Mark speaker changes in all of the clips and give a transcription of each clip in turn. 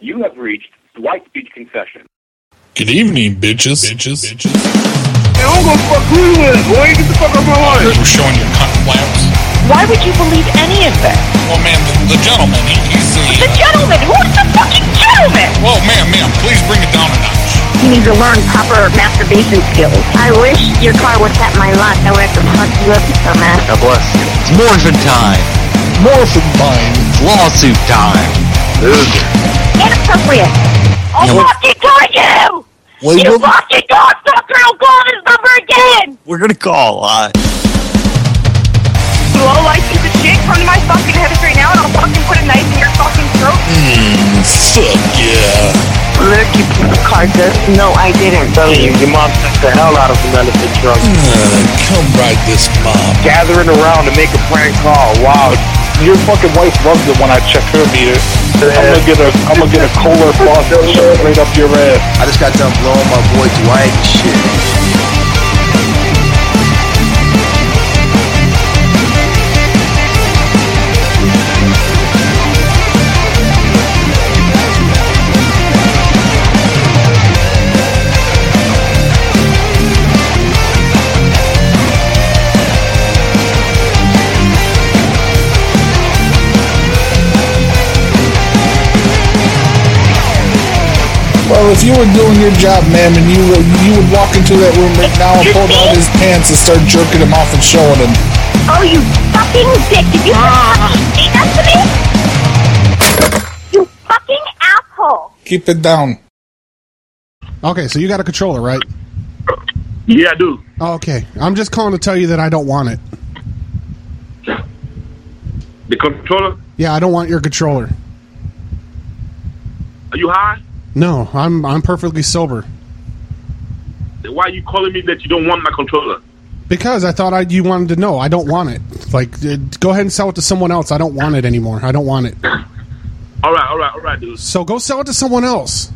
Speaker 1: You have reached Dwight's Beach Confession.
Speaker 2: Good evening, bitches. Bitches. Bitches.
Speaker 3: I don't go fuck who you is, boy. Get the fuck out of my life.
Speaker 2: We're showing your cunt flaps.
Speaker 4: Why would you believe any of this?
Speaker 2: Well, ma'am, the, the gentleman, he, he's
Speaker 4: The
Speaker 2: the...
Speaker 4: gentleman! Who's the fucking gentleman?
Speaker 2: Well, ma'am, ma'am, please bring it down a notch.
Speaker 4: You need to learn proper masturbation skills.
Speaker 5: I wish your car was at my lot. I would have to punch you up, you dumbass.
Speaker 6: God bless you. It's morphin' time.
Speaker 2: Morphin' mind.
Speaker 6: It's lawsuit time.
Speaker 4: Inappropriate. I'll
Speaker 6: Yeah, well-
Speaker 4: fucking kill you!
Speaker 6: Well,
Speaker 4: You fucking dog fucker! I'll call this number again!
Speaker 6: we're gonna call. Uh,
Speaker 4: Blow like piece of shit, come to my fucking head right now and I'll fucking put a knife in your fucking throat.
Speaker 2: Fuck yeah.
Speaker 5: Look, you piece of carcass. No, I didn't.
Speaker 3: telling you, your mom sent the hell out of them elephant trucks.
Speaker 2: Uh, come ride this mob.
Speaker 3: Gathering around to make a prank call. Wow. Your fucking wife loves it when I check her meter. I'm gonna get a I'm gonna get a Kohler faucet and shove it right up your ass.
Speaker 6: I just got done blowing my boy Dwight and shit.
Speaker 2: Well, if you were doing your job, ma'am, and you would, you would walk into that room right now and pull down his pants and start jerking him off and showing him.
Speaker 4: Oh, you fucking dick! Did you
Speaker 7: Ah.
Speaker 4: fucking say that to me? You fucking asshole!
Speaker 2: Keep it down.
Speaker 7: Okay, so you got a controller, right? Oh,
Speaker 3: Yeah, I do.
Speaker 7: Okay, I'm just calling to tell you that I don't want it.
Speaker 3: The controller?
Speaker 7: Yeah, I don't want your controller.
Speaker 3: Are you high?
Speaker 7: No, I'm I'm perfectly sober
Speaker 3: Then why are you calling me that you don't want my controller?
Speaker 7: because I thought I you wanted to know. I don't want it. Like, uh, go ahead and sell it to someone else. I don't want it anymore. I don't want it.
Speaker 3: Alright, alright, alright, dude.
Speaker 7: So go sell it to someone else.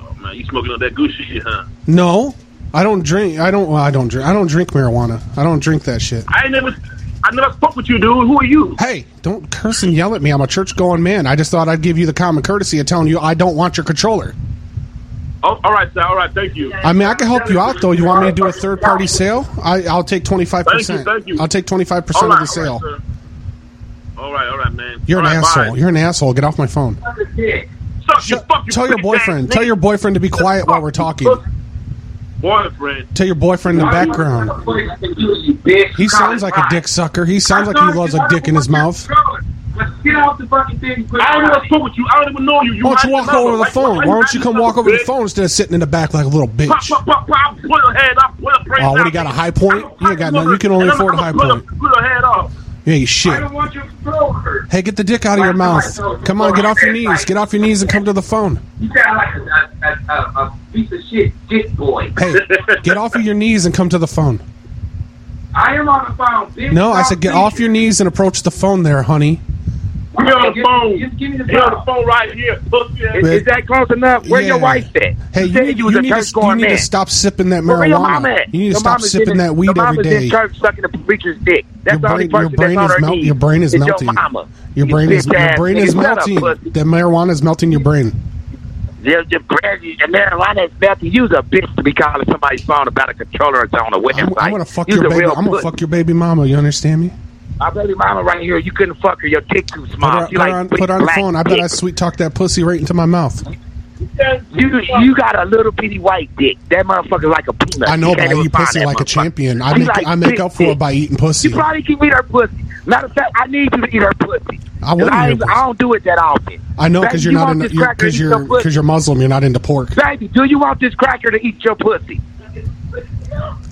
Speaker 3: Oh man, you smoking on that Gucci shit, huh?
Speaker 7: No, I don't drink. I don't. Well, I don't drink. I don't drink marijuana. I don't drink that shit.
Speaker 3: I ain't never I never spoke with you, dude. Who are you?
Speaker 7: Hey, don't curse and yell at me. I'm a church going man. I just thought I'd give you the common courtesy of telling you I don't want your controller.
Speaker 3: Oh, alright, sir, alright, thank you.
Speaker 7: I mean, I can help you out though. You want me to do a third party sale? I, I'll take twenty five percent.
Speaker 3: Thank you, thank you.
Speaker 7: I'll take twenty five
Speaker 3: All
Speaker 7: percent of
Speaker 3: right,
Speaker 7: the sale.
Speaker 3: All right, sir. all right, all right, man.
Speaker 7: You're an
Speaker 3: All right,
Speaker 7: asshole.
Speaker 3: bye.
Speaker 7: You're an asshole. Get off my phone.
Speaker 3: Suck you,
Speaker 7: Shut-
Speaker 3: fuck you,
Speaker 7: tell your
Speaker 3: bitch-ass
Speaker 7: boyfriend.
Speaker 3: nigga.
Speaker 7: Tell your boyfriend to be quiet while we're talking.
Speaker 3: Fuck Boyfriend.
Speaker 7: Tell your boyfriend in the background. He sounds like a dick sucker. He sounds like he loves a dick in his mouth.
Speaker 8: Get off the fucking thing. quick.
Speaker 3: I don't even fuck with you. I don't even know you. you
Speaker 7: Why don't you
Speaker 3: hide
Speaker 7: walk
Speaker 3: your
Speaker 7: over to the
Speaker 3: mouth.
Speaker 7: phone? Why don't you come
Speaker 3: hide
Speaker 7: walk
Speaker 3: your
Speaker 7: over to the
Speaker 3: bitch?
Speaker 7: phone instead of sitting in the back like a little
Speaker 3: Pop,
Speaker 7: bitch?
Speaker 3: pop, pop, pop. Pull your head up. Pull your brains
Speaker 7: Oh, what,
Speaker 3: out.
Speaker 7: he got a high point?
Speaker 3: I'm
Speaker 7: You ain't got nothing. You can only
Speaker 3: and I'm
Speaker 7: afford a
Speaker 3: gonna
Speaker 7: high
Speaker 3: pull your-
Speaker 7: point.
Speaker 3: Pull your head up.
Speaker 7: Yeah, you shit.
Speaker 8: I want your throat hurt.
Speaker 7: Hey, get the dick out of your mouth. Come on, get off your knees. Get off your knees and come to the phone.
Speaker 8: You sound like a, a, a, a piece of shit dick boy.
Speaker 7: Hey, get off of your knees and come to the phone.
Speaker 8: I am on the phone. Bitch.
Speaker 7: No, I said get off your knees and approach the phone there, honey.
Speaker 3: We're on the
Speaker 8: Just-
Speaker 3: phone.
Speaker 8: just give me the
Speaker 3: We're on the
Speaker 8: phone.
Speaker 3: phone right here. Pussy ass.
Speaker 7: Is- is
Speaker 3: that close enough?
Speaker 7: Where your Yeah. wife at? Hey, you need, you need, to, you need to stop sipping that
Speaker 3: Where your mom
Speaker 7: marijuana.
Speaker 3: at?
Speaker 7: You need to
Speaker 3: Your
Speaker 7: stop
Speaker 3: mom is
Speaker 7: sipping
Speaker 3: in-
Speaker 7: that weed
Speaker 3: your mom
Speaker 7: every
Speaker 3: is in
Speaker 7: day.
Speaker 3: church sucking the preacher's dick.
Speaker 7: Your
Speaker 3: That's the only
Speaker 7: brain, your
Speaker 3: person
Speaker 7: brain
Speaker 3: that's on
Speaker 7: is
Speaker 3: her
Speaker 7: mel-
Speaker 3: knees.
Speaker 7: your brain is
Speaker 3: It's
Speaker 7: melting.
Speaker 3: Your, mama.
Speaker 7: Your
Speaker 3: You
Speaker 7: brain is
Speaker 3: bitch
Speaker 7: your
Speaker 3: ass
Speaker 7: brain
Speaker 3: nigga.
Speaker 7: is
Speaker 3: Shut up,
Speaker 7: melting.
Speaker 3: pussy.
Speaker 7: That marijuana is melting your brain.
Speaker 3: There's your bread, your marijuana is melting. You's a bitch to be calling somebody's phone about a controller that's on a website.
Speaker 7: I'm, I'm gonna fuck
Speaker 3: You's
Speaker 7: your
Speaker 3: a
Speaker 7: baby.
Speaker 3: real
Speaker 7: I'm gonna
Speaker 3: pussy.
Speaker 7: fuck your baby mama. You understand me?
Speaker 3: My baby mama right here. You couldn't fuck her. Your dick too
Speaker 7: Put
Speaker 3: small.
Speaker 7: her,
Speaker 3: She
Speaker 7: put
Speaker 3: like
Speaker 7: her on, put her on the
Speaker 3: black
Speaker 7: phone. I bet I
Speaker 3: dick.
Speaker 7: sweet talked that pussy right into my mouth.
Speaker 3: You you got a little bitty white dick. That motherfucker like a peanut.
Speaker 7: I know,
Speaker 3: You
Speaker 7: but
Speaker 3: can't
Speaker 7: I
Speaker 3: even
Speaker 7: eat
Speaker 3: find
Speaker 7: pussy
Speaker 3: that
Speaker 7: like a
Speaker 3: motherfucker.
Speaker 7: champion. I
Speaker 3: She
Speaker 7: make
Speaker 3: like
Speaker 7: I make
Speaker 3: big
Speaker 7: up for
Speaker 3: dick.
Speaker 7: it by eating
Speaker 3: You
Speaker 7: pussy.
Speaker 3: probably can eat her pussy. Matter of fact, I need you to eat her pussy.
Speaker 7: I wouldn't eat
Speaker 3: 'Cause
Speaker 7: her
Speaker 3: ain't-
Speaker 7: pussy.
Speaker 3: I don't do it that often.
Speaker 7: I know
Speaker 3: Baby,
Speaker 7: because you're
Speaker 3: you
Speaker 7: not
Speaker 3: want this cracker,
Speaker 7: because
Speaker 3: eat
Speaker 7: you're
Speaker 3: your pussy.
Speaker 7: because you're Muslim. You're not into pork.
Speaker 3: Baby, do you want this cracker to eat your pussy?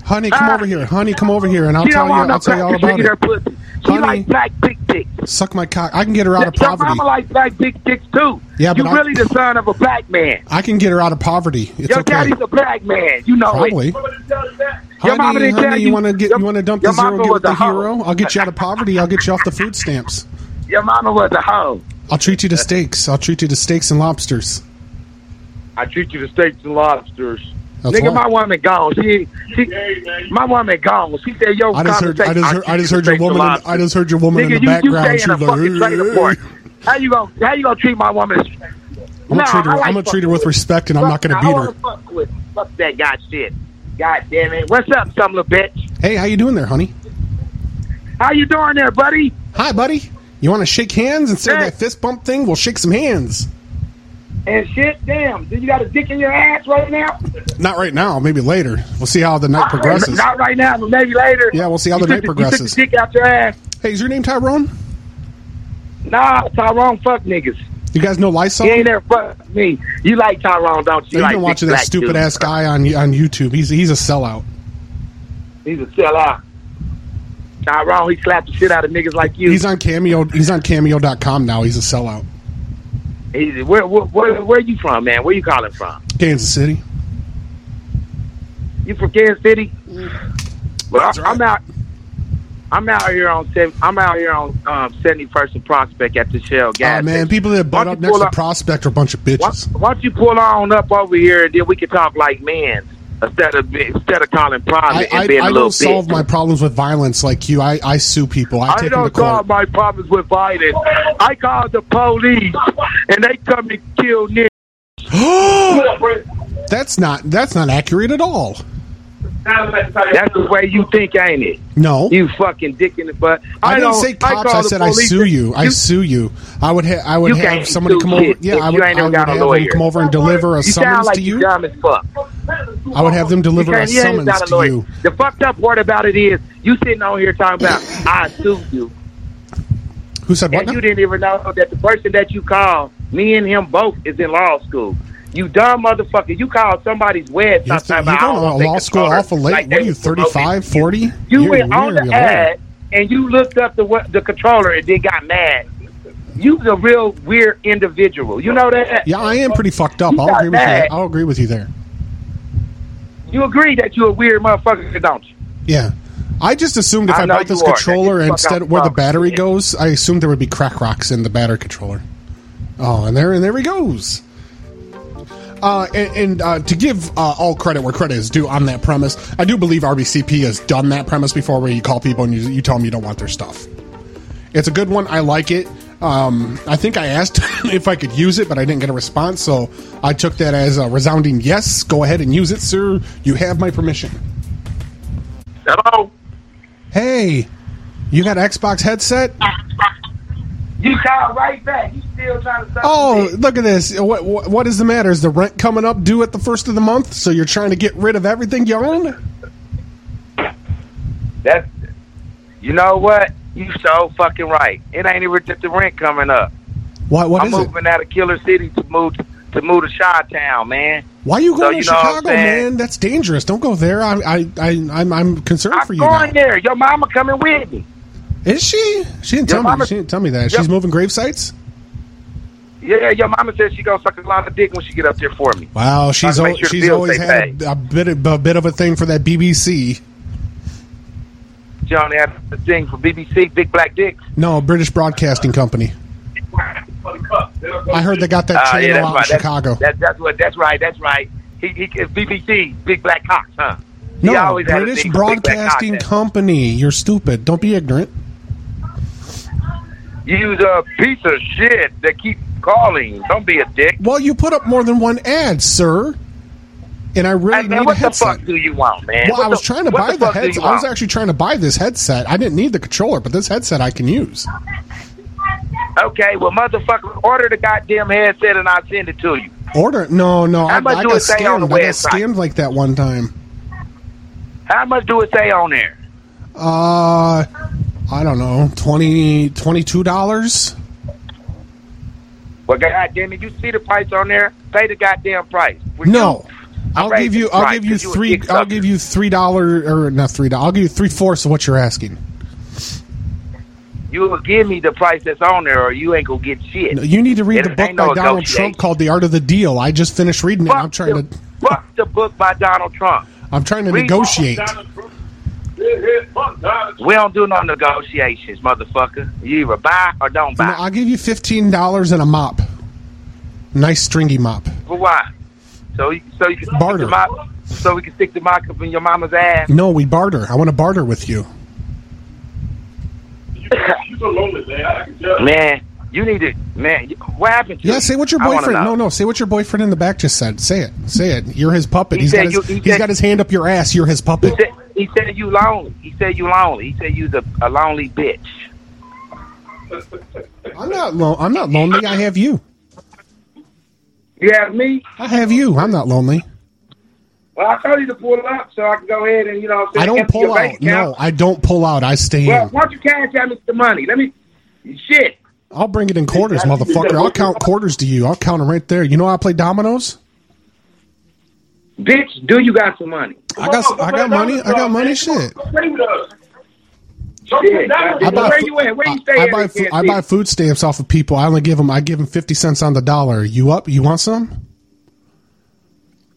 Speaker 7: Honey, come
Speaker 3: Ah.
Speaker 7: over here. Honey, come over here, and I'll
Speaker 3: she
Speaker 7: tell
Speaker 3: don't
Speaker 7: you.
Speaker 3: want no
Speaker 7: I'll tell you all
Speaker 3: cracker
Speaker 7: about
Speaker 3: to eat
Speaker 7: it.
Speaker 3: her pussy. She
Speaker 7: Honey.
Speaker 3: like black big dicks.
Speaker 7: Suck my cock. I can get her out of
Speaker 3: Your mama
Speaker 7: poverty.
Speaker 3: likes black big dicks too.
Speaker 7: Yeah,
Speaker 3: you
Speaker 7: but I-
Speaker 3: really the son of a black man.
Speaker 7: I can get her out of poverty. It's
Speaker 3: Your
Speaker 7: okay.
Speaker 3: daddy's a black man. You know it.
Speaker 7: Probably.
Speaker 3: Your mama
Speaker 7: honey,
Speaker 3: didn't tell
Speaker 7: honey, you
Speaker 3: you-
Speaker 7: want to get
Speaker 3: your-
Speaker 7: you want to dump the
Speaker 3: your
Speaker 7: zero,
Speaker 3: mama
Speaker 7: get
Speaker 3: was
Speaker 7: with the
Speaker 3: a hoe.
Speaker 7: hero. I'll get you out of poverty. I'll get you off the food stamps.
Speaker 3: Your mama was a hoe.
Speaker 7: I'll treat you to steaks. I'll treat you to steaks and lobsters.
Speaker 3: I treat you to steaks and lobsters.
Speaker 7: That's
Speaker 3: Nigga,
Speaker 7: why.
Speaker 3: my woman gone. She, she, my woman gone. She said, "Yo,
Speaker 7: I just heard. I just heard. I just heard your woman. In, I just heard your woman in
Speaker 3: Nigga,
Speaker 7: the
Speaker 3: you, you
Speaker 7: background.
Speaker 3: stay
Speaker 7: She
Speaker 3: in a
Speaker 7: was
Speaker 3: fucking
Speaker 7: like,
Speaker 3: trailer park. How you gonna, how you gonna treat my woman?
Speaker 7: "I'm gonna treat her. I'm gonna treat her with respect, and I'm not gonna beat her."
Speaker 3: Fuck, with, fuck that god shit. God damn it. What's up, some little bitch?
Speaker 7: Hey, how you doing there, honey?
Speaker 3: How you doing there, buddy?
Speaker 7: Hi, buddy. You want to shake hands instead of
Speaker 3: Hey.
Speaker 7: that fist bump thing? We'll shake some hands.
Speaker 3: And shit, damn. Do you got a dick in your ass right now?
Speaker 7: Not right now. Maybe later. We'll see how the night progresses.
Speaker 3: Not right now, but maybe later.
Speaker 7: Yeah, we'll see how
Speaker 3: You
Speaker 7: the
Speaker 3: took
Speaker 7: night progresses.
Speaker 3: You took the dick out your ass.
Speaker 7: Hey, is your name Tyrone?
Speaker 3: Nah, Tyrone, fuck niggas.
Speaker 7: You guys know Lysol?
Speaker 3: He ain't there fuck me. You like Tyrone, don't you?
Speaker 7: You've
Speaker 3: like
Speaker 7: been
Speaker 3: big
Speaker 7: watching that
Speaker 3: black
Speaker 7: stupid
Speaker 3: dudes.
Speaker 7: ass guy on on YouTube. He's he's a sellout.
Speaker 3: He's a sellout. Tyrone, he slapped the shit out of niggas like you.
Speaker 7: He's on cameo. He's on cameo.com now. He's a sellout.
Speaker 3: He's- where, where, where, where you from, man? Where you calling from?
Speaker 7: Kansas City.
Speaker 3: You from Kansas City?
Speaker 7: Mm-hmm.
Speaker 3: Well, I, I'm out. I'm out here on sev- I'm out here on um, 71st and Prospect at the Shell
Speaker 7: Ah
Speaker 3: gas.
Speaker 7: man,
Speaker 3: station.
Speaker 7: people that butt
Speaker 3: Why
Speaker 7: up
Speaker 3: don't you
Speaker 7: next
Speaker 3: pull
Speaker 7: to
Speaker 3: up-
Speaker 7: Prospect are a bunch of
Speaker 3: Why,
Speaker 7: bitches.
Speaker 3: why don't you pull on up over here and then we can talk like men instead of be- instead of calling
Speaker 7: I,
Speaker 3: private
Speaker 7: I,
Speaker 3: and being a
Speaker 7: I
Speaker 3: little
Speaker 7: don't solve
Speaker 3: bitch.
Speaker 7: my problems with violence like you. I, I sue people. I,
Speaker 3: I
Speaker 7: take them to
Speaker 3: don't
Speaker 7: court.
Speaker 3: solve my problems with violence. I call the police and they come and kill niggas.
Speaker 7: That's not that's not accurate at all.
Speaker 3: That's the way you think, ain't it?
Speaker 7: No,
Speaker 3: You fucking dick in the butt.
Speaker 7: I, didn't
Speaker 3: don't-
Speaker 7: say cops.
Speaker 3: call
Speaker 7: I,
Speaker 3: the
Speaker 7: said I
Speaker 3: police.
Speaker 7: sue you. I sue you. I would ha- I would
Speaker 3: You
Speaker 7: have
Speaker 3: can't
Speaker 7: somebody
Speaker 3: sue
Speaker 7: come
Speaker 3: shit
Speaker 7: over. Yeah,
Speaker 3: if
Speaker 7: I
Speaker 3: you
Speaker 7: would,
Speaker 3: ain't
Speaker 7: I
Speaker 3: even
Speaker 7: would
Speaker 3: got a
Speaker 7: have them
Speaker 3: lawyer.
Speaker 7: come over and deliver a
Speaker 3: You sound
Speaker 7: summons
Speaker 3: like
Speaker 7: to you.
Speaker 3: dumb as fuck.
Speaker 7: I would have them deliver a
Speaker 3: Because you ain't
Speaker 7: summons
Speaker 3: got a
Speaker 7: to
Speaker 3: lawyer.
Speaker 7: you.
Speaker 3: The fucked up part about it is you sitting on here talking about I sued you,
Speaker 7: Who said what?
Speaker 3: and
Speaker 7: now?
Speaker 3: you didn't even know that the person that you called, me and him both, is in law school. You dumb motherfucker! You called somebody's wed
Speaker 7: You,
Speaker 3: sometime.
Speaker 7: you
Speaker 3: I
Speaker 7: don't know
Speaker 3: think
Speaker 7: law
Speaker 3: it's
Speaker 7: school
Speaker 3: hard.
Speaker 7: awful late.
Speaker 3: Like,
Speaker 7: what
Speaker 3: they
Speaker 7: are you,
Speaker 3: was promoting
Speaker 7: 35, 40?
Speaker 3: You
Speaker 7: You're-
Speaker 3: went on
Speaker 7: you're a
Speaker 3: the
Speaker 7: lawyer.
Speaker 3: ad and you looked up the wa- the controller and then got mad. You was a real weird individual. You know that?
Speaker 7: Yeah, I am pretty fucked up.
Speaker 3: You
Speaker 7: I'll
Speaker 3: got
Speaker 7: agree with you.
Speaker 3: mad.
Speaker 7: I'll agree with you there.
Speaker 3: You agree that you're a weird motherfucker, don't you?
Speaker 7: Yeah. I just assumed if
Speaker 3: I
Speaker 7: I,
Speaker 3: know
Speaker 7: bought this
Speaker 3: you are.
Speaker 7: controller
Speaker 3: Now you fuck
Speaker 7: instead
Speaker 3: up
Speaker 7: where the
Speaker 3: promise,
Speaker 7: battery
Speaker 3: yeah.
Speaker 7: goes, I assumed there would be crack rocks in the battery controller. Oh, and there and there he goes. Uh, and and uh, to give uh, all credit where credit is due on that premise, I do believe RBCP has done that premise before, where you call people and you, you tell them you don't want their stuff. It's a good one. I like it. Um, I think I asked if I could use it, but I didn't get a response, so I took that as a resounding yes. Go ahead and use it, sir. You have my permission.
Speaker 3: Hello.
Speaker 7: Hey, you got an Xbox headset?
Speaker 3: You called right back. You still trying to stop
Speaker 7: Oh,
Speaker 3: me.
Speaker 7: look at this. What, what what is the matter? Is the rent coming up due at the first of the month? So you're trying to get rid of everything you own?
Speaker 3: That's. You know what? You so fucking right. It ain't even just the rent coming up.
Speaker 7: Why what
Speaker 3: I'm
Speaker 7: is it?
Speaker 3: moving out of Killer City to move to move to Chi Town, man.
Speaker 7: Why you
Speaker 3: So
Speaker 7: going
Speaker 3: you
Speaker 7: to
Speaker 3: know what I'm
Speaker 7: Chicago,
Speaker 3: saying?
Speaker 7: man? That's dangerous. Don't go there. I I I I'm, I'm concerned
Speaker 3: I'm
Speaker 7: for you.
Speaker 3: going
Speaker 7: Now.
Speaker 3: there. Your mama coming with me.
Speaker 7: Is she? She didn't
Speaker 3: Your
Speaker 7: tell me.
Speaker 3: mama-
Speaker 7: She didn't tell me that.
Speaker 3: Your-
Speaker 7: She's moving grave sites.
Speaker 3: Yeah, your mama said she gonna suck a lot of dick when she get up there for me.
Speaker 7: Wow, she's
Speaker 3: Gotta
Speaker 7: al-
Speaker 3: make sure the
Speaker 7: she's
Speaker 3: bills
Speaker 7: always
Speaker 3: stay
Speaker 7: had a, a bit of, a bit of a thing for that BBC.
Speaker 3: She only had the thing for BBC, Big Black Dick.
Speaker 7: No, British Broadcasting Company. I heard they got that
Speaker 3: Ah,
Speaker 7: channel
Speaker 3: that's
Speaker 7: out
Speaker 3: right.
Speaker 7: in Chicago.
Speaker 3: That's, that's, that's what. That's right. That's right. He, he it's BBC, Big Black Cox, huh? He
Speaker 7: No,
Speaker 3: always had a
Speaker 7: British
Speaker 3: thing for Big Black Cox.
Speaker 7: Broadcasting Company. You're stupid. Don't be ignorant.
Speaker 3: You's a piece of shit that keep calling. Don't be a dick.
Speaker 7: Well, you put up more than one ad, sir. And I really
Speaker 3: Hey, man,
Speaker 7: need
Speaker 3: what
Speaker 7: a headset.
Speaker 3: the fuck do you want, man?
Speaker 7: well,
Speaker 3: What
Speaker 7: I was
Speaker 3: the-
Speaker 7: trying to
Speaker 3: what
Speaker 7: buy
Speaker 3: the,
Speaker 7: the,
Speaker 3: fuck do
Speaker 7: headset.
Speaker 3: you
Speaker 7: I was
Speaker 3: want?
Speaker 7: actually trying to buy this headset. I didn't need the controller, but this headset I can use.
Speaker 3: Okay, well, motherfucker, order the goddamn headset and I'll send it to you.
Speaker 7: Order? No, no. I,
Speaker 3: How much
Speaker 7: I
Speaker 3: do
Speaker 7: got
Speaker 3: it say on
Speaker 7: scammed.
Speaker 3: the
Speaker 7: I got
Speaker 3: website?
Speaker 7: scammed like that one time.
Speaker 3: How much do it say on there?
Speaker 7: Uh, I don't know, 20 $22?
Speaker 3: Well, goddamn it, you see the price on there? Pay the goddamn price. With
Speaker 7: No.
Speaker 3: you,
Speaker 7: I'll
Speaker 3: raising
Speaker 7: give you.
Speaker 3: the
Speaker 7: I'll
Speaker 3: price
Speaker 7: give you
Speaker 3: 'cause you a
Speaker 7: three.
Speaker 3: dick
Speaker 7: I'll
Speaker 3: sucker.
Speaker 7: give you three dollar or not three dollar. I'll give you three fourths of what you're asking.
Speaker 3: you will give me the price that's on there, or you ain't gonna get shit.
Speaker 7: You need to read
Speaker 3: It
Speaker 7: the book
Speaker 3: ain't
Speaker 7: by
Speaker 3: no
Speaker 7: Donald Trump
Speaker 3: negotiation.
Speaker 7: called "The Art of the Deal." I just finished reading it.
Speaker 3: fuck
Speaker 7: I'm trying
Speaker 3: the,
Speaker 7: to.
Speaker 3: fuck the book by Donald Trump.
Speaker 7: I'm trying to
Speaker 3: Read-
Speaker 7: negotiate.
Speaker 3: We don't do no negotiations, motherfucker. You either buy or don't
Speaker 7: You
Speaker 3: buy.
Speaker 7: know, I'll give you fifteen dollars and a mop. Nice stringy mop.
Speaker 3: For why? So you, so you can
Speaker 7: Barter.
Speaker 3: Them out. so we can stick the mock up in your mama's ass.
Speaker 7: No, we barter. I want to barter with you.
Speaker 1: You so lonely, man. I can tell.
Speaker 3: Man, you need to. Man, you- what happened? to
Speaker 7: Yeah,
Speaker 3: you?
Speaker 7: say what your
Speaker 3: I wanna
Speaker 7: boyfriend.
Speaker 3: know.
Speaker 7: No, no, say what your boyfriend in the back just said. Say it. Say it. You're his puppet.
Speaker 3: He
Speaker 7: He's
Speaker 3: said
Speaker 7: got his,
Speaker 3: you- he
Speaker 7: he
Speaker 3: said-
Speaker 7: has got his hand up your ass. You're his puppet.
Speaker 3: He said, he said you lonely. He said you lonely. He said you's a, a lonely bitch.
Speaker 7: I'm not. Lo- I'm not lonely. I have you.
Speaker 3: You have me.
Speaker 7: I have you. I'm not lonely.
Speaker 3: Well, I told you to pull up so I can go ahead and you know.
Speaker 7: I don't
Speaker 3: empty your
Speaker 7: pull
Speaker 3: bank
Speaker 7: out. No,
Speaker 3: account.
Speaker 7: I don't pull out. I stay
Speaker 3: Well,
Speaker 7: in.
Speaker 3: why don't you cash out me some money? Let me. Shit.
Speaker 7: I'll bring it in quarters, motherfucker. I'll count quarters to you. I'll count them right there. You know how I play dominoes?
Speaker 3: Bitch, do you got some money?
Speaker 7: I got. I got money. I got money. Shit.
Speaker 1: Play with us.
Speaker 3: Shit.
Speaker 7: I buy
Speaker 3: Where
Speaker 7: fo-
Speaker 3: you at? Where you
Speaker 7: I-
Speaker 3: stay
Speaker 7: I
Speaker 3: at
Speaker 7: buy,
Speaker 3: in
Speaker 7: fo-
Speaker 3: Kansas
Speaker 7: I
Speaker 3: City?
Speaker 7: buy food stamps off of people. I only give them. I give them fifty cents on the dollar. You up? You want some?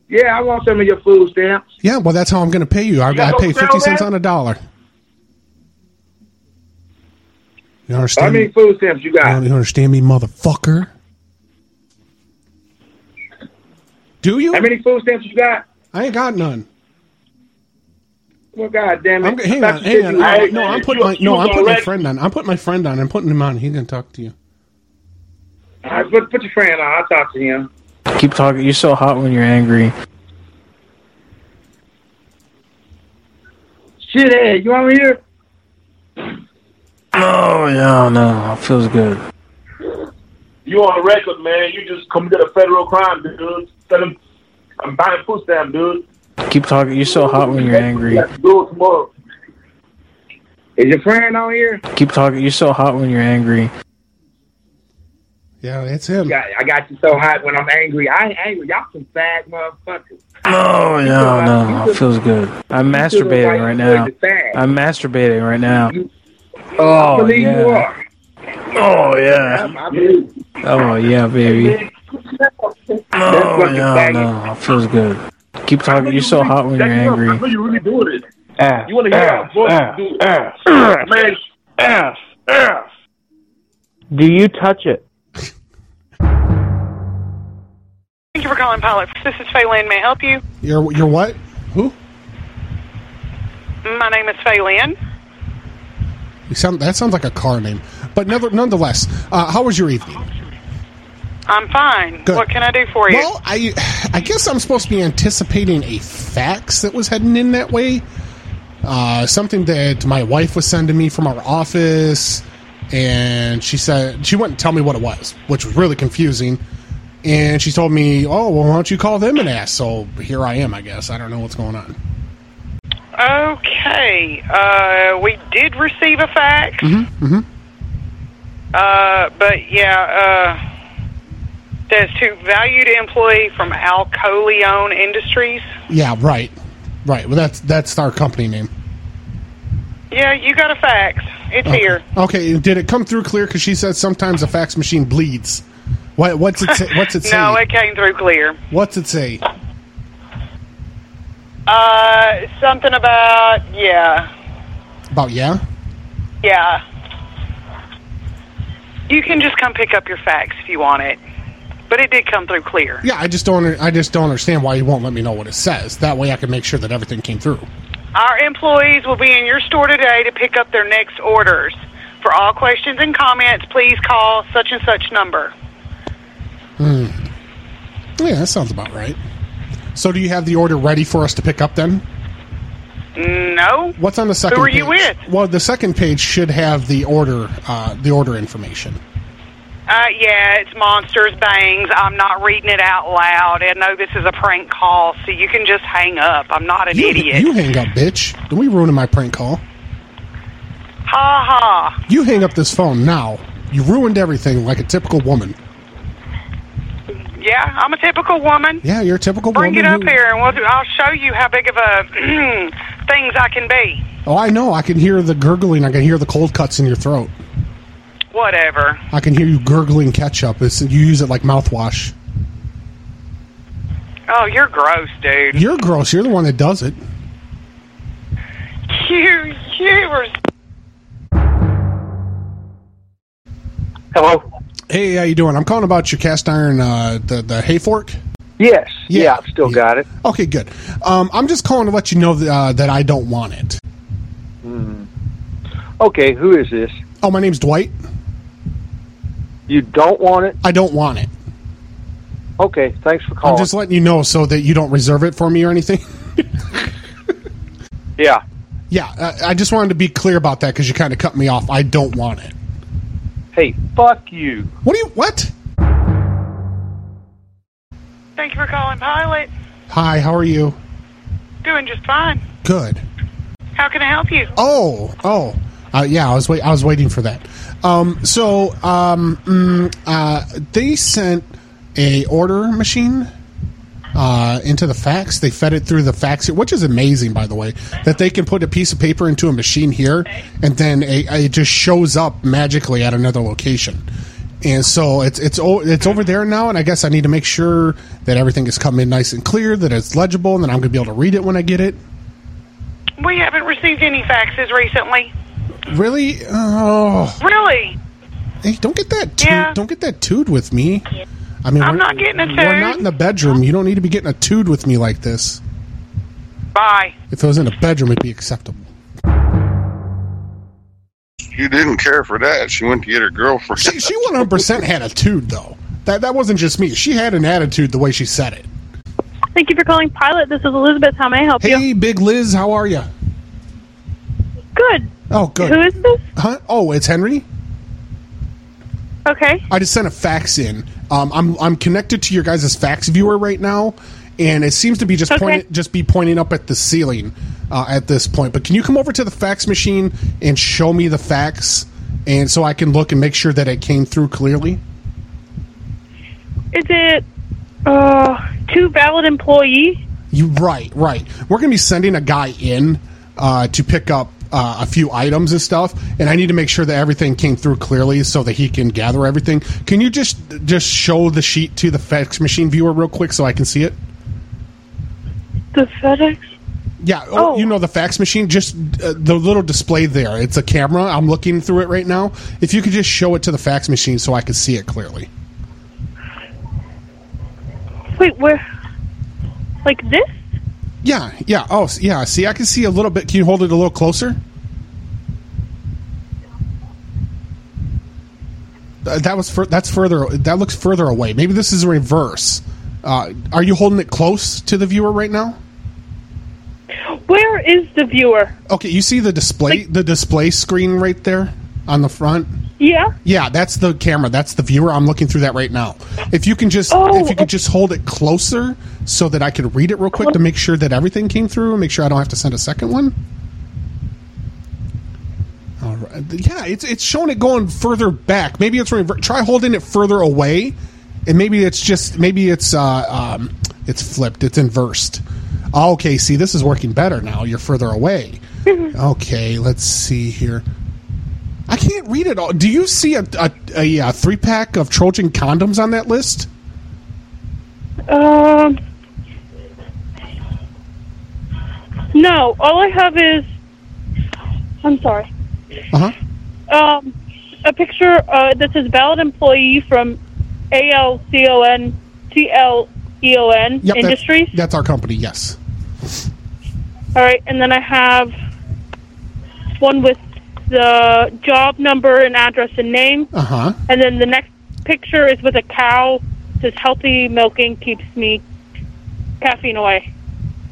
Speaker 3: Yeah, I want some of your food stamps.
Speaker 7: Yeah. Well, that's how I'm going to pay you. I, I
Speaker 1: got no
Speaker 7: pay fifty
Speaker 1: sale,
Speaker 7: cents
Speaker 1: man?
Speaker 7: on a dollar. You
Speaker 3: How
Speaker 7: understand?
Speaker 3: many food stamps you got?
Speaker 7: You understand me, motherfucker? Do you?
Speaker 3: How many food stamps you got?
Speaker 7: I ain't got none.
Speaker 3: Well, God damn it.
Speaker 7: I'm, g- hang
Speaker 3: I
Speaker 7: on,
Speaker 3: thought you
Speaker 7: hang
Speaker 3: said
Speaker 7: on.
Speaker 3: you-
Speaker 7: I, no, I'm putting my no,
Speaker 1: you
Speaker 7: I'm putting my
Speaker 1: already-
Speaker 7: friend on. I'm putting my friend on. I'm putting him on. He can talk to you.
Speaker 3: All right, put, put your friend on. I'll talk to him.
Speaker 9: Keep talking. You're so hot when you're angry.
Speaker 3: Shit, hey, you want me here?
Speaker 9: Oh yeah, no, it feels good.
Speaker 1: You on the record, man. You just committed a federal crime, dude. Tell him I'm buying food stamp, dude.
Speaker 9: Keep talking. You're so hot when you're angry.
Speaker 1: Do it tomorrow.
Speaker 3: Is your friend on here?
Speaker 9: Keep talking. You're so hot when you're angry.
Speaker 7: Yeah, that's him.
Speaker 3: God, I got you so hot when I'm angry. I ain't angry. Y'all some fag motherfuckers.
Speaker 9: Oh yeah, no, it feels good. I'm masturbating right now. I'm masturbating right now.
Speaker 3: I
Speaker 9: Oh
Speaker 3: believe you
Speaker 9: yeah.
Speaker 3: are.
Speaker 9: Oh yeah.
Speaker 3: I believe you.
Speaker 9: Oh yeah, baby. Oh
Speaker 3: fucking
Speaker 9: yeah,
Speaker 3: faggot.
Speaker 9: no, it feels good. Keep talking. You're so hot when you're
Speaker 1: I know
Speaker 9: angry.
Speaker 1: you really doing it. You want to hear our voice do it. man,
Speaker 9: Do you touch it?
Speaker 5: Thank you for calling Pilot. This is Faye Lynn. May I help you?
Speaker 7: You're you're what? Who?
Speaker 5: My name is Faye Lynn.
Speaker 7: You sound that sounds like a car name. But never, nonetheless, uh, how was your evening?
Speaker 5: I'm fine.
Speaker 7: Good.
Speaker 5: What can I do for you?
Speaker 7: Well, I I guess I'm supposed to be anticipating a fax that was heading in that way. Uh, something that my wife was sending me from our office, and she said she wouldn't tell me what it was, which was really confusing. And she told me, "Oh, well, why don't you call them and ask?" So here I am. I guess I don't know what's going on.
Speaker 5: okay. Uh, we did receive a fax. Uh, but yeah, uh, says to valued employee from Alcoleon Industries.
Speaker 7: Yeah, right, right. Well, that's that's our company name.
Speaker 5: Yeah, you got a fax. It's here.
Speaker 7: Okay, did it come through clear? Because she said sometimes a fax machine bleeds. What, what's it? Say, what's it say?
Speaker 5: No, it came through clear.
Speaker 7: what's it say?
Speaker 5: Uh, something about yeah,
Speaker 7: About yeah.
Speaker 5: yeah. You can just come pick up your fax if you want it, but it did come through clear.
Speaker 7: Yeah, I just don't. I just don't understand why you won't let me know what it says. That way, I can make sure that everything came through.
Speaker 5: Our employees will be in your store today to pick up their next orders. For all questions and comments, please call such and such number.
Speaker 7: Yeah, that sounds about right. So, do you have the order ready for us to pick up then?
Speaker 5: No,
Speaker 7: What's on the second?
Speaker 5: are you
Speaker 7: page?
Speaker 5: with?
Speaker 7: Well, the second page should have the order. Uh, the order information.
Speaker 5: uh, yeah, it's monsters bangs. I'm not reading it out loud. I know this is a prank call, so you can just hang up. I'm not an
Speaker 7: You,
Speaker 5: idiot.
Speaker 7: you hang up, bitch. Don't we ruining my prank call?
Speaker 5: ha ha.
Speaker 7: You hang up this phone now. You ruined everything like a typical woman.
Speaker 5: Yeah, I'm a typical woman.
Speaker 7: Yeah, you're a typical
Speaker 5: Bring
Speaker 7: woman.
Speaker 5: it up
Speaker 7: who-
Speaker 5: here, and we'll do, I'll show you how big of a things I can be.
Speaker 7: Oh, I know. I can hear the gurgling. I can hear the cold cuts in your throat.
Speaker 5: Whatever.
Speaker 7: I can hear you gurgling ketchup. It's, you use it like mouthwash.
Speaker 5: Oh, you're gross, dude.
Speaker 7: You're gross. You're the one that does it.
Speaker 5: You, you were.
Speaker 3: Hello.
Speaker 7: Hey, how you doing? I'm calling about your cast iron, uh, the the hay fork.
Speaker 3: Yes. Yeah, I've still got it.
Speaker 7: Okay, good. Um, I'm just calling to let you know that, uh, that I don't want it.
Speaker 3: Hmm. Okay, who is this?
Speaker 7: Oh, my name's Dwight.
Speaker 3: You don't want it?
Speaker 7: I don't want it.
Speaker 3: Okay, thanks for
Speaker 7: I'm
Speaker 3: calling.
Speaker 7: just letting you know so that you don't reserve it for me or anything.
Speaker 3: yeah.
Speaker 7: Yeah, I, I just wanted to be clear about that because you kind of cut me off. I don't want it.
Speaker 3: Hey, fuck you.
Speaker 7: What do you? What?
Speaker 5: Thank you for calling Pilot.
Speaker 7: Hi, how are you?
Speaker 5: Doing just fine.
Speaker 7: Good.
Speaker 5: How can I help you?
Speaker 7: Oh, oh, uh, yeah. I was wait. I was waiting for that. Um, so, um, mm, uh, they sent a order machine uh, into the fax. They fed it through the fax, which is amazing, by the way, that they can put a piece of paper into a machine here, and then a, a- it just shows up magically at another location. And so it's it's o- it's over there now, and I guess I need to make sure that everything is coming in nice and clear, that it's legible, and that I'm going to be able to read it when I get it.
Speaker 5: We haven't received any faxes recently.
Speaker 7: Really? Oh,
Speaker 5: Really?
Speaker 7: hey, don't get that toot,
Speaker 5: Yeah.
Speaker 7: don't get that toot with me. I mean,
Speaker 5: I'm
Speaker 7: we're-
Speaker 5: not getting a
Speaker 7: We're
Speaker 5: toot.
Speaker 7: not in the bedroom. You don't need to be getting a toot with me like this.
Speaker 5: Bye.
Speaker 7: If it was in a bedroom, it'd be acceptable.
Speaker 10: You didn't care for that. She went to get her girlfriend.
Speaker 7: She, she 100% had a toot, though. That that wasn't just me. She had an attitude the way she said it.
Speaker 11: Thank you for calling Pilot. This is Elizabeth. How may I help
Speaker 7: Hey,
Speaker 11: you?
Speaker 7: Big Liz, how are you?
Speaker 11: Good.
Speaker 7: Oh, good.
Speaker 11: Who is this?
Speaker 7: Huh? Oh, it's Henry.
Speaker 11: Okay.
Speaker 7: I just sent a fax in. Um, I'm I'm connected to your guys' fax viewer right now, and it seems to be just
Speaker 11: Okay.
Speaker 7: point, just be pointing up at the ceiling uh, at this point. But can you come over to the fax machine and show me the fax, and so I can look and make sure that it came through clearly?
Speaker 11: Is it uh, two valid employee?
Speaker 7: You right, right. We're gonna be sending a guy in uh, to pick up uh, a few items and stuff, and I need to make sure that everything came through clearly so that he can gather everything. Can you just just show the sheet to the fax machine viewer real quick so I can see it?
Speaker 11: The FedEx?
Speaker 7: Yeah, oh. you know the fax machine, just uh, the little display there. It's a camera. I'm looking through it right now. If you could just show it to the fax machine so I could see it clearly.
Speaker 11: Wait, where? Like this?
Speaker 7: Yeah, yeah. Oh, s- yeah. See, I can see a little bit. Can you hold it a little closer? Uh, that was fur- that's further. That looks further away. Maybe this is reverse. Uh, are you holding it close to the viewer right now?
Speaker 11: Where is the viewer?
Speaker 7: Okay, you see the display, the display screen right there on the front.
Speaker 11: Yeah.
Speaker 7: Yeah, that's the camera. That's the viewer. I'm looking through that right now. If you can just, if you could just hold it closer so that I could read it real quick to make sure that everything came through and make sure I don't have to send a second one. All right. Yeah, it's it's showing it going further back. Maybe it's rever- try holding it further away, and maybe it's just maybe it's uh, um, it's flipped. It's inversed. Okay, see, this is working better now. You're further away. okay, let's see here. I can't read it all. Do you see a a, a, uh three pack of Trojan condoms on that list?
Speaker 11: Um. No, all I have is. I'm sorry.
Speaker 7: Uh huh.
Speaker 11: Um, a picture uh, that says valid employee from A L C O N T L E O N Industries.
Speaker 7: That's, that's our company. Yes.
Speaker 11: All right, and then I have one with the job number and address and name,
Speaker 7: Uh huh.
Speaker 11: and then the next picture is with a cow. It says healthy milking keeps me caffeine away.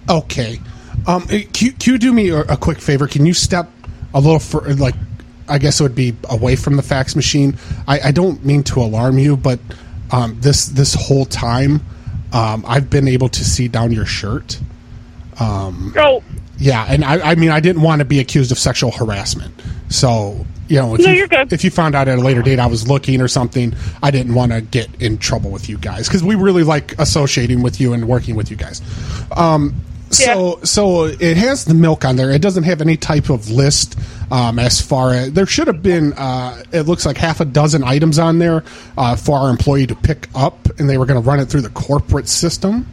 Speaker 7: Okay. Um, eh, can, you, can you do me a, a quick favor? Can you step a little fur Like, I guess it would be away from the fax machine. I, I don't mean to alarm you, but um, this this whole time, um, I've been able to see down your shirt. Um,
Speaker 11: oh.
Speaker 7: Yeah, and I, I mean, I didn't want to be accused of sexual harassment. So, you know, if,
Speaker 11: No,
Speaker 7: you,
Speaker 11: you're good.
Speaker 7: if you found out at a later date I was looking or something, I didn't want to get in trouble with you guys because we really like associating with you and working with you guys. Um, so, so it has the milk on there. It doesn't have any type of list um, as far as there should have been. Uh, it looks like half a dozen items on there uh, for our employee to pick up, and they were going to run it through the corporate system.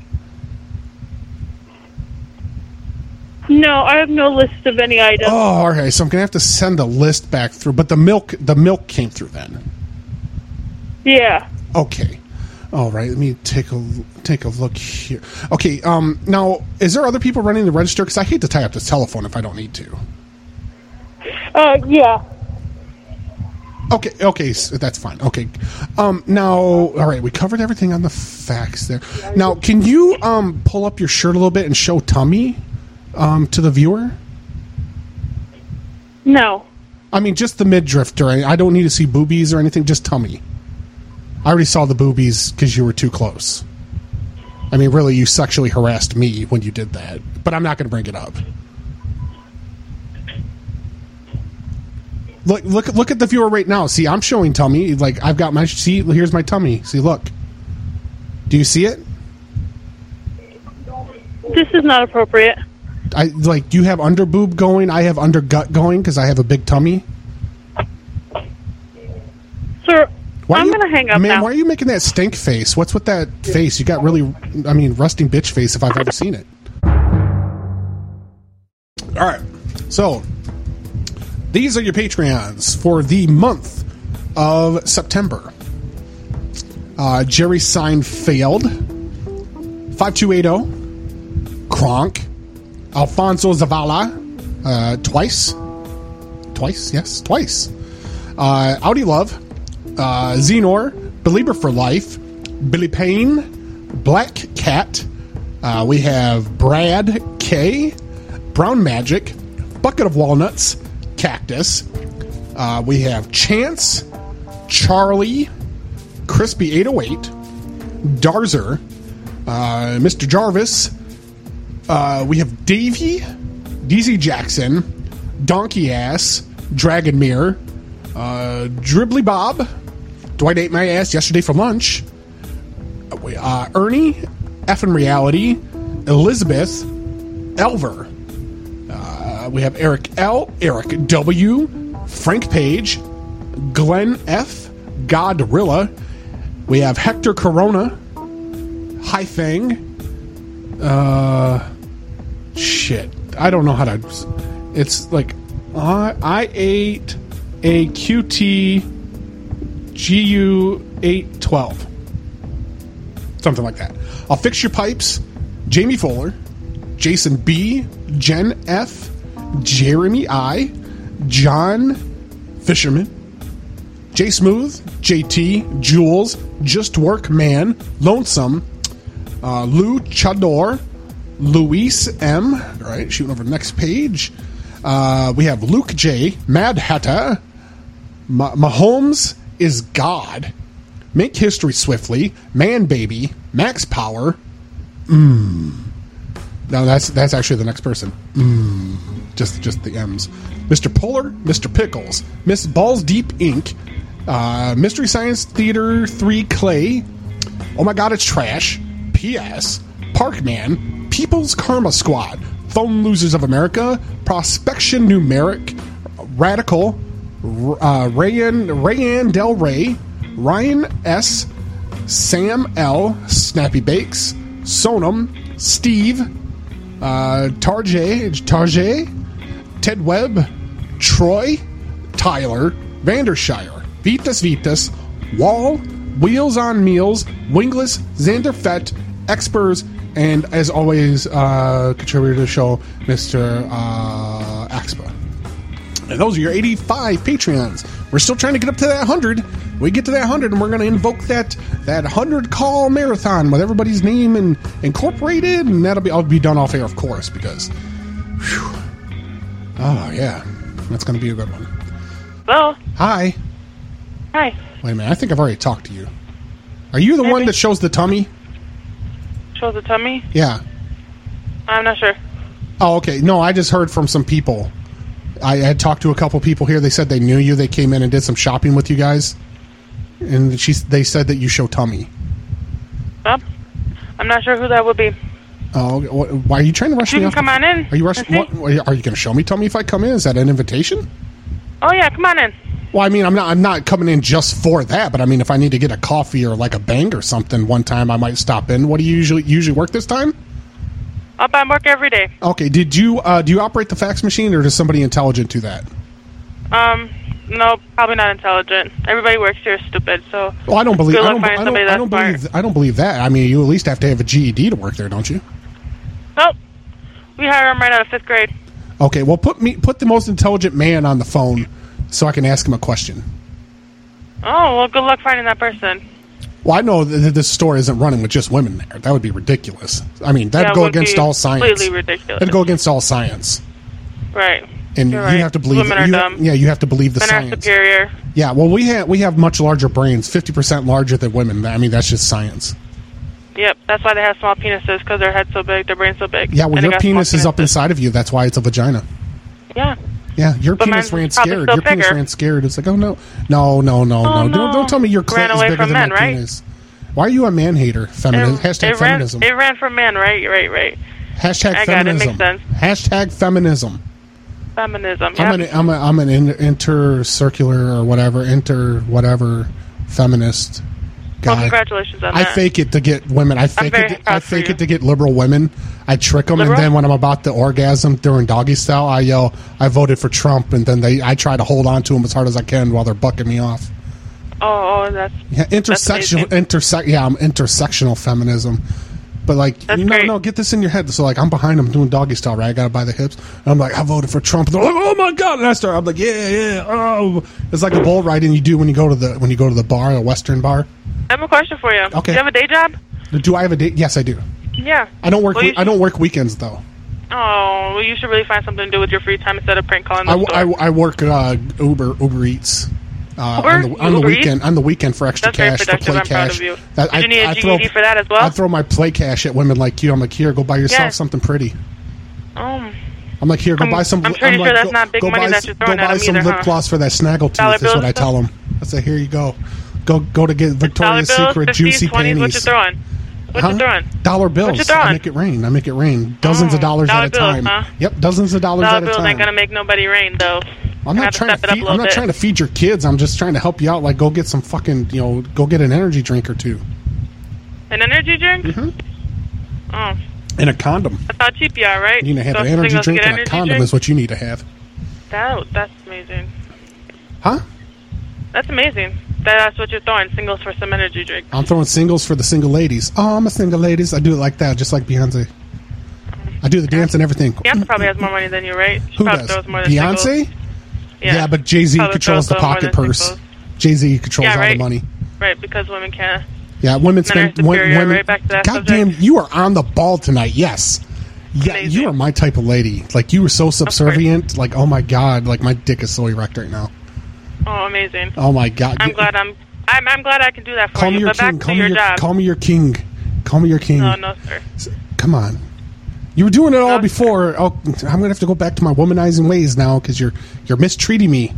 Speaker 11: No, I have no list of any items.
Speaker 7: Oh, okay. So I'm gonna have to send the list back through, but the milk, the milk came through then.
Speaker 11: Yeah.
Speaker 7: Okay. All right, let me take a take a look here. Okay, um, now is there other people running the register? Because I hate to tie up this telephone if I don't need to.
Speaker 11: Uh, yeah.
Speaker 7: Okay, okay, so that's fine. Okay, um, now all right, we covered everything on the facts there. Now, can you um pull up your shirt a little bit and show tummy, um, to the viewer?
Speaker 11: No.
Speaker 7: I mean, just the midriff during. I don't need to see boobies or anything. Just tummy. I already saw the boobies because you were too close. I mean, really, you sexually harassed me when you did that. But I'm not going to bring it up. Look, look, look at the viewer right now. See, I'm showing tummy. Like I've got my see. Here's my tummy. See, look. Do you see it?
Speaker 11: This is not appropriate.
Speaker 7: I like. You have under boob going. I have under gut going because I have a big tummy.
Speaker 11: Sir,
Speaker 7: Why
Speaker 11: I'm
Speaker 7: you-
Speaker 11: going to hang up
Speaker 7: Man,
Speaker 11: now.
Speaker 7: why are you making that stink face? What's with that face? You got really, I mean, rusting bitch face if I've ever seen it. All right. So, these are your Patreons for the month of September. Uh, Jerry Seinfeld, 5280, oh, Kronk, Alfonso Zavala, uh, twice. Twice, yes, twice. Uh, Audi Love, uh, Xenor, Belieber for Life, Billy Payne, Black Cat. Uh, we have Brad K, Brown Magic, Bucket of Walnuts, Cactus. Uh, we have Chance, Charlie, Crispy 808, Darzer, uh, Mr. Jarvis. Uh, we have Davey, DZ Jackson, Donkey Ass, Dragon Mirror, uh, Dribbly Bob, Dwight ate my ass yesterday for lunch, uh, Ernie, Effin Reality, Elizabeth, Elver. Uh, we have Eric L, Eric W, Frank Page, Glenn F, Godrilla. We have Hector Corona, Hi Fang. Uh, shit. I don't know how to. It's like I I ate a QT GU eight twelve, something like that. I'll fix your pipes. Jamie Fuller, Jason B, Jen F, Jeremy I, John Fisherman, J Smooth, JT, Jules, Just Work Man, Lonesome, uh, Lou Chador, Luis M. All right, shooting over the next page. Uh, we have Luke J, Mad Hatter, Ma- Mahomes is God, Make History Swiftly, Man Baby, Max Power. Mm. No, that's that's actually the next person. Mm. Just just the M's. Mr. Polar, Mr. Pickles, Miss Balls Deep Inc., uh, Mystery Science Theater 3 Clay, Oh My God, It's Trash, P.S., Parkman, People's Karma Squad, Phone Losers of America, Prospection Numeric, Radical, R- uh, Rayan, Rayan Del Rey, Ryan S., Sam L., Snappy Bakes, Sonam, Steve, uh, Tarjay, Tarjay, Ted Webb, Troy, Tyler, Vandershire, Vitas Vitas, Wall, Wheels on Meals, Wingless, Xander Fett, Expers, and as always, uh, contributor to the show, Mr. Uh, Axpa. And those are your 85 Patreons. We're still trying to get up to that 100. We get to that 100, and we're going to invoke that that 100 call marathon with everybody's name and incorporated, and that'll be I'll be done off air, of course, because. whew. oh yeah, that's going to be a good one.
Speaker 11: Well,
Speaker 7: Hi,
Speaker 11: hi.
Speaker 7: wait a minute. I think I've already talked to you. Are you the one that shows the tummy?
Speaker 11: Show the tummy.
Speaker 7: Yeah.
Speaker 11: I'm not sure.
Speaker 7: Oh, okay. No, I just heard from some people. I had talked to a couple people here. They said they knew you. They came in and did some shopping with you guys, and she they said that you show tummy.
Speaker 11: Well, I'm not sure who that would be.
Speaker 7: Oh, okay. Wh- why are you trying to rush
Speaker 11: You
Speaker 7: me?
Speaker 11: can
Speaker 7: off
Speaker 11: come
Speaker 7: the-
Speaker 11: on in.
Speaker 7: Are you rushing?
Speaker 11: Okay.
Speaker 7: What, are you going to show me tummy if I come in? Is that an invitation?
Speaker 11: Oh yeah, come on in.
Speaker 7: Well, I mean, I'm not. I'm not coming in just for that. But I mean, if I need to get a coffee or like a bang or something, one time I might stop in. What do you usually usually work this time?
Speaker 11: Up on work every day.
Speaker 7: Okay. Did you uh, do you operate the fax machine, or does somebody intelligent do that?
Speaker 11: Um,
Speaker 12: no, probably not intelligent. Everybody works here is stupid. So
Speaker 7: Well, I don't believe.
Speaker 12: Good
Speaker 7: I
Speaker 12: luck
Speaker 7: don't, I
Speaker 12: finding
Speaker 7: don't,
Speaker 12: somebody
Speaker 7: I
Speaker 12: that's
Speaker 7: don't
Speaker 12: smart.
Speaker 7: believe. I don't believe that. I mean, you at least have to have a GED to work there, don't you?
Speaker 12: Nope. We hired him right out of fifth grade.
Speaker 7: Okay. Well, put me put the most intelligent man on the phone so I can ask him a question.
Speaker 12: Oh well, good luck finding that person.
Speaker 7: Well, I know that that this store isn't running with just women there. That would be ridiculous. I mean, that'd
Speaker 12: That
Speaker 7: go
Speaker 12: would be
Speaker 7: against all science.
Speaker 12: completely ridiculous.
Speaker 7: That'd go against all science.
Speaker 12: Right.
Speaker 7: And
Speaker 12: You're
Speaker 7: you
Speaker 12: right.
Speaker 7: have to believe.
Speaker 12: Women are
Speaker 7: you-
Speaker 12: dumb.
Speaker 7: Yeah, you have to believe the
Speaker 12: Men
Speaker 7: science.
Speaker 12: are superior.
Speaker 7: Yeah, well, we have we have much larger brains, fifty percent larger than women. I mean, that's just science.
Speaker 12: Yep. That's why they have small penises because their head's so big, their brain's so big.
Speaker 7: Yeah, well,
Speaker 12: And they
Speaker 7: your
Speaker 12: got small
Speaker 7: penis is up inside of you. That's why it's a vagina.
Speaker 12: penis- Yeah.
Speaker 7: Yeah, your
Speaker 12: But
Speaker 7: penis
Speaker 12: mine's
Speaker 7: ran
Speaker 12: probably
Speaker 7: scared.
Speaker 12: still
Speaker 7: Your penis
Speaker 12: bigger.
Speaker 7: ran scared. It's like, oh no, no, no, no, no.
Speaker 12: Oh,
Speaker 7: Don't,
Speaker 12: no.
Speaker 7: don't tell me your
Speaker 12: Ran
Speaker 7: clit is
Speaker 12: away
Speaker 7: bigger
Speaker 12: from
Speaker 7: than
Speaker 12: men,
Speaker 7: my
Speaker 12: right?
Speaker 7: penis. Why are you a man hater? Feminist. Hashtag
Speaker 12: it ran,
Speaker 7: feminism.
Speaker 12: it ran from men, right? Right, right.
Speaker 7: Hashtag
Speaker 12: I got it.
Speaker 7: feminism.
Speaker 12: Makes sense.
Speaker 7: Hashtag feminism.
Speaker 12: Feminism. Yep.
Speaker 7: I'm an I'm a, I'm an in, intercircular or whatever inter whatever feminist guy.
Speaker 12: well, congratulations on
Speaker 7: uh, I
Speaker 12: that.
Speaker 7: fake it to get women. I fake
Speaker 12: very
Speaker 7: it. I fake it to get liberal women. I trick them,
Speaker 12: Liberal?
Speaker 7: and then when I'm about to orgasm during doggy style, I yell, "I voted for Trump," and then they. I try to hold on to them as hard as I can while they're bucking me off.
Speaker 12: Oh, oh, that's
Speaker 7: Yeah, intersectional, intersect. Yeah, I'm intersectional feminism. But like, no, no, get this in your head. So like, I'm behind them doing doggy style, right? I got to buy the hips. And I'm like, I voted for Trump. They're like, oh my god! And I start. I'm like, yeah, yeah. Oh, it's like a bull riding you do when you go to the when you go to the bar, a western bar.
Speaker 12: I have a question for you.
Speaker 7: Okay.
Speaker 12: Do you have a day job?
Speaker 7: Do I have a date? Yes, I do.
Speaker 12: Yeah.
Speaker 7: I don't work.
Speaker 12: Well, you
Speaker 7: we- I don't work weekends though.
Speaker 12: Oh, well, you should really find something to do with your free time instead of prank calling.
Speaker 7: I, w-
Speaker 12: The store.
Speaker 7: I w- I work uh, Uber Uber Eats. Uh,
Speaker 12: Uber?
Speaker 7: on the, on the
Speaker 12: Uber Eats?
Speaker 7: weekend, on the weekend for extra
Speaker 12: That's very
Speaker 7: cash to
Speaker 12: productive.
Speaker 7: play
Speaker 12: I'm proud
Speaker 7: cash.
Speaker 12: of you.
Speaker 7: That-
Speaker 12: Did you need a GED for that as well?
Speaker 7: I throw my play cash at women like you. I'm like, here, go buy yourself
Speaker 12: Yes.
Speaker 7: something pretty.
Speaker 12: Um,
Speaker 7: I'm like, here, go
Speaker 12: I'm-
Speaker 7: buy some.
Speaker 12: I'm pretty
Speaker 7: like,
Speaker 12: sure that's
Speaker 7: go-
Speaker 12: not big
Speaker 7: go
Speaker 12: money
Speaker 7: buy
Speaker 12: that
Speaker 7: s-
Speaker 12: you're throwing
Speaker 7: Go
Speaker 12: at
Speaker 7: buy
Speaker 12: them
Speaker 7: some
Speaker 12: either,
Speaker 7: lip
Speaker 12: huh?
Speaker 7: gloss for that snaggle
Speaker 12: Dollar
Speaker 7: tooth. Is what
Speaker 12: bills
Speaker 7: I
Speaker 12: and
Speaker 7: tell them. I say, here you go, go go to get
Speaker 12: dollar
Speaker 7: Victoria's
Speaker 12: bills,
Speaker 7: Secret
Speaker 12: 50s,
Speaker 7: juicy
Speaker 12: 20s. What you
Speaker 7: panties.
Speaker 12: throwing? What
Speaker 7: Huh?
Speaker 12: you throwing?
Speaker 7: Dollar bills.
Speaker 12: you throwing? Mm,
Speaker 7: I make it rain. I make it rain. Dozens of dollars
Speaker 12: dollar
Speaker 7: at a
Speaker 12: bills,
Speaker 7: time.
Speaker 12: huh?
Speaker 7: Yep, dozens of dollars
Speaker 12: Dollar
Speaker 7: at a
Speaker 12: bills
Speaker 7: time.
Speaker 12: ain't gonna make nobody rain though.
Speaker 7: I'm
Speaker 12: Gotta
Speaker 7: not trying
Speaker 12: step
Speaker 7: to
Speaker 12: it up
Speaker 7: feed, I'm
Speaker 12: a little
Speaker 7: not
Speaker 12: bit.
Speaker 7: trying to feed your kids. I'm just trying to help you out. Like, go get some fucking, you know, go get an energy drink or two
Speaker 12: An energy drink? Oh,
Speaker 7: and a condom.
Speaker 12: that's how cheap you are, right?
Speaker 7: You need to have
Speaker 12: So
Speaker 7: an
Speaker 12: if
Speaker 7: energy
Speaker 12: singles
Speaker 7: drink
Speaker 12: get
Speaker 7: and a
Speaker 12: energy
Speaker 7: condom
Speaker 12: drink?
Speaker 7: is what you need to have.
Speaker 12: That, that's amazing.
Speaker 7: Huh?
Speaker 12: That's amazing. That's what you're throwing. Singles for some energy drink.
Speaker 7: I'm throwing singles for the single ladies. Oh, I'm a single ladies. I do it like that, just like Beyonce. I do the dance and everything.
Speaker 12: Beyonce probably has more money than you, right? She
Speaker 7: Who
Speaker 12: probably
Speaker 7: does?
Speaker 12: throws more than singles.
Speaker 7: Beyonce?
Speaker 12: Yeah.
Speaker 7: but Jay Z
Speaker 12: Probably
Speaker 7: controls the
Speaker 12: throws a lot more
Speaker 7: pocket
Speaker 12: than
Speaker 7: purse.
Speaker 12: singles.
Speaker 7: Jay Z controls
Speaker 12: Yeah,
Speaker 7: all the
Speaker 12: right.
Speaker 7: money.
Speaker 12: Right, because women can't.
Speaker 7: Yeah, women
Speaker 12: Men are
Speaker 7: spend. wo-
Speaker 12: superior,
Speaker 7: women,
Speaker 12: right? Back to that
Speaker 7: goddamn, you are on the ball tonight. Yes. Yeah, you are my type of lady. Like you were so subservient. Like oh my god, like my dick is so erect right now.
Speaker 12: Oh, amazing.
Speaker 7: Oh my god.
Speaker 12: I'm glad I'm. I'm, I'm glad I can do that for
Speaker 7: Call me
Speaker 12: you.
Speaker 7: your
Speaker 12: But
Speaker 7: king.
Speaker 12: back
Speaker 7: Call
Speaker 12: to
Speaker 7: me
Speaker 12: your
Speaker 7: your,
Speaker 12: job.
Speaker 7: call me your king. Call me your king.
Speaker 12: no, no, sir.
Speaker 7: Come on. You were doing it all before. Oh, I'm gonna have to go back to my womanizing ways now because you're you're mistreating me.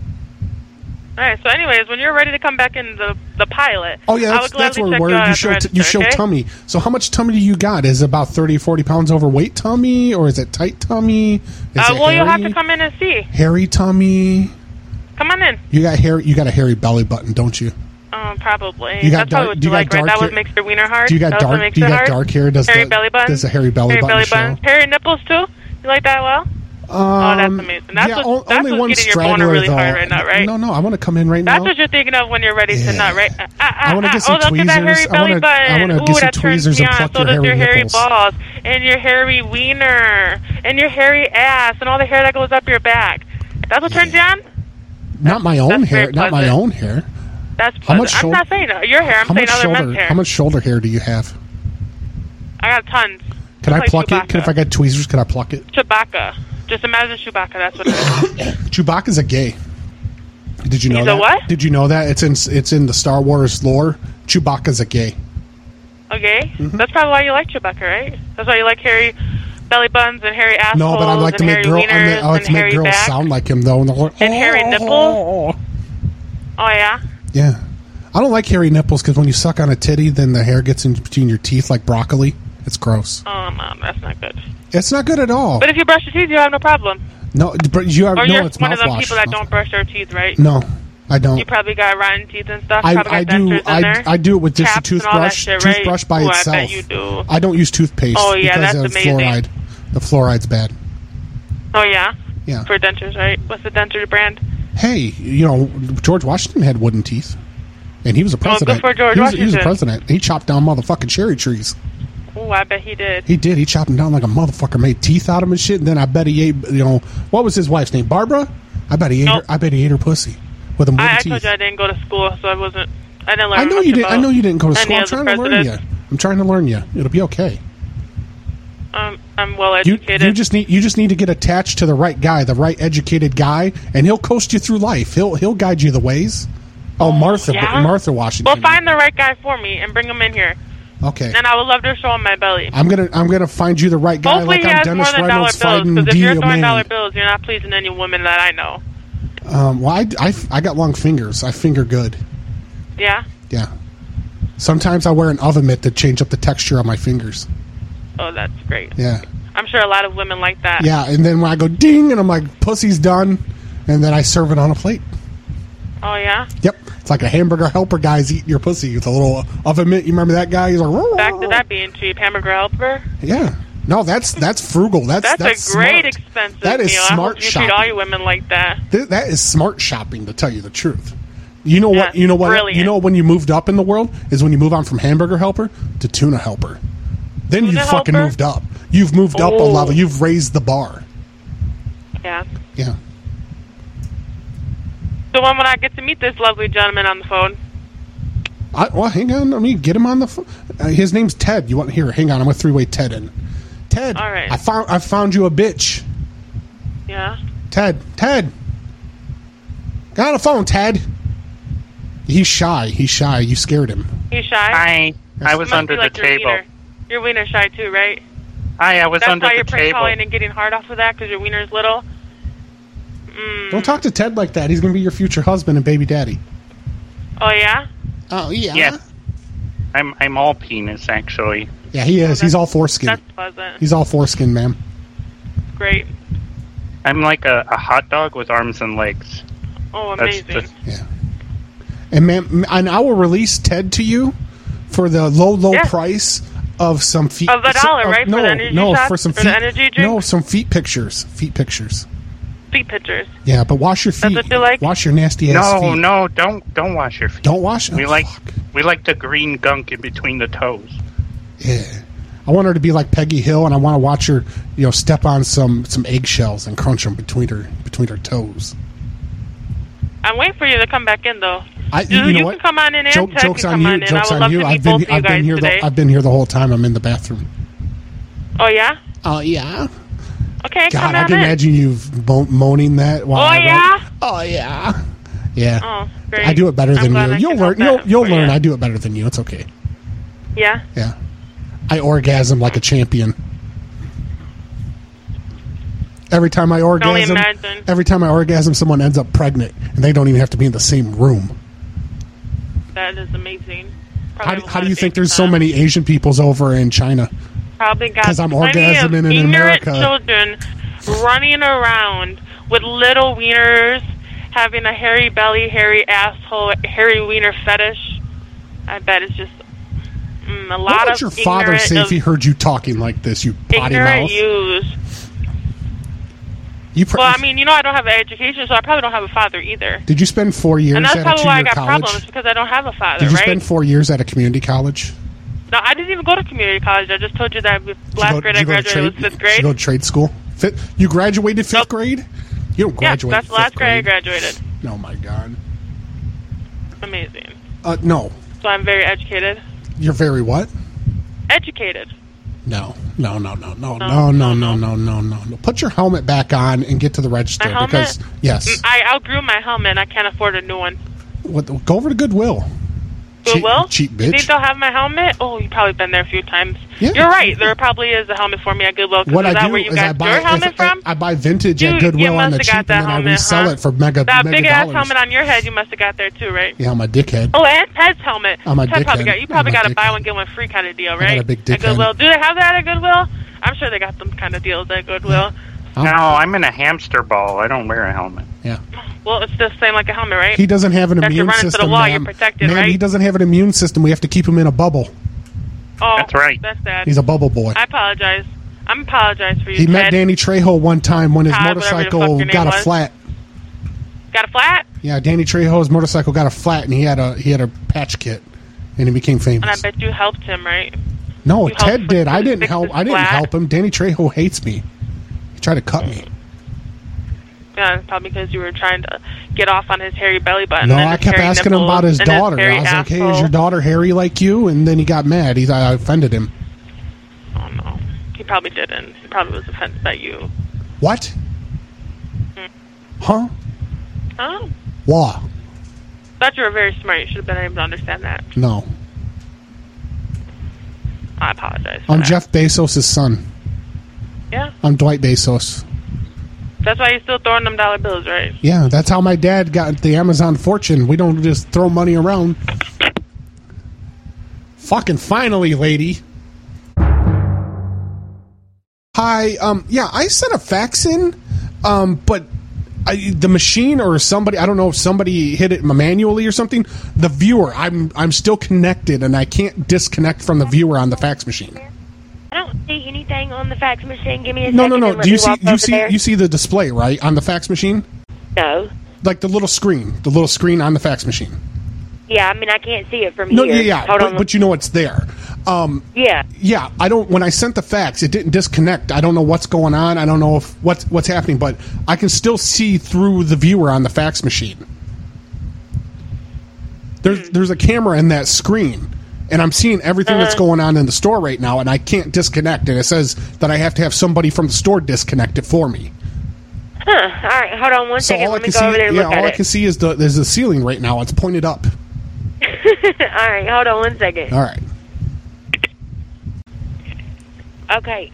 Speaker 12: All right. So, anyways, when you're ready to come back in the the pilot,
Speaker 7: Oh yeah,
Speaker 12: I
Speaker 7: that's,
Speaker 12: would
Speaker 7: that's
Speaker 12: gladly
Speaker 7: where
Speaker 12: check
Speaker 7: we're,
Speaker 12: you, out
Speaker 7: you
Speaker 12: at the
Speaker 7: show
Speaker 12: register,
Speaker 7: you show
Speaker 12: okay?
Speaker 7: tummy. So how much tummy do you got? Is it about 30, 40 pounds overweight tummy, or is it tight tummy? Is
Speaker 12: Uh,
Speaker 7: it
Speaker 12: well,
Speaker 7: hairy?
Speaker 12: you'll have to come in and see.
Speaker 7: hairy tummy.
Speaker 12: Come on in.
Speaker 7: You got hair. You got a hairy belly button, don't you?
Speaker 12: Um, probably.
Speaker 7: You got dark-
Speaker 12: That's probably
Speaker 7: do
Speaker 12: what
Speaker 7: you got
Speaker 12: you like, right?
Speaker 7: dark
Speaker 12: That would
Speaker 7: hair-
Speaker 12: make your wiener hard.
Speaker 7: do you got
Speaker 12: That's what
Speaker 7: dark-
Speaker 12: makes
Speaker 7: do you
Speaker 12: it
Speaker 7: got
Speaker 12: hard?
Speaker 7: dark hair? Does
Speaker 12: hairy
Speaker 7: the-
Speaker 12: belly button?
Speaker 7: does the hairy belly button
Speaker 12: Hairy belly
Speaker 7: show?
Speaker 12: button. Hairy nipples too. You like that well? oh, that's
Speaker 7: Um,
Speaker 12: amazing. That's
Speaker 7: yeah,
Speaker 12: what,
Speaker 7: o-
Speaker 12: that's
Speaker 7: only
Speaker 12: what's
Speaker 7: one
Speaker 12: getting your boner
Speaker 7: straggler,
Speaker 12: really
Speaker 7: though.
Speaker 12: hard right now, right?
Speaker 7: No, no, I want to come in right
Speaker 12: That's
Speaker 7: now.
Speaker 12: what you're thinking of when you're ready to nut, right? Ah, ah,
Speaker 7: I wanna
Speaker 12: ah,
Speaker 7: get
Speaker 12: ah.
Speaker 7: some
Speaker 12: oh, look at that
Speaker 7: tweezers.
Speaker 12: hairy
Speaker 7: I wanna-
Speaker 12: belly
Speaker 7: I
Speaker 12: button.
Speaker 7: wanna
Speaker 12: Ooh,
Speaker 7: get some
Speaker 12: that
Speaker 7: tweezers
Speaker 12: turns me
Speaker 7: and
Speaker 12: on.
Speaker 7: pluck
Speaker 12: so
Speaker 7: your
Speaker 12: does your
Speaker 7: hairy
Speaker 12: hairy
Speaker 7: nipples.
Speaker 12: balls and your hairy wiener and your hairy ass and all the hair that goes up your back. That's what turns you on.
Speaker 7: not my own hair.
Speaker 12: very
Speaker 7: Not my
Speaker 12: pleasant.
Speaker 7: own hair.
Speaker 12: That's
Speaker 7: How much
Speaker 12: pleasant. I'm
Speaker 7: shoul-
Speaker 12: not saying your hair. I'm
Speaker 7: how
Speaker 12: saying
Speaker 7: much
Speaker 12: other
Speaker 7: shoulder?
Speaker 12: men's hair.
Speaker 7: How much shoulder hair do you have?
Speaker 12: I got tons.
Speaker 7: Can
Speaker 12: Just
Speaker 7: I
Speaker 12: like
Speaker 7: pluck it? Can,
Speaker 12: Chewbacca.
Speaker 7: if I got tweezers, can I pluck it?
Speaker 12: Chewbacca. Just imagine Chewbacca. That's what it is.
Speaker 7: Chewbacca's a gay. Did you know
Speaker 12: He's a
Speaker 7: that?
Speaker 12: what?
Speaker 7: Did you know that? It's in it's in the Star Wars lore. Chewbacca's a gay.
Speaker 12: Okay?
Speaker 7: Mm-hmm.
Speaker 12: That's probably why you like Chewbacca, right? That's why you like hairy belly buns and hairy assholes
Speaker 7: no, but I like
Speaker 12: and
Speaker 7: to make
Speaker 12: hairy
Speaker 7: girl. I,
Speaker 12: wieners
Speaker 7: make, I like
Speaker 12: and
Speaker 7: to make
Speaker 12: hairy
Speaker 7: girls
Speaker 12: back
Speaker 7: sound like him though, and they're like,
Speaker 12: and hairy nipples. Oh, yeah?
Speaker 7: yeah. I don't like hairy nipples because when you suck on a titty, then the hair gets in between your teeth like broccoli. It's gross.
Speaker 12: Oh, mom, that's not good.
Speaker 7: It's not good at all.
Speaker 12: But if you brush your teeth, you have no problem.
Speaker 7: no, but you have
Speaker 12: or
Speaker 7: no.
Speaker 12: you're
Speaker 7: It's
Speaker 12: one of those
Speaker 7: mouthwash.
Speaker 12: people that don't brush their teeth, right?
Speaker 7: No, I
Speaker 12: You
Speaker 7: don't.
Speaker 12: probably got rotten teeth and stuff.
Speaker 7: I,
Speaker 12: probably
Speaker 7: I
Speaker 12: got dentures
Speaker 7: do.
Speaker 12: in
Speaker 7: I,
Speaker 12: there.
Speaker 7: I do it with just a
Speaker 12: Caps and all that
Speaker 7: toothbrush.
Speaker 12: shit, right?
Speaker 7: Toothbrush by
Speaker 12: Ooh, I bet
Speaker 7: itself.
Speaker 12: you do.
Speaker 7: I don't use toothpaste
Speaker 12: Oh, yeah,
Speaker 7: because
Speaker 12: that's
Speaker 7: of
Speaker 12: amazing.
Speaker 7: fluoride. The fluoride's bad.
Speaker 12: Oh, yeah?
Speaker 7: Yeah.
Speaker 12: For dentures, right? What's the denture brand?
Speaker 7: hey, you know, George Washington had wooden teeth, and he was a
Speaker 12: Well, Oh, good
Speaker 7: president.
Speaker 12: for George
Speaker 7: he, was, he was a
Speaker 12: Washington.
Speaker 7: president. He chopped down motherfucking cherry trees.
Speaker 12: Oh, I bet he did.
Speaker 7: He did. He chopped them down like a motherfucker, made teeth out of them and shit. And then I bet he ate. You know, what was his wife's name? Barbara. I bet he ate. Her, I bet he ate her pussy with them wooden
Speaker 12: I, I
Speaker 7: teeth.
Speaker 12: told you I didn't go to school, so I wasn't. I didn't learn. Oh.
Speaker 7: I know
Speaker 12: much
Speaker 7: you didn't.
Speaker 12: About
Speaker 7: I know you didn't go to
Speaker 12: any
Speaker 7: school. I'm
Speaker 12: of the
Speaker 7: trying to learn you.
Speaker 12: presidents.
Speaker 7: I'm trying to learn you. It'll be okay.
Speaker 12: Um, I'm well
Speaker 7: You,
Speaker 12: educated.
Speaker 7: you just need you just need to get attached to the right guy, the right educated guy, and he'll coast you through life. He'll he'll guide you the ways. Oh, Martha,
Speaker 12: yeah?
Speaker 7: Martha
Speaker 12: well,
Speaker 7: Washington.
Speaker 12: find the right guy for me and bring him in here,
Speaker 7: okay,
Speaker 12: and I would love to show him my belly.
Speaker 7: I'm gonna I'm gonna find you the right guy,
Speaker 12: Hopefully,
Speaker 7: like
Speaker 12: he
Speaker 7: I'm
Speaker 12: has
Speaker 7: Dennis
Speaker 12: more than dollar
Speaker 7: Reynolds
Speaker 12: bills.
Speaker 7: fighting
Speaker 12: Because if you're
Speaker 7: Dio
Speaker 12: throwing dollar
Speaker 7: Man.
Speaker 12: bills, you're not pleasing any woman that I know.
Speaker 7: Um, well, I, I I got long fingers. I finger good.
Speaker 12: Yeah.
Speaker 7: Yeah. Sometimes I wear an oven mitt to change up the texture on my fingers.
Speaker 12: Oh, that's great.
Speaker 7: Yeah.
Speaker 12: I'm sure a lot of women like that.
Speaker 7: Yeah, and then when I go ding, and I'm like, pussy's done, and then I serve it on a plate.
Speaker 12: Oh yeah.
Speaker 7: Yep, it's like a hamburger helper guy's eating your pussy with a little oven mitt. You remember that guy? He's like, "Whoa."
Speaker 12: Back to that being cheap hamburger helper.
Speaker 7: yeah. No, that's that's frugal. That's
Speaker 12: That's,
Speaker 7: that's,
Speaker 12: a great
Speaker 7: smart.
Speaker 12: expensive
Speaker 7: That is
Speaker 12: meal. I
Speaker 7: smart
Speaker 12: hope you treat all
Speaker 7: shopping.
Speaker 12: you women like that.
Speaker 7: Th- that is smart shopping, to tell you the truth. You know what?
Speaker 12: Yeah,
Speaker 7: You know what?
Speaker 12: brilliant.
Speaker 7: You know when you moved up in the world is when you move on from hamburger helper to tuna helper. Then you
Speaker 12: Tuna
Speaker 7: fucking
Speaker 12: helper?
Speaker 7: moved up. You've moved up a
Speaker 12: Oh.
Speaker 7: level. You've raised the bar.
Speaker 12: Yeah.
Speaker 7: Yeah.
Speaker 12: So when would I get to meet this lovely gentleman on the phone?
Speaker 7: I, well, hang on. Let me get him on the phone. Uh, his name's Ted. You want here? Hang on. I'm a three way Ted in. Ted.
Speaker 12: All right.
Speaker 7: I found I found you a bitch.
Speaker 12: Yeah.
Speaker 7: Ted, Ted, got on the phone, Ted. He's shy. He's shy. You scared him.
Speaker 12: You shy?
Speaker 2: Hi. I was
Speaker 12: Must
Speaker 2: under
Speaker 12: be like
Speaker 2: the
Speaker 12: your
Speaker 2: table.
Speaker 12: Wiener. Your wiener's shy too, right?
Speaker 2: Hi, I was
Speaker 12: That's
Speaker 2: under
Speaker 12: why
Speaker 2: the
Speaker 12: you're prank
Speaker 2: table.
Speaker 12: calling and getting hard off of that because your wiener's little.
Speaker 7: Don't talk to Ted like that. He's gonna be your future husband and baby daddy.
Speaker 12: Oh yeah.
Speaker 7: Oh yeah.
Speaker 2: Yeah. I'm I'm all penis actually.
Speaker 7: Yeah, he is. He's all foreskin.
Speaker 2: that's pleasant.
Speaker 7: He's all foreskin, ma'am.
Speaker 12: Great.
Speaker 2: I'm like a, a hot dog with arms and legs.
Speaker 12: Oh,
Speaker 2: That's
Speaker 12: amazing.
Speaker 2: just
Speaker 7: And ma'am, and I will release Ted to you for the low, low price of some feet
Speaker 12: Of a
Speaker 7: some- uh,
Speaker 12: dollar, right, for
Speaker 7: No,
Speaker 12: the energy
Speaker 7: no,
Speaker 12: shots,
Speaker 7: for some
Speaker 12: for
Speaker 7: feet.
Speaker 12: the energy drink?
Speaker 7: No, some feet pictures. Feet pictures.
Speaker 12: Feet pictures.
Speaker 7: Yeah, but wash your feet.
Speaker 12: That's what you like?
Speaker 7: Wash your nasty ass
Speaker 2: No,
Speaker 7: feet.
Speaker 2: no, don't don't wash your feet.
Speaker 7: Don't wash. Oh,
Speaker 2: We like we like the green gunk in between the toes.
Speaker 7: Yeah. I want her to be like Peggy Hill, and I want to watch her, you know, step on some some eggshells and crunch them between her between her toes.
Speaker 12: I'm waiting for you to come back in though.
Speaker 7: I- you-
Speaker 12: Dude,
Speaker 7: you know
Speaker 12: you
Speaker 7: what?
Speaker 12: can come on in and
Speaker 7: Joke,
Speaker 12: Ted
Speaker 7: jokes
Speaker 12: can
Speaker 7: on
Speaker 12: come
Speaker 7: you.
Speaker 12: on in. I
Speaker 7: Jokes
Speaker 12: would
Speaker 7: on
Speaker 12: love
Speaker 7: you.
Speaker 12: to meet
Speaker 7: I've been
Speaker 12: both of you
Speaker 7: I've
Speaker 12: guys
Speaker 7: been here
Speaker 12: today.
Speaker 7: the I've been here the whole time. I'm in the bathroom.
Speaker 12: oh yeah.
Speaker 7: Oh yeah.
Speaker 12: Okay,
Speaker 7: God,
Speaker 12: come
Speaker 7: I
Speaker 12: on
Speaker 7: can
Speaker 12: in.
Speaker 7: imagine you mo- moaning that. While
Speaker 12: Oh
Speaker 7: I wrote-
Speaker 12: yeah.
Speaker 7: Oh yeah. Yeah.
Speaker 12: Oh great.
Speaker 7: I do it better
Speaker 12: I'm
Speaker 7: than
Speaker 12: glad
Speaker 7: you.
Speaker 12: I
Speaker 7: You'll
Speaker 12: could
Speaker 7: learn.
Speaker 12: help
Speaker 7: You'll
Speaker 12: out
Speaker 7: you'll
Speaker 12: for you.
Speaker 7: learn. I do it better than you. It's okay.
Speaker 12: Yeah.
Speaker 7: Yeah. I orgasm like a champion. Every time I
Speaker 12: only
Speaker 7: orgasm,
Speaker 12: imagine.
Speaker 7: every time I orgasm, someone ends up pregnant, and they don't even have to be in the same room.
Speaker 12: That is amazing.
Speaker 7: How do, how do you think there's so many Asian peoples over in China?
Speaker 12: Probably got
Speaker 7: 'Cause I'm
Speaker 12: plenty of
Speaker 7: orgasming in
Speaker 12: ignorant
Speaker 7: America.
Speaker 12: children running around with little wieners, having a hairy belly, hairy asshole, hairy wiener fetish. I bet it's just mm, a lot
Speaker 7: What would
Speaker 12: of
Speaker 7: your father
Speaker 12: ignorant,
Speaker 7: say if he
Speaker 12: of,
Speaker 7: heard you talking like this? You potty
Speaker 12: ignorant
Speaker 7: mouth.
Speaker 12: use.
Speaker 7: You pr-
Speaker 12: well, I mean, you know, I don't have an education, so I probably don't have a father either.
Speaker 7: did you spend four years
Speaker 12: and that's
Speaker 7: at a
Speaker 12: probably why I
Speaker 7: two-year
Speaker 12: got
Speaker 7: college?
Speaker 12: problems because I don't have a father,
Speaker 7: Did you
Speaker 12: right?
Speaker 7: spend four years at a community college?
Speaker 12: no, I didn't even go to community college. I just told you that with last
Speaker 7: go-
Speaker 12: grade
Speaker 7: did
Speaker 12: I
Speaker 7: you go to
Speaker 12: graduated
Speaker 7: trade-
Speaker 12: was
Speaker 7: Did
Speaker 12: fifth
Speaker 7: you
Speaker 12: grade.
Speaker 7: go to trade school? Fifth, you graduated fifth grade. You don't
Speaker 12: Yeah,
Speaker 7: graduate.
Speaker 12: that's the
Speaker 7: fifth
Speaker 12: last grade I
Speaker 7: grade.
Speaker 12: graduated.
Speaker 7: Oh my god.
Speaker 12: Amazing.
Speaker 7: Uh, no,
Speaker 12: So I'm very educated.
Speaker 7: you're very what?
Speaker 12: Educated.
Speaker 7: No, no, no, no, no, no, no, no, no, no, no, no. Put your helmet back on and get to the
Speaker 12: My
Speaker 7: register
Speaker 12: helmet.
Speaker 7: because yes,
Speaker 12: Mm, I outgrew my helmet. I can't afford a new one.
Speaker 7: what, the- go over to Goodwill. Cheap-
Speaker 12: Goodwill?
Speaker 7: cheap
Speaker 12: You
Speaker 7: bitch.
Speaker 12: think they'll have my helmet? Oh, you've probably been there a few times.
Speaker 7: Yeah.
Speaker 12: You're right. There probably is a helmet for me at Goodwill. 'cause
Speaker 7: What
Speaker 12: is
Speaker 7: I
Speaker 12: that
Speaker 7: do
Speaker 12: where you
Speaker 7: is
Speaker 12: got
Speaker 7: I buy
Speaker 12: your helmet
Speaker 7: if-
Speaker 12: from?
Speaker 7: I buy vintage
Speaker 12: You-
Speaker 7: at
Speaker 12: you
Speaker 7: Goodwill on
Speaker 12: must
Speaker 7: the
Speaker 12: have
Speaker 7: cheap,
Speaker 12: got
Speaker 7: and
Speaker 12: that
Speaker 7: then I
Speaker 12: helmet,
Speaker 7: resell
Speaker 12: huh?
Speaker 7: it for mega
Speaker 12: that
Speaker 7: mega
Speaker 12: big ass
Speaker 7: dollars.
Speaker 12: helmet on your head, you must have got there too, right?
Speaker 7: Yeah, I'm a dickhead.
Speaker 12: Oh, and Ted's helmet.
Speaker 7: I'm a
Speaker 12: Ted probably
Speaker 7: dickhead.
Speaker 12: got you probably
Speaker 7: I'm a
Speaker 12: got to buy
Speaker 7: dickhead.
Speaker 12: one get one free kind of deal,
Speaker 7: got
Speaker 12: right?
Speaker 7: a big
Speaker 12: at
Speaker 7: dickhead.
Speaker 12: Goodwill. Do they have that at Goodwill? I'm sure they got some kind of deals at Goodwill.
Speaker 2: no, I'm in a hamster ball. I don't wear a helmet.
Speaker 7: Yeah.
Speaker 12: Well, it's the same like a helmet, right?
Speaker 7: He doesn't have an
Speaker 12: That Oh. you
Speaker 7: immune
Speaker 12: run into
Speaker 7: system,
Speaker 12: the wall,
Speaker 7: ma'am.
Speaker 12: you're protected,
Speaker 7: Ma'am,
Speaker 12: right?
Speaker 7: he doesn't have an immune system. We have to keep him in a bubble.
Speaker 12: Oh,
Speaker 2: that's right.
Speaker 12: That's sad.
Speaker 7: He's a bubble boy.
Speaker 12: I apologize. I'm apologize for you.
Speaker 7: He met
Speaker 12: Ted.
Speaker 7: Danny Trejo one time when his
Speaker 12: Todd, whatever the fuck
Speaker 7: motorcycle
Speaker 12: your name
Speaker 7: got a
Speaker 12: was.
Speaker 7: flat.
Speaker 12: Got a flat,
Speaker 7: Yeah, Danny Trejo's motorcycle got a flat, and he had a he had a patch kit, and he became
Speaker 12: and I
Speaker 7: famous.
Speaker 12: bet you helped him, right?
Speaker 7: No,
Speaker 12: you
Speaker 7: Ted
Speaker 12: helped
Speaker 7: did. I
Speaker 12: him
Speaker 7: didn't
Speaker 12: fix
Speaker 7: help.
Speaker 12: his
Speaker 7: I didn't
Speaker 12: flat?
Speaker 7: help him. Danny Trejo hates me. He tried to cut me.
Speaker 12: Yeah, it's probably because you were trying to get off on his hairy belly button.
Speaker 7: No,
Speaker 12: and
Speaker 7: I
Speaker 12: his
Speaker 7: kept
Speaker 12: hairy
Speaker 7: asking him
Speaker 12: nipples
Speaker 7: about his
Speaker 12: and
Speaker 7: daughter.
Speaker 12: hairy
Speaker 7: I was like, "Hey, is
Speaker 12: asshole."
Speaker 7: your daughter hairy like you?" And then he got mad. He's I offended him.
Speaker 12: He probably didn't. He probably was offended by you.
Speaker 7: What?
Speaker 12: Hmm.
Speaker 7: Huh?
Speaker 12: Huh?
Speaker 7: Wah?
Speaker 12: Thought you were very smart. You should have been able to understand that.
Speaker 7: No.
Speaker 12: I apologize. for
Speaker 7: I'm
Speaker 12: that.
Speaker 7: Jeff Bezos' son.
Speaker 12: Yeah,
Speaker 7: I'm Dwight Bezos.
Speaker 12: that's why you're still throwing them dollar bills, right?
Speaker 7: Yeah, that's how my dad got the Amazon fortune. We don't just throw money around. Fucking finally, lady. Hi. Um. Yeah, I sent a fax in, um, but I, the machine or somebody I don't know if somebody hit it manually or something. The viewer. I'm I'm still connected and I can't disconnect from the viewer on the fax machine.
Speaker 13: I don't see anything on the fax machine. Give me a
Speaker 7: No,
Speaker 13: second.
Speaker 7: no,
Speaker 13: and
Speaker 7: no.
Speaker 13: let
Speaker 7: Do
Speaker 13: me
Speaker 7: you see
Speaker 13: walk
Speaker 7: you
Speaker 13: over
Speaker 7: see
Speaker 13: there.
Speaker 7: you see the display right on the fax machine?
Speaker 13: No.
Speaker 7: Like the little screen, the little screen on the fax machine.
Speaker 13: Yeah, I mean, I can't see it from
Speaker 7: No,
Speaker 13: here.
Speaker 7: yeah, yeah,
Speaker 13: Hold
Speaker 7: but,
Speaker 13: on.
Speaker 7: but you know it's there. Um,
Speaker 13: yeah,
Speaker 7: yeah. I don't. When I sent the fax, it didn't disconnect. I don't know what's going on. I don't know if what's what's happening, but I can still see through the viewer on the fax machine.
Speaker 13: Hmm.
Speaker 7: There's there's a camera in that screen, and I'm seeing everything that's
Speaker 13: Uh-huh.
Speaker 7: going on in the store right now, and I can't disconnect. And it says that I have to have somebody from the store disconnect it for me.
Speaker 13: Huh. All right. Hold on one
Speaker 7: So
Speaker 13: second.
Speaker 7: all I
Speaker 13: Let me
Speaker 7: can
Speaker 13: go
Speaker 7: see,
Speaker 13: over there and
Speaker 7: yeah,
Speaker 13: look
Speaker 7: all
Speaker 13: at
Speaker 7: I can see is the there's the ceiling right now. It's pointed up.
Speaker 13: it. all right. Hold on one second.
Speaker 7: All right.
Speaker 13: Okay.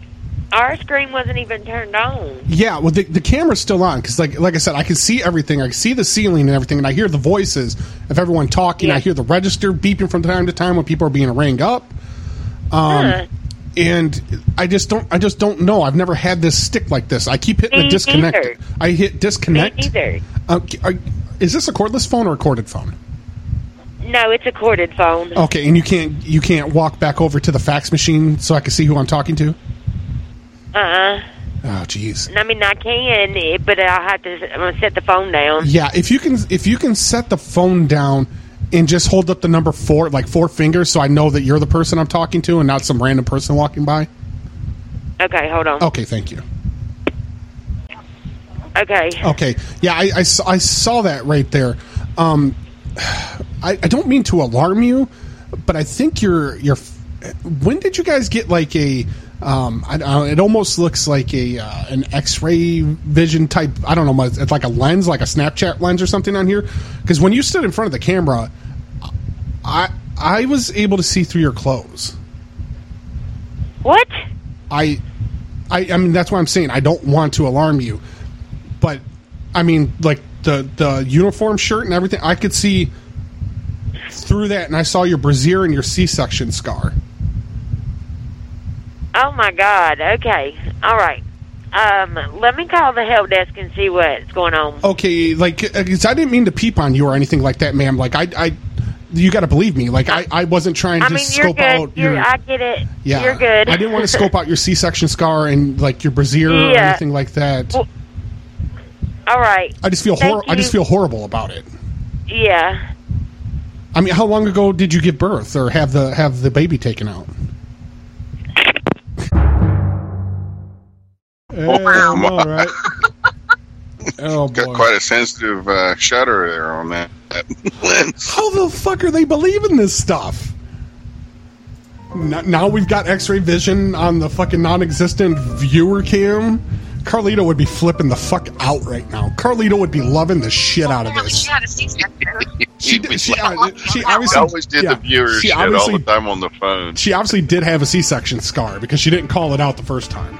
Speaker 13: Our screen wasn't even turned on.
Speaker 7: Yeah, well, the, the camera's still on because, like, like I said, I can see everything. I can see the ceiling and everything, and I hear the voices of everyone talking. I hear the register beeping from time to time when people are being rang up. Um,
Speaker 13: Huh.
Speaker 7: and I just don't, I just don't know. I've never had this stick like this. I keep hitting
Speaker 13: Me
Speaker 7: the disconnect.
Speaker 13: neither.
Speaker 7: I hit disconnect.
Speaker 13: Me neither.
Speaker 7: Uh, are, is this a cordless phone or a corded phone?
Speaker 13: No, it's a corded phone.
Speaker 7: Okay, and you can't you can't walk back over to the fax machine so I can see who I'm talking to.
Speaker 13: Uh. uh
Speaker 7: Oh, jeez.
Speaker 13: I mean, I can, eh, but I'll have to I'm gonna set the phone down.
Speaker 7: Yeah, if you can if you can set the phone down and just hold up the number four like four fingers so I know that you're the person I'm talking to and not some random person walking by.
Speaker 13: Okay. Hold on.
Speaker 7: Okay, thank you.
Speaker 13: Okay.
Speaker 7: Okay. Yeah, I, I, saw- I saw that right there. Um, I, I don't mean to alarm you, but I think you're you're. When did you guys get like a? Um, I, I, it almost looks like a uh, an X-ray vision type. I don't know. It's like a lens, like a Snapchat lens or something on here. Because when you stood in front of the camera, I I was able to see through your clothes.
Speaker 13: What?
Speaker 7: I, I, I mean, that's what I'm saying. I don't want to alarm you, but I mean, like the the uniform shirt and everything, I could see through that, and I saw your brassiere and your C-section scar.
Speaker 13: Oh my God. Okay. All right. Um, let me call the help desk and see what's going
Speaker 7: Oh,
Speaker 13: on.
Speaker 7: Okay, like 'cause I didn't mean to peep on you or anything like that, ma'am. Like I, I you got to believe me. Like I, I wasn't trying to
Speaker 13: I mean, you're
Speaker 7: scope
Speaker 13: good.
Speaker 7: out
Speaker 13: You're,
Speaker 7: your.
Speaker 13: I get it.
Speaker 7: yeah,
Speaker 13: You're good.
Speaker 7: I didn't want to scope out your C-section scar and like your brassiere or
Speaker 13: Yeah.
Speaker 7: anything like that.
Speaker 13: All right.
Speaker 7: I just feel hor-
Speaker 13: Thank
Speaker 7: I just
Speaker 13: you.
Speaker 7: feel horrible about it.
Speaker 13: Yeah.
Speaker 7: I mean, how long ago did you give birth or have the have the baby taken out?
Speaker 10: I'm
Speaker 7: all right. Oh,
Speaker 10: Got quite a sensitive uh, shutter there on that.
Speaker 7: How the fuck are they believing this stuff? N- now we've got X-ray vision on the fucking non-existent viewer cam. Carlito would be flipping the fuck out right now. Carlito would be loving the shit out of this. She did. She, uh, she obviously
Speaker 10: always did
Speaker 7: yeah,
Speaker 10: the viewers
Speaker 7: She
Speaker 10: shit all the
Speaker 7: obviously
Speaker 10: time on the phone.
Speaker 7: she obviously did have a C-section scar because she didn't call it out the first time.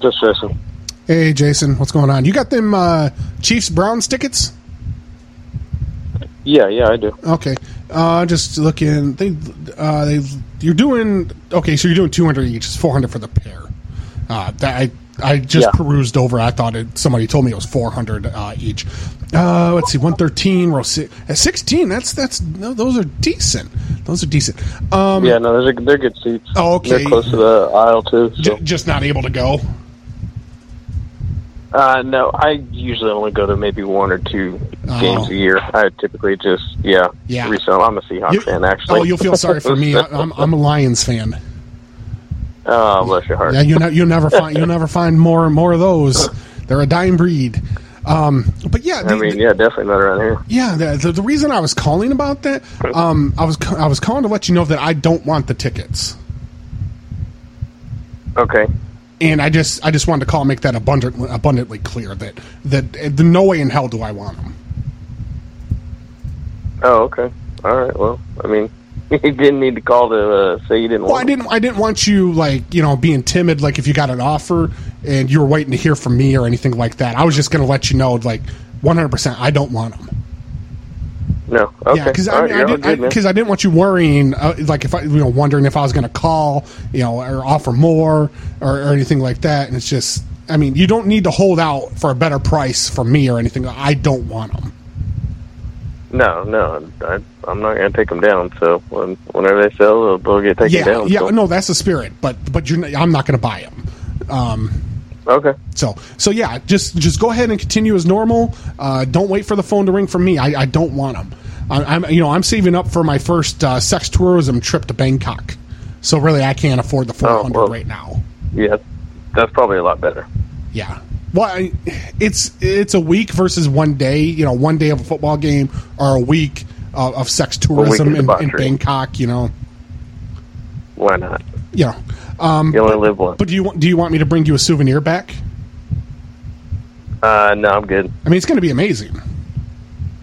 Speaker 14: Just uh, listen.
Speaker 7: Hey, Jason, what's going on? You got them uh, Chiefs Browns tickets?
Speaker 14: Yeah, yeah, I do.
Speaker 7: Okay, uh, just looking. They, uh, they, you're doing okay. So you're doing 200 each. It's 400 for the pair. Uh, that I, I just
Speaker 14: Yeah.
Speaker 7: perused over. I thought it, somebody told me it was 400 uh, each. Uh, let's see, 113 row si- at 16. That's that's no, those are decent. Those are decent. Um,
Speaker 14: yeah, no, those are, they're good seats.
Speaker 7: Oh, okay.
Speaker 14: They're close to the aisle, too. So.
Speaker 7: just not able to go.
Speaker 6: Uh, no, I usually only go to maybe one or two games a year. I typically just yeah,
Speaker 7: Oh. Yeah.
Speaker 6: resell. I'm a Seahawks
Speaker 7: You-
Speaker 6: fan actually.
Speaker 7: Oh, you'll feel sorry for me. I, I'm, I'm a Lions fan.
Speaker 6: oh, bless your heart.
Speaker 7: Yeah, you know, you never find you never find more more of those. They're a dying breed. Um, but yeah,
Speaker 6: I mean, yeah, definitely not around here.
Speaker 7: yeah. The, the, the reason I was calling about that, um, I was ca- I was calling to let you know that I don't want the tickets,
Speaker 6: Okay.
Speaker 7: and I just I just wanted to call and make that abundant, abundantly clear that that uh, no way in hell do I want them.
Speaker 6: Oh, okay. All right. Well, I mean, you didn't need to call to uh, say you didn't.
Speaker 7: Well, I
Speaker 6: want
Speaker 7: didn't I didn't want you like you know being timid like if you got an offer and you were waiting to hear from me or anything like that. I was just going to let you know like 100 percent I don't want them.
Speaker 6: No. Okay.
Speaker 7: Yeah, because
Speaker 6: All
Speaker 7: I,
Speaker 6: right,
Speaker 7: I,
Speaker 6: you're all
Speaker 7: didn't, I,
Speaker 6: good, man.
Speaker 7: 'cause I didn't want you worrying, uh, like if I, you know, wondering if I was going to call, you know, or offer more or, or anything like that. And it's just, I mean, you don't need to hold out for a better price from me or anything. I don't want them.
Speaker 6: No, no, I, I'm not going to take them down. So when, whenever they sell, they'll, they'll get taken
Speaker 7: yeah,
Speaker 6: down.
Speaker 7: yeah,
Speaker 6: so.
Speaker 7: no, that's the spirit. But but you're, not, I'm not going to buy them. Um,
Speaker 6: okay.
Speaker 7: So so yeah, just just go ahead and continue as normal. Uh, don't wait for the phone to ring from me. I, I don't want them. I, I'm you know I'm saving up for my first uh, sex tourism trip to Bangkok. So really, I can't afford the 400
Speaker 6: Oh, well.
Speaker 7: right now.
Speaker 6: Yeah, that's probably a lot better.
Speaker 7: Yeah. Well, I- it's it's a week versus one day. You know, one day of a football game or a week uh, of sex tourism
Speaker 6: of
Speaker 7: in, in
Speaker 6: debauchery.
Speaker 7: Bangkok. You know,
Speaker 6: Why not?
Speaker 7: you know. Um,
Speaker 6: You only live once.
Speaker 7: but do you want do you want me to bring you a souvenir back?
Speaker 6: Uh, no, I'm good.
Speaker 7: I mean, it's going to be amazing.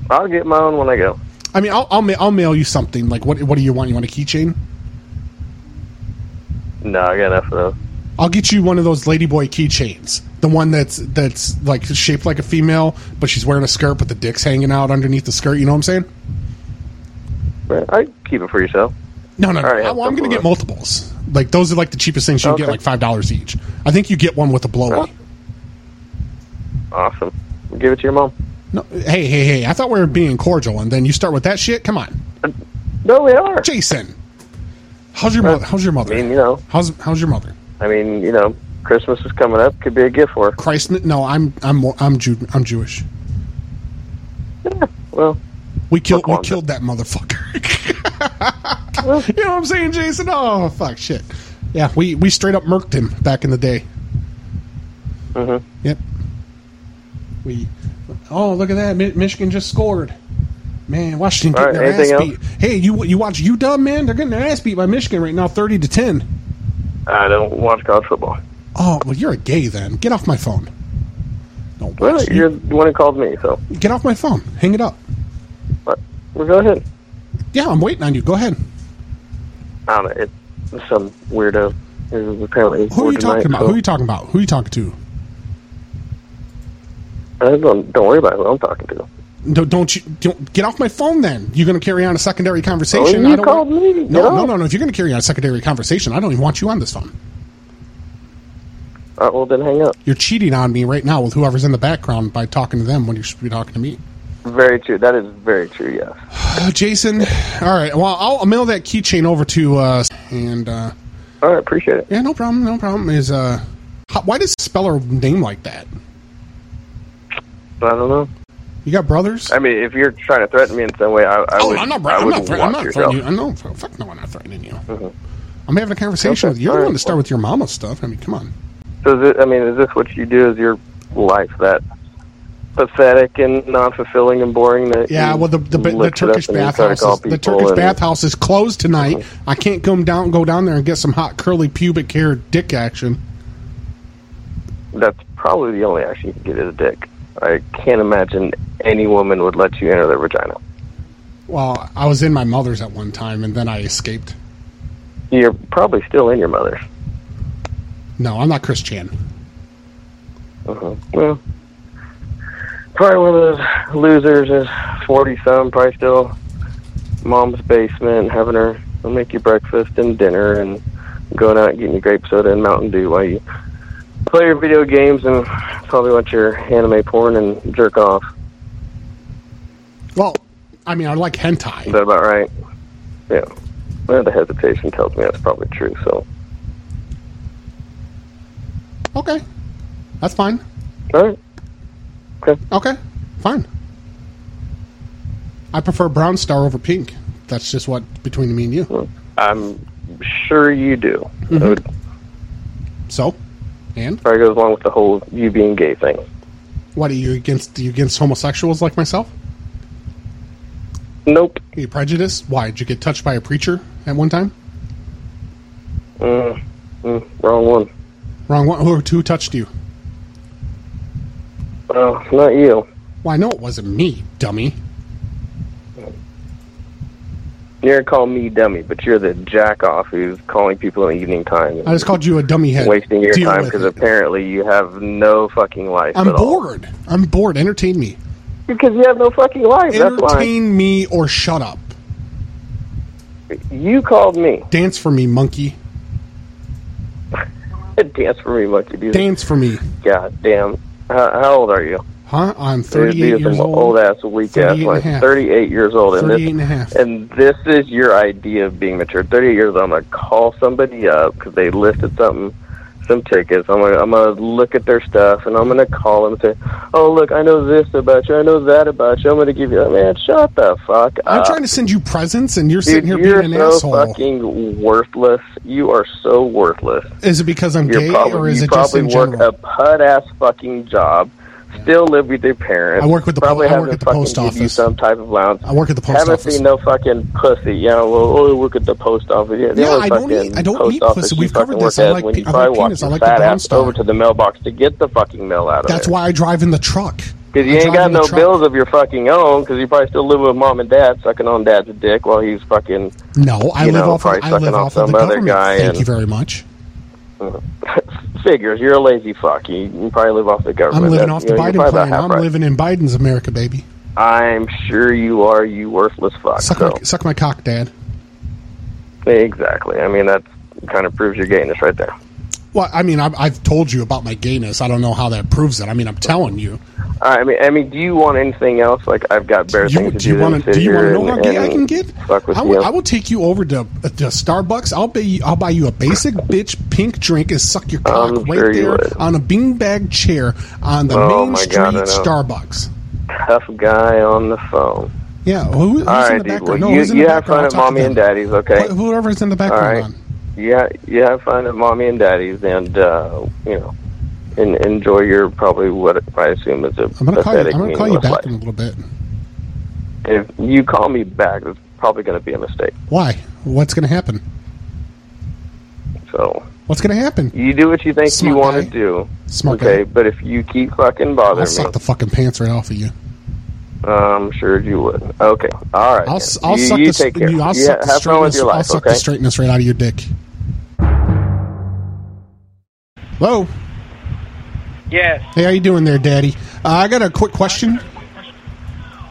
Speaker 6: I'll get my own when I go.
Speaker 7: I mean, I'll I'll, ma- I'll mail you something. Like, what what do you want? You want a keychain?
Speaker 6: No, I got enough of those.
Speaker 7: I'll get you one of those ladyboy keychains. The one that's that's like shaped like a female, but she's wearing a skirt, but the dick's hanging out underneath the skirt. You know what I'm saying?
Speaker 6: But I keep it for yourself.
Speaker 7: No, no, no.
Speaker 6: All right,
Speaker 7: I, well, I'm going to get
Speaker 6: multiple.
Speaker 7: multiples. Like those are like the cheapest things you can get,
Speaker 6: Okay.
Speaker 7: like five dollars each. I think you get one with a blowy.
Speaker 6: Awesome. Give it to your mom.
Speaker 7: No, hey, hey, hey! I thought we were being cordial, and then you start with that shit. Come on.
Speaker 6: No, we are.
Speaker 7: Jason, how's your mother? How's your mother?
Speaker 6: I mean, you know,
Speaker 7: How's how's your mother?
Speaker 6: I mean, you know, Christmas is coming up. Could be a gift for her.
Speaker 7: Christ, no, I'm I'm more, I'm Jew, I'm Jewish.
Speaker 6: well,
Speaker 7: we killed we
Speaker 6: Kwanzaa.
Speaker 7: killed that motherfucker. you know what I'm saying, Jason? Oh fuck, shit. Yeah, we we straight up murked him back in the day.
Speaker 6: Mm-hmm.
Speaker 7: Yep. We. Oh, look at that! Mi- Michigan just scored. Man, Washington
Speaker 6: All
Speaker 7: getting
Speaker 6: right,
Speaker 7: their ass
Speaker 6: anything
Speaker 7: beat. Hey, you you watch you dumb man? They're getting their ass beat by Michigan right now, thirty to ten.
Speaker 6: I don't watch college football.
Speaker 7: Oh, well, you're a gay then. Get off my phone.
Speaker 6: Well, you're the one who called me, so.
Speaker 7: Get off my phone. Hang it up.
Speaker 6: But, well, go ahead.
Speaker 7: Yeah, I'm waiting on you. Go ahead.
Speaker 6: I don't know. It's some weirdo who apparently.
Speaker 7: Who are you
Speaker 6: working
Speaker 7: talking
Speaker 6: nights,
Speaker 7: about?
Speaker 6: so-
Speaker 7: Who are you talking about? Who are you talking to?
Speaker 6: I don't, don't worry about who I'm talking to.
Speaker 7: No, don't you don't get off my phone? Then you're going to carry on a secondary conversation.
Speaker 6: Oh, you
Speaker 7: I don't
Speaker 6: called
Speaker 7: want-
Speaker 6: me. Oh.
Speaker 7: No,
Speaker 6: Get
Speaker 7: no,
Speaker 6: off.
Speaker 7: no, no. If you're going to carry on a secondary conversation, I don't even want you on this phone.
Speaker 6: All right, Uh, well, then hang up.
Speaker 7: You're cheating on me right now with whoever's in the background by talking to them when you should be talking to me. Uh,
Speaker 6: Very true. That is very true, yes.
Speaker 7: Jason, all right. Well, I'll, I'll mail that keychain over to uh and uh
Speaker 6: All right, appreciate it.
Speaker 7: Yeah, no problem. No problem. Is uh how, why does speller name like that?
Speaker 6: I don't know.
Speaker 7: You got brothers?
Speaker 6: I mean, if you're trying to threaten me in some way, I, I
Speaker 7: oh,
Speaker 6: would.
Speaker 7: I'm not. bro-
Speaker 6: I
Speaker 7: I'm
Speaker 6: would
Speaker 7: not. thre- I'm
Speaker 6: watch Uh-huh.
Speaker 7: not
Speaker 6: yourself.
Speaker 7: threatening you. I know. Fuck no, I'm not threatening you. I'm having a conversation with you. You're the one to start with your mama stuff. I mean, come on.
Speaker 6: So, is it, I mean, is this what you do? Is your life that pathetic and non-fulfilling and boring? That
Speaker 7: Yeah,
Speaker 6: you
Speaker 7: well, the the, the,
Speaker 6: lift it up
Speaker 7: Turkish
Speaker 6: and you try to
Speaker 7: bathhouse
Speaker 6: call
Speaker 7: is, the
Speaker 6: people
Speaker 7: Turkish
Speaker 6: and- Uh-huh.
Speaker 7: bathhouse is closed tonight. I can't come down go down there and get some hot curly pubic hair dick action.
Speaker 6: That's probably the only action you can get is a dick. I can't imagine any woman would let you enter their vagina.
Speaker 7: Well, I was in my mother's at one time and then I escaped.
Speaker 6: You're probably still in your mother's.
Speaker 7: No, I'm not Christian.
Speaker 6: uh Well, probably one of those losers is 40 some, probably still mom's basement, having her make you breakfast and dinner and going out and getting your grape soda and Mountain Dew while you play your video games and probably watch your anime porn and jerk off.
Speaker 7: Well, I mean, I like hentai.
Speaker 6: Is that about right? Yeah. Well, the hesitation tells me that's probably true, so. Uh-huh.
Speaker 7: Okay, that's fine.
Speaker 6: All right. Okay.
Speaker 7: Okay. Fine. I prefer brown star over pink. That's just what between me and you.
Speaker 6: I'm sure you do.
Speaker 7: Mhm. So, and
Speaker 6: probably goes along with the whole you being gay thing.
Speaker 7: what are you against? Are you against homosexuals like myself?
Speaker 6: Nope.
Speaker 7: Are you prejudiced? Why did you get touched by a preacher at one time?
Speaker 6: Uh, mm, wrong one.
Speaker 7: Wrong one. Who, who touched you?
Speaker 6: Well, it's not you.
Speaker 7: Why? No, it wasn't me, dummy.
Speaker 6: You're calling me dummy, but you're the jack off who's calling people in the evening time. and
Speaker 7: I just called you a dummy head.
Speaker 6: wasting your
Speaker 7: Deal
Speaker 6: time
Speaker 7: with
Speaker 6: because
Speaker 7: it.
Speaker 6: apparently you have no fucking life.
Speaker 7: I'm
Speaker 6: at all.
Speaker 7: bored. I'm bored. Entertain me.
Speaker 6: Because you have no fucking life. That's why.
Speaker 7: Entertain me or shut up.
Speaker 6: You called me.
Speaker 7: Dance for me, monkey.
Speaker 6: Dance for me, monkey. Dude.
Speaker 7: Dance for me.
Speaker 6: God damn. How, how old are you?
Speaker 7: Huh? I'm
Speaker 6: These are
Speaker 7: 38 years
Speaker 6: some
Speaker 7: old.
Speaker 6: old ass weak ass
Speaker 7: 38 and a
Speaker 6: like
Speaker 7: half.
Speaker 6: 38 years old
Speaker 7: 38 and
Speaker 6: and
Speaker 7: a
Speaker 6: this
Speaker 7: half.
Speaker 6: and this is your idea of being mature 38 years old I'm gonna call somebody up because they listed something some tickets I'm gonna, I'm gonna look at their stuff and I'm gonna call them and say oh look I know this about you I know that about you I'm gonna give you man shut the fuck up
Speaker 7: I'm trying to send you presents, and you're
Speaker 6: Uh, Dude,
Speaker 7: sitting here
Speaker 6: you're
Speaker 7: being an
Speaker 6: so
Speaker 7: asshole.
Speaker 6: fucking worthless. You are so worthless.
Speaker 7: Is it because I'm
Speaker 6: You're
Speaker 7: gay,
Speaker 6: probably,
Speaker 7: or is
Speaker 6: you
Speaker 7: it just
Speaker 6: probably
Speaker 7: in
Speaker 6: work
Speaker 7: general?
Speaker 6: a pud ass fucking job? Still live with your parents.
Speaker 7: I work with the po-
Speaker 6: probably
Speaker 7: I
Speaker 6: have
Speaker 7: work
Speaker 6: them
Speaker 7: at the post
Speaker 6: fucking give you
Speaker 7: office.
Speaker 6: some type of lounge.
Speaker 7: I work at the post
Speaker 6: Haven't
Speaker 7: office.
Speaker 6: seen no fucking pussy. Yeah, well, oh, I work at the post office. Yeah, the
Speaker 7: Yeah,
Speaker 6: only
Speaker 7: I don't
Speaker 6: fucking
Speaker 7: eat- I don't
Speaker 6: post
Speaker 7: eat
Speaker 6: office
Speaker 7: pussy.
Speaker 6: you
Speaker 7: We've
Speaker 6: fucking
Speaker 7: covered this.
Speaker 6: work
Speaker 7: I
Speaker 6: at
Speaker 7: like
Speaker 6: when
Speaker 7: pe- I
Speaker 6: you
Speaker 7: like
Speaker 6: probably walk
Speaker 7: penis. I
Speaker 6: your
Speaker 7: like the
Speaker 6: fat
Speaker 7: brown
Speaker 6: ass
Speaker 7: star.
Speaker 6: over to the mailbox to get the fucking mail out of
Speaker 7: That's
Speaker 6: there.
Speaker 7: why I drive in the truck.
Speaker 6: Because you
Speaker 7: I'm
Speaker 6: ain't got
Speaker 7: driving a
Speaker 6: no
Speaker 7: truck.
Speaker 6: bills of your fucking own. Because you probably still living with mom and dad, sucking on dad's dick while he's fucking.
Speaker 7: No, I
Speaker 6: you
Speaker 7: live
Speaker 6: know,
Speaker 7: off. Of,
Speaker 6: probably
Speaker 7: I
Speaker 6: sucking
Speaker 7: live
Speaker 6: off
Speaker 7: off of
Speaker 6: some
Speaker 7: the
Speaker 6: other
Speaker 7: government.
Speaker 6: guy
Speaker 7: Thank
Speaker 6: and-
Speaker 7: you very much.
Speaker 6: Figures, you're a lazy fuck. You, you probably live off the
Speaker 7: I'm
Speaker 6: government.
Speaker 7: living
Speaker 6: That's-
Speaker 7: off
Speaker 6: you
Speaker 7: the
Speaker 6: know, you're
Speaker 7: Biden
Speaker 6: probably
Speaker 7: plan.
Speaker 6: about half
Speaker 7: I'm
Speaker 6: right.
Speaker 7: living in Biden's America, baby.
Speaker 6: I'm sure you are, you worthless fuck.
Speaker 7: Suck,
Speaker 6: So,
Speaker 7: my, suck my cock, Dad.
Speaker 6: exactly. I mean, that kind of proves your gayness right there.
Speaker 7: Well, I mean, I've, I've told you about my gayness. I don't know how that proves it. I mean, I'm telling you.
Speaker 6: I mean, I mean, do you want anything else? Like, I've got better things to
Speaker 7: do you
Speaker 6: than
Speaker 7: wanna-
Speaker 6: sit
Speaker 7: do you wanna
Speaker 6: here
Speaker 7: know how
Speaker 6: and-
Speaker 7: gay I
Speaker 6: and
Speaker 7: can get?
Speaker 6: Fuck with
Speaker 7: I
Speaker 6: you.
Speaker 7: will, I will take you over to, uh, to Starbucks. I'll buy you, I'll buy you a basic bitch pink drink and suck your cock right
Speaker 6: sure you
Speaker 7: there
Speaker 6: would.
Speaker 7: on a beanbag chair on the
Speaker 6: Oh
Speaker 7: main
Speaker 6: my
Speaker 7: street
Speaker 6: God, I know.
Speaker 7: Starbucks.
Speaker 6: Tough guy on the phone.
Speaker 7: Yeah, who, who's
Speaker 6: All
Speaker 7: in the
Speaker 6: right, dude.
Speaker 7: background?
Speaker 6: Well,
Speaker 7: no,
Speaker 6: you,
Speaker 7: who's in the
Speaker 6: you have fun
Speaker 7: background?
Speaker 6: at
Speaker 7: I'll talk to
Speaker 6: mommy and
Speaker 7: them.
Speaker 6: daddy's, okay?
Speaker 7: Wh- Whoever's in the
Speaker 6: All
Speaker 7: background.
Speaker 6: right.
Speaker 7: on.
Speaker 6: You, ha- you have fun at mommy and daddy's, and uh, you know, and enjoy your probably what I assume is a
Speaker 7: I'm gonna call you.
Speaker 6: pathetic,
Speaker 7: I'm gonna call you
Speaker 6: meaningless
Speaker 7: back
Speaker 6: life.
Speaker 7: in a little bit.
Speaker 6: If you call me back, it's probably going to be a mistake.
Speaker 7: Why? What's gonna happen?
Speaker 6: So
Speaker 7: What's gonna happen?
Speaker 6: you do what you think
Speaker 7: Smart
Speaker 6: you want
Speaker 7: guy.
Speaker 6: to do,
Speaker 7: Smart
Speaker 6: okay? But if you keep fucking
Speaker 7: I'll
Speaker 6: bothering
Speaker 7: suck
Speaker 6: me,
Speaker 7: the fucking pants right off of you.
Speaker 6: I'm sure you would. Okay, all right.
Speaker 7: I'll,
Speaker 6: then.
Speaker 7: s- I'll
Speaker 6: you,
Speaker 7: suck
Speaker 6: you
Speaker 7: the
Speaker 6: take care.
Speaker 7: You, I'll
Speaker 6: You
Speaker 7: suck
Speaker 6: ha-
Speaker 7: the
Speaker 6: have fun with
Speaker 7: straightness-
Speaker 6: your life.
Speaker 7: I'll suck
Speaker 6: okay.
Speaker 7: the straightness right out of your dick. Hello.
Speaker 15: Yes.
Speaker 7: Hey, how you doing there, Daddy? Uh, I got a quick question.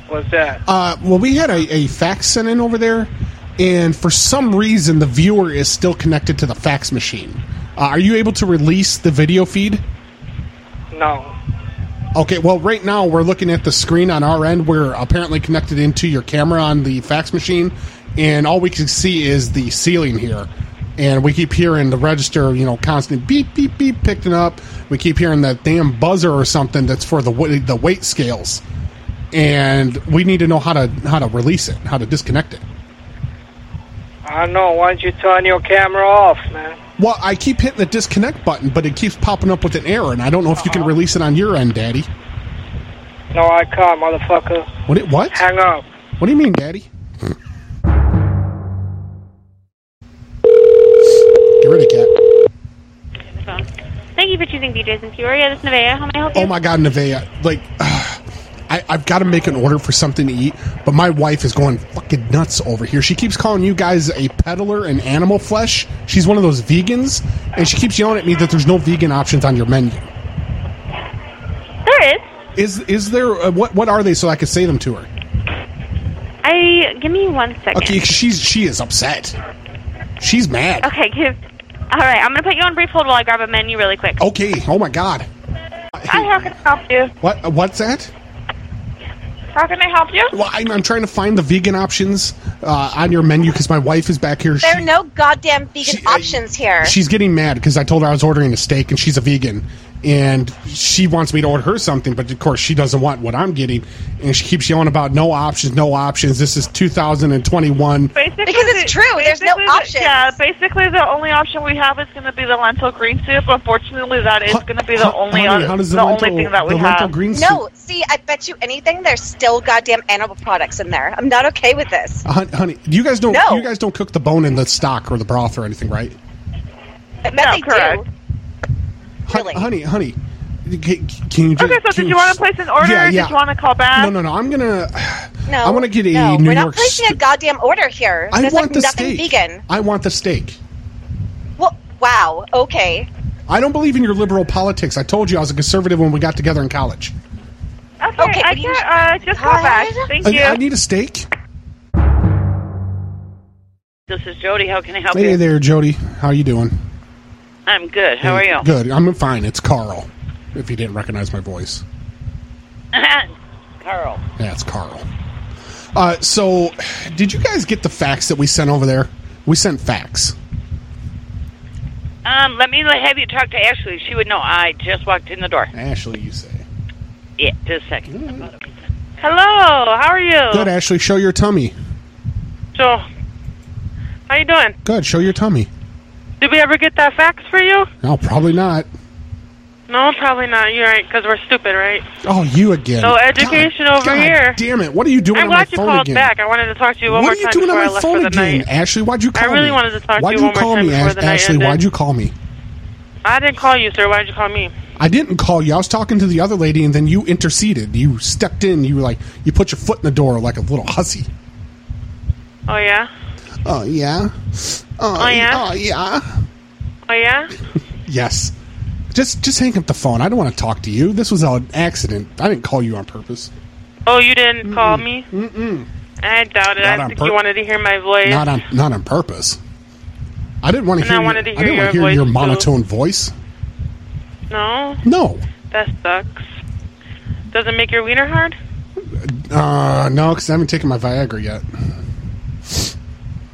Speaker 15: What's that?
Speaker 7: Uh, well, we had a, a fax sent in over there, and for some reason, the viewer is still connected to the fax machine. Uh, are you able to release the video feed?
Speaker 15: No.
Speaker 7: Okay, well, right now we're looking at the screen on our end. We're apparently connected into your camera on the fax machine, and all we can see is the ceiling here. And we keep hearing the register, you know, constant beep, beep, beep, picking up. We keep hearing that damn buzzer or something that's for the weight, the weight scales, and we need to know how to how to release it, how to disconnect it.
Speaker 15: I don't know. Why don't you turn your camera off, man?
Speaker 7: Well, I keep hitting the disconnect button, but it keeps popping up with an error, and I don't know if you can release it on your end, Daddy.
Speaker 15: No, I can't, motherfucker.
Speaker 7: What? it- What?
Speaker 15: Hang up.
Speaker 7: What do you mean, Daddy? Get rid of cat.
Speaker 16: Thank you for choosing BJ's in Peoria. This is Nevaeh. How may I help you?
Speaker 7: Oh my God, Nevaeh! Like, I, I've got to make an order for something to eat, but my wife is going fucking nuts over here. She keeps calling you guys a peddler and animal flesh. She's one of those vegans, and she keeps yelling at me that there's no vegan options on your menu.
Speaker 16: There is.
Speaker 7: Is is there uh, what what are they so I could say them to her?
Speaker 16: I give me one second.
Speaker 7: Okay, she's she is upset. She's mad.
Speaker 16: Okay, give. All right, I'm gonna put you on brief hold while I grab a menu really quick.
Speaker 7: Okay. Oh my God.
Speaker 16: Hi, how can I help you?
Speaker 7: What uh, what's that?
Speaker 16: How can I help you?
Speaker 7: Well, I'm, I'm trying to find the vegan options uh, on your menu because my wife is back here.
Speaker 17: There are
Speaker 7: She, uh,
Speaker 17: no goddamn vegan options here.
Speaker 7: she's getting mad because I told her I was ordering a steak and she's a vegan. and she wants me to order her something, but of course she doesn't want what I'm getting, and she keeps yelling about no options, no options. This is 2021.
Speaker 12: Basically,
Speaker 17: Because it's true, there's no
Speaker 12: basically the-
Speaker 17: options.
Speaker 12: Yeah, basically the only option we have is going to be the lentil green soup. Unfortunately, that is going to be the only
Speaker 7: honey,
Speaker 12: oth-
Speaker 7: how does the
Speaker 12: the
Speaker 7: lentil-
Speaker 12: only thing that we
Speaker 7: the lentil
Speaker 12: have.
Speaker 7: green
Speaker 17: No, see, I bet you anything, there's still goddamn animal products in there. I'm not okay with this.
Speaker 7: Hon- Uh, Honey, you guys don't
Speaker 17: No.
Speaker 7: you guys don't cook the bone in the stock or the broth or anything, right?
Speaker 17: I bet they do.
Speaker 7: Hon- Honey, honey, c- c- can you? Just,
Speaker 12: Okay, so did you want to place an order?
Speaker 7: Yeah, yeah.
Speaker 12: Did you want to call back?
Speaker 7: No, no, no. I'm gonna.
Speaker 17: No,
Speaker 7: I want to get a
Speaker 17: no,
Speaker 7: New
Speaker 17: we're
Speaker 7: York.
Speaker 17: not placing a goddamn order here.
Speaker 7: I
Speaker 17: There's
Speaker 7: want
Speaker 17: like
Speaker 7: the
Speaker 17: nothing
Speaker 7: steak.
Speaker 17: vegan.
Speaker 7: I want the steak.
Speaker 17: Well, wow. Okay.
Speaker 7: I don't believe in your liberal politics. I told you I was a conservative when we got together in college.
Speaker 12: Okay, I get, uh, just call back. Thank
Speaker 7: I,
Speaker 12: you.
Speaker 7: I need a steak.
Speaker 18: This is Jody. How can I help
Speaker 7: Hey
Speaker 18: you?
Speaker 7: there, Jody. How you doing?
Speaker 18: I'm good. How are
Speaker 7: Hey,
Speaker 18: you?
Speaker 7: Good. I'm fine. It's Carl. If you didn't recognize my voice,
Speaker 18: Carl.
Speaker 7: yeah, it's Carl. Uh, so, did you guys get the facts that we sent over there? We sent facts.
Speaker 18: Um, let me have you talk to Ashley. She would know. I just walked in the door.
Speaker 7: Ashley, you say.
Speaker 18: Yeah, just a second. Hello. How are
Speaker 12: Oh.
Speaker 18: you?
Speaker 7: Mm. Good, Ashley. Show your tummy.
Speaker 18: So, how you doing?
Speaker 7: Good. Show your tummy.
Speaker 12: Did we ever get that fax for you?
Speaker 7: No, probably not.
Speaker 12: No, probably not. You're right, because we're stupid, right?
Speaker 7: Oh, you again.
Speaker 12: No education
Speaker 7: God,
Speaker 12: over
Speaker 7: God
Speaker 12: here.
Speaker 7: Damn it! What are you doing
Speaker 12: I'm
Speaker 7: on my
Speaker 12: glad you
Speaker 7: phone
Speaker 12: called
Speaker 7: again?
Speaker 12: back. I wanted to talk to you one
Speaker 7: what
Speaker 12: more
Speaker 7: are you
Speaker 12: time
Speaker 7: doing on
Speaker 12: before I
Speaker 7: my
Speaker 12: left
Speaker 7: phone
Speaker 12: for the
Speaker 7: again,
Speaker 12: night.
Speaker 7: Ashley? Why'd you
Speaker 12: I
Speaker 7: call me?
Speaker 12: really wanted to talk
Speaker 7: Why'd
Speaker 12: to you
Speaker 7: you
Speaker 12: one more
Speaker 7: call
Speaker 12: time
Speaker 7: me,
Speaker 12: before
Speaker 7: Ash-
Speaker 12: the night
Speaker 7: Ashley?
Speaker 12: ended.
Speaker 7: Why'd you call me?
Speaker 12: I didn't call you, sir. Why'd you call me?
Speaker 7: I didn't call you. I was talking to the other lady, and then you interceded. You stepped in. You were like, you put your foot in the door like a little hussy.
Speaker 12: Oh yeah.
Speaker 7: Oh yeah.
Speaker 12: Oh, yeah.
Speaker 7: Oh yeah.
Speaker 12: Oh yeah.
Speaker 7: Yes. Just just hang up the phone. I don't want to talk to you. This was an accident. I didn't call you on purpose.
Speaker 12: Oh, you didn't call me. Mm-mm. I doubt it.
Speaker 7: Not
Speaker 12: I
Speaker 7: on
Speaker 12: think
Speaker 7: pur-
Speaker 12: you wanted to hear my voice.
Speaker 7: Not on not on purpose. I didn't want to
Speaker 12: And
Speaker 7: hear.
Speaker 12: I
Speaker 7: your-
Speaker 12: wanted to
Speaker 7: I
Speaker 12: hear
Speaker 7: didn't want to
Speaker 12: your
Speaker 7: hear your
Speaker 12: voice, too.
Speaker 7: monotone voice.
Speaker 12: no,
Speaker 7: No.
Speaker 12: that sucks. Does it make your wiener hard?
Speaker 7: Uh, no, because I haven't taken my Viagra yet.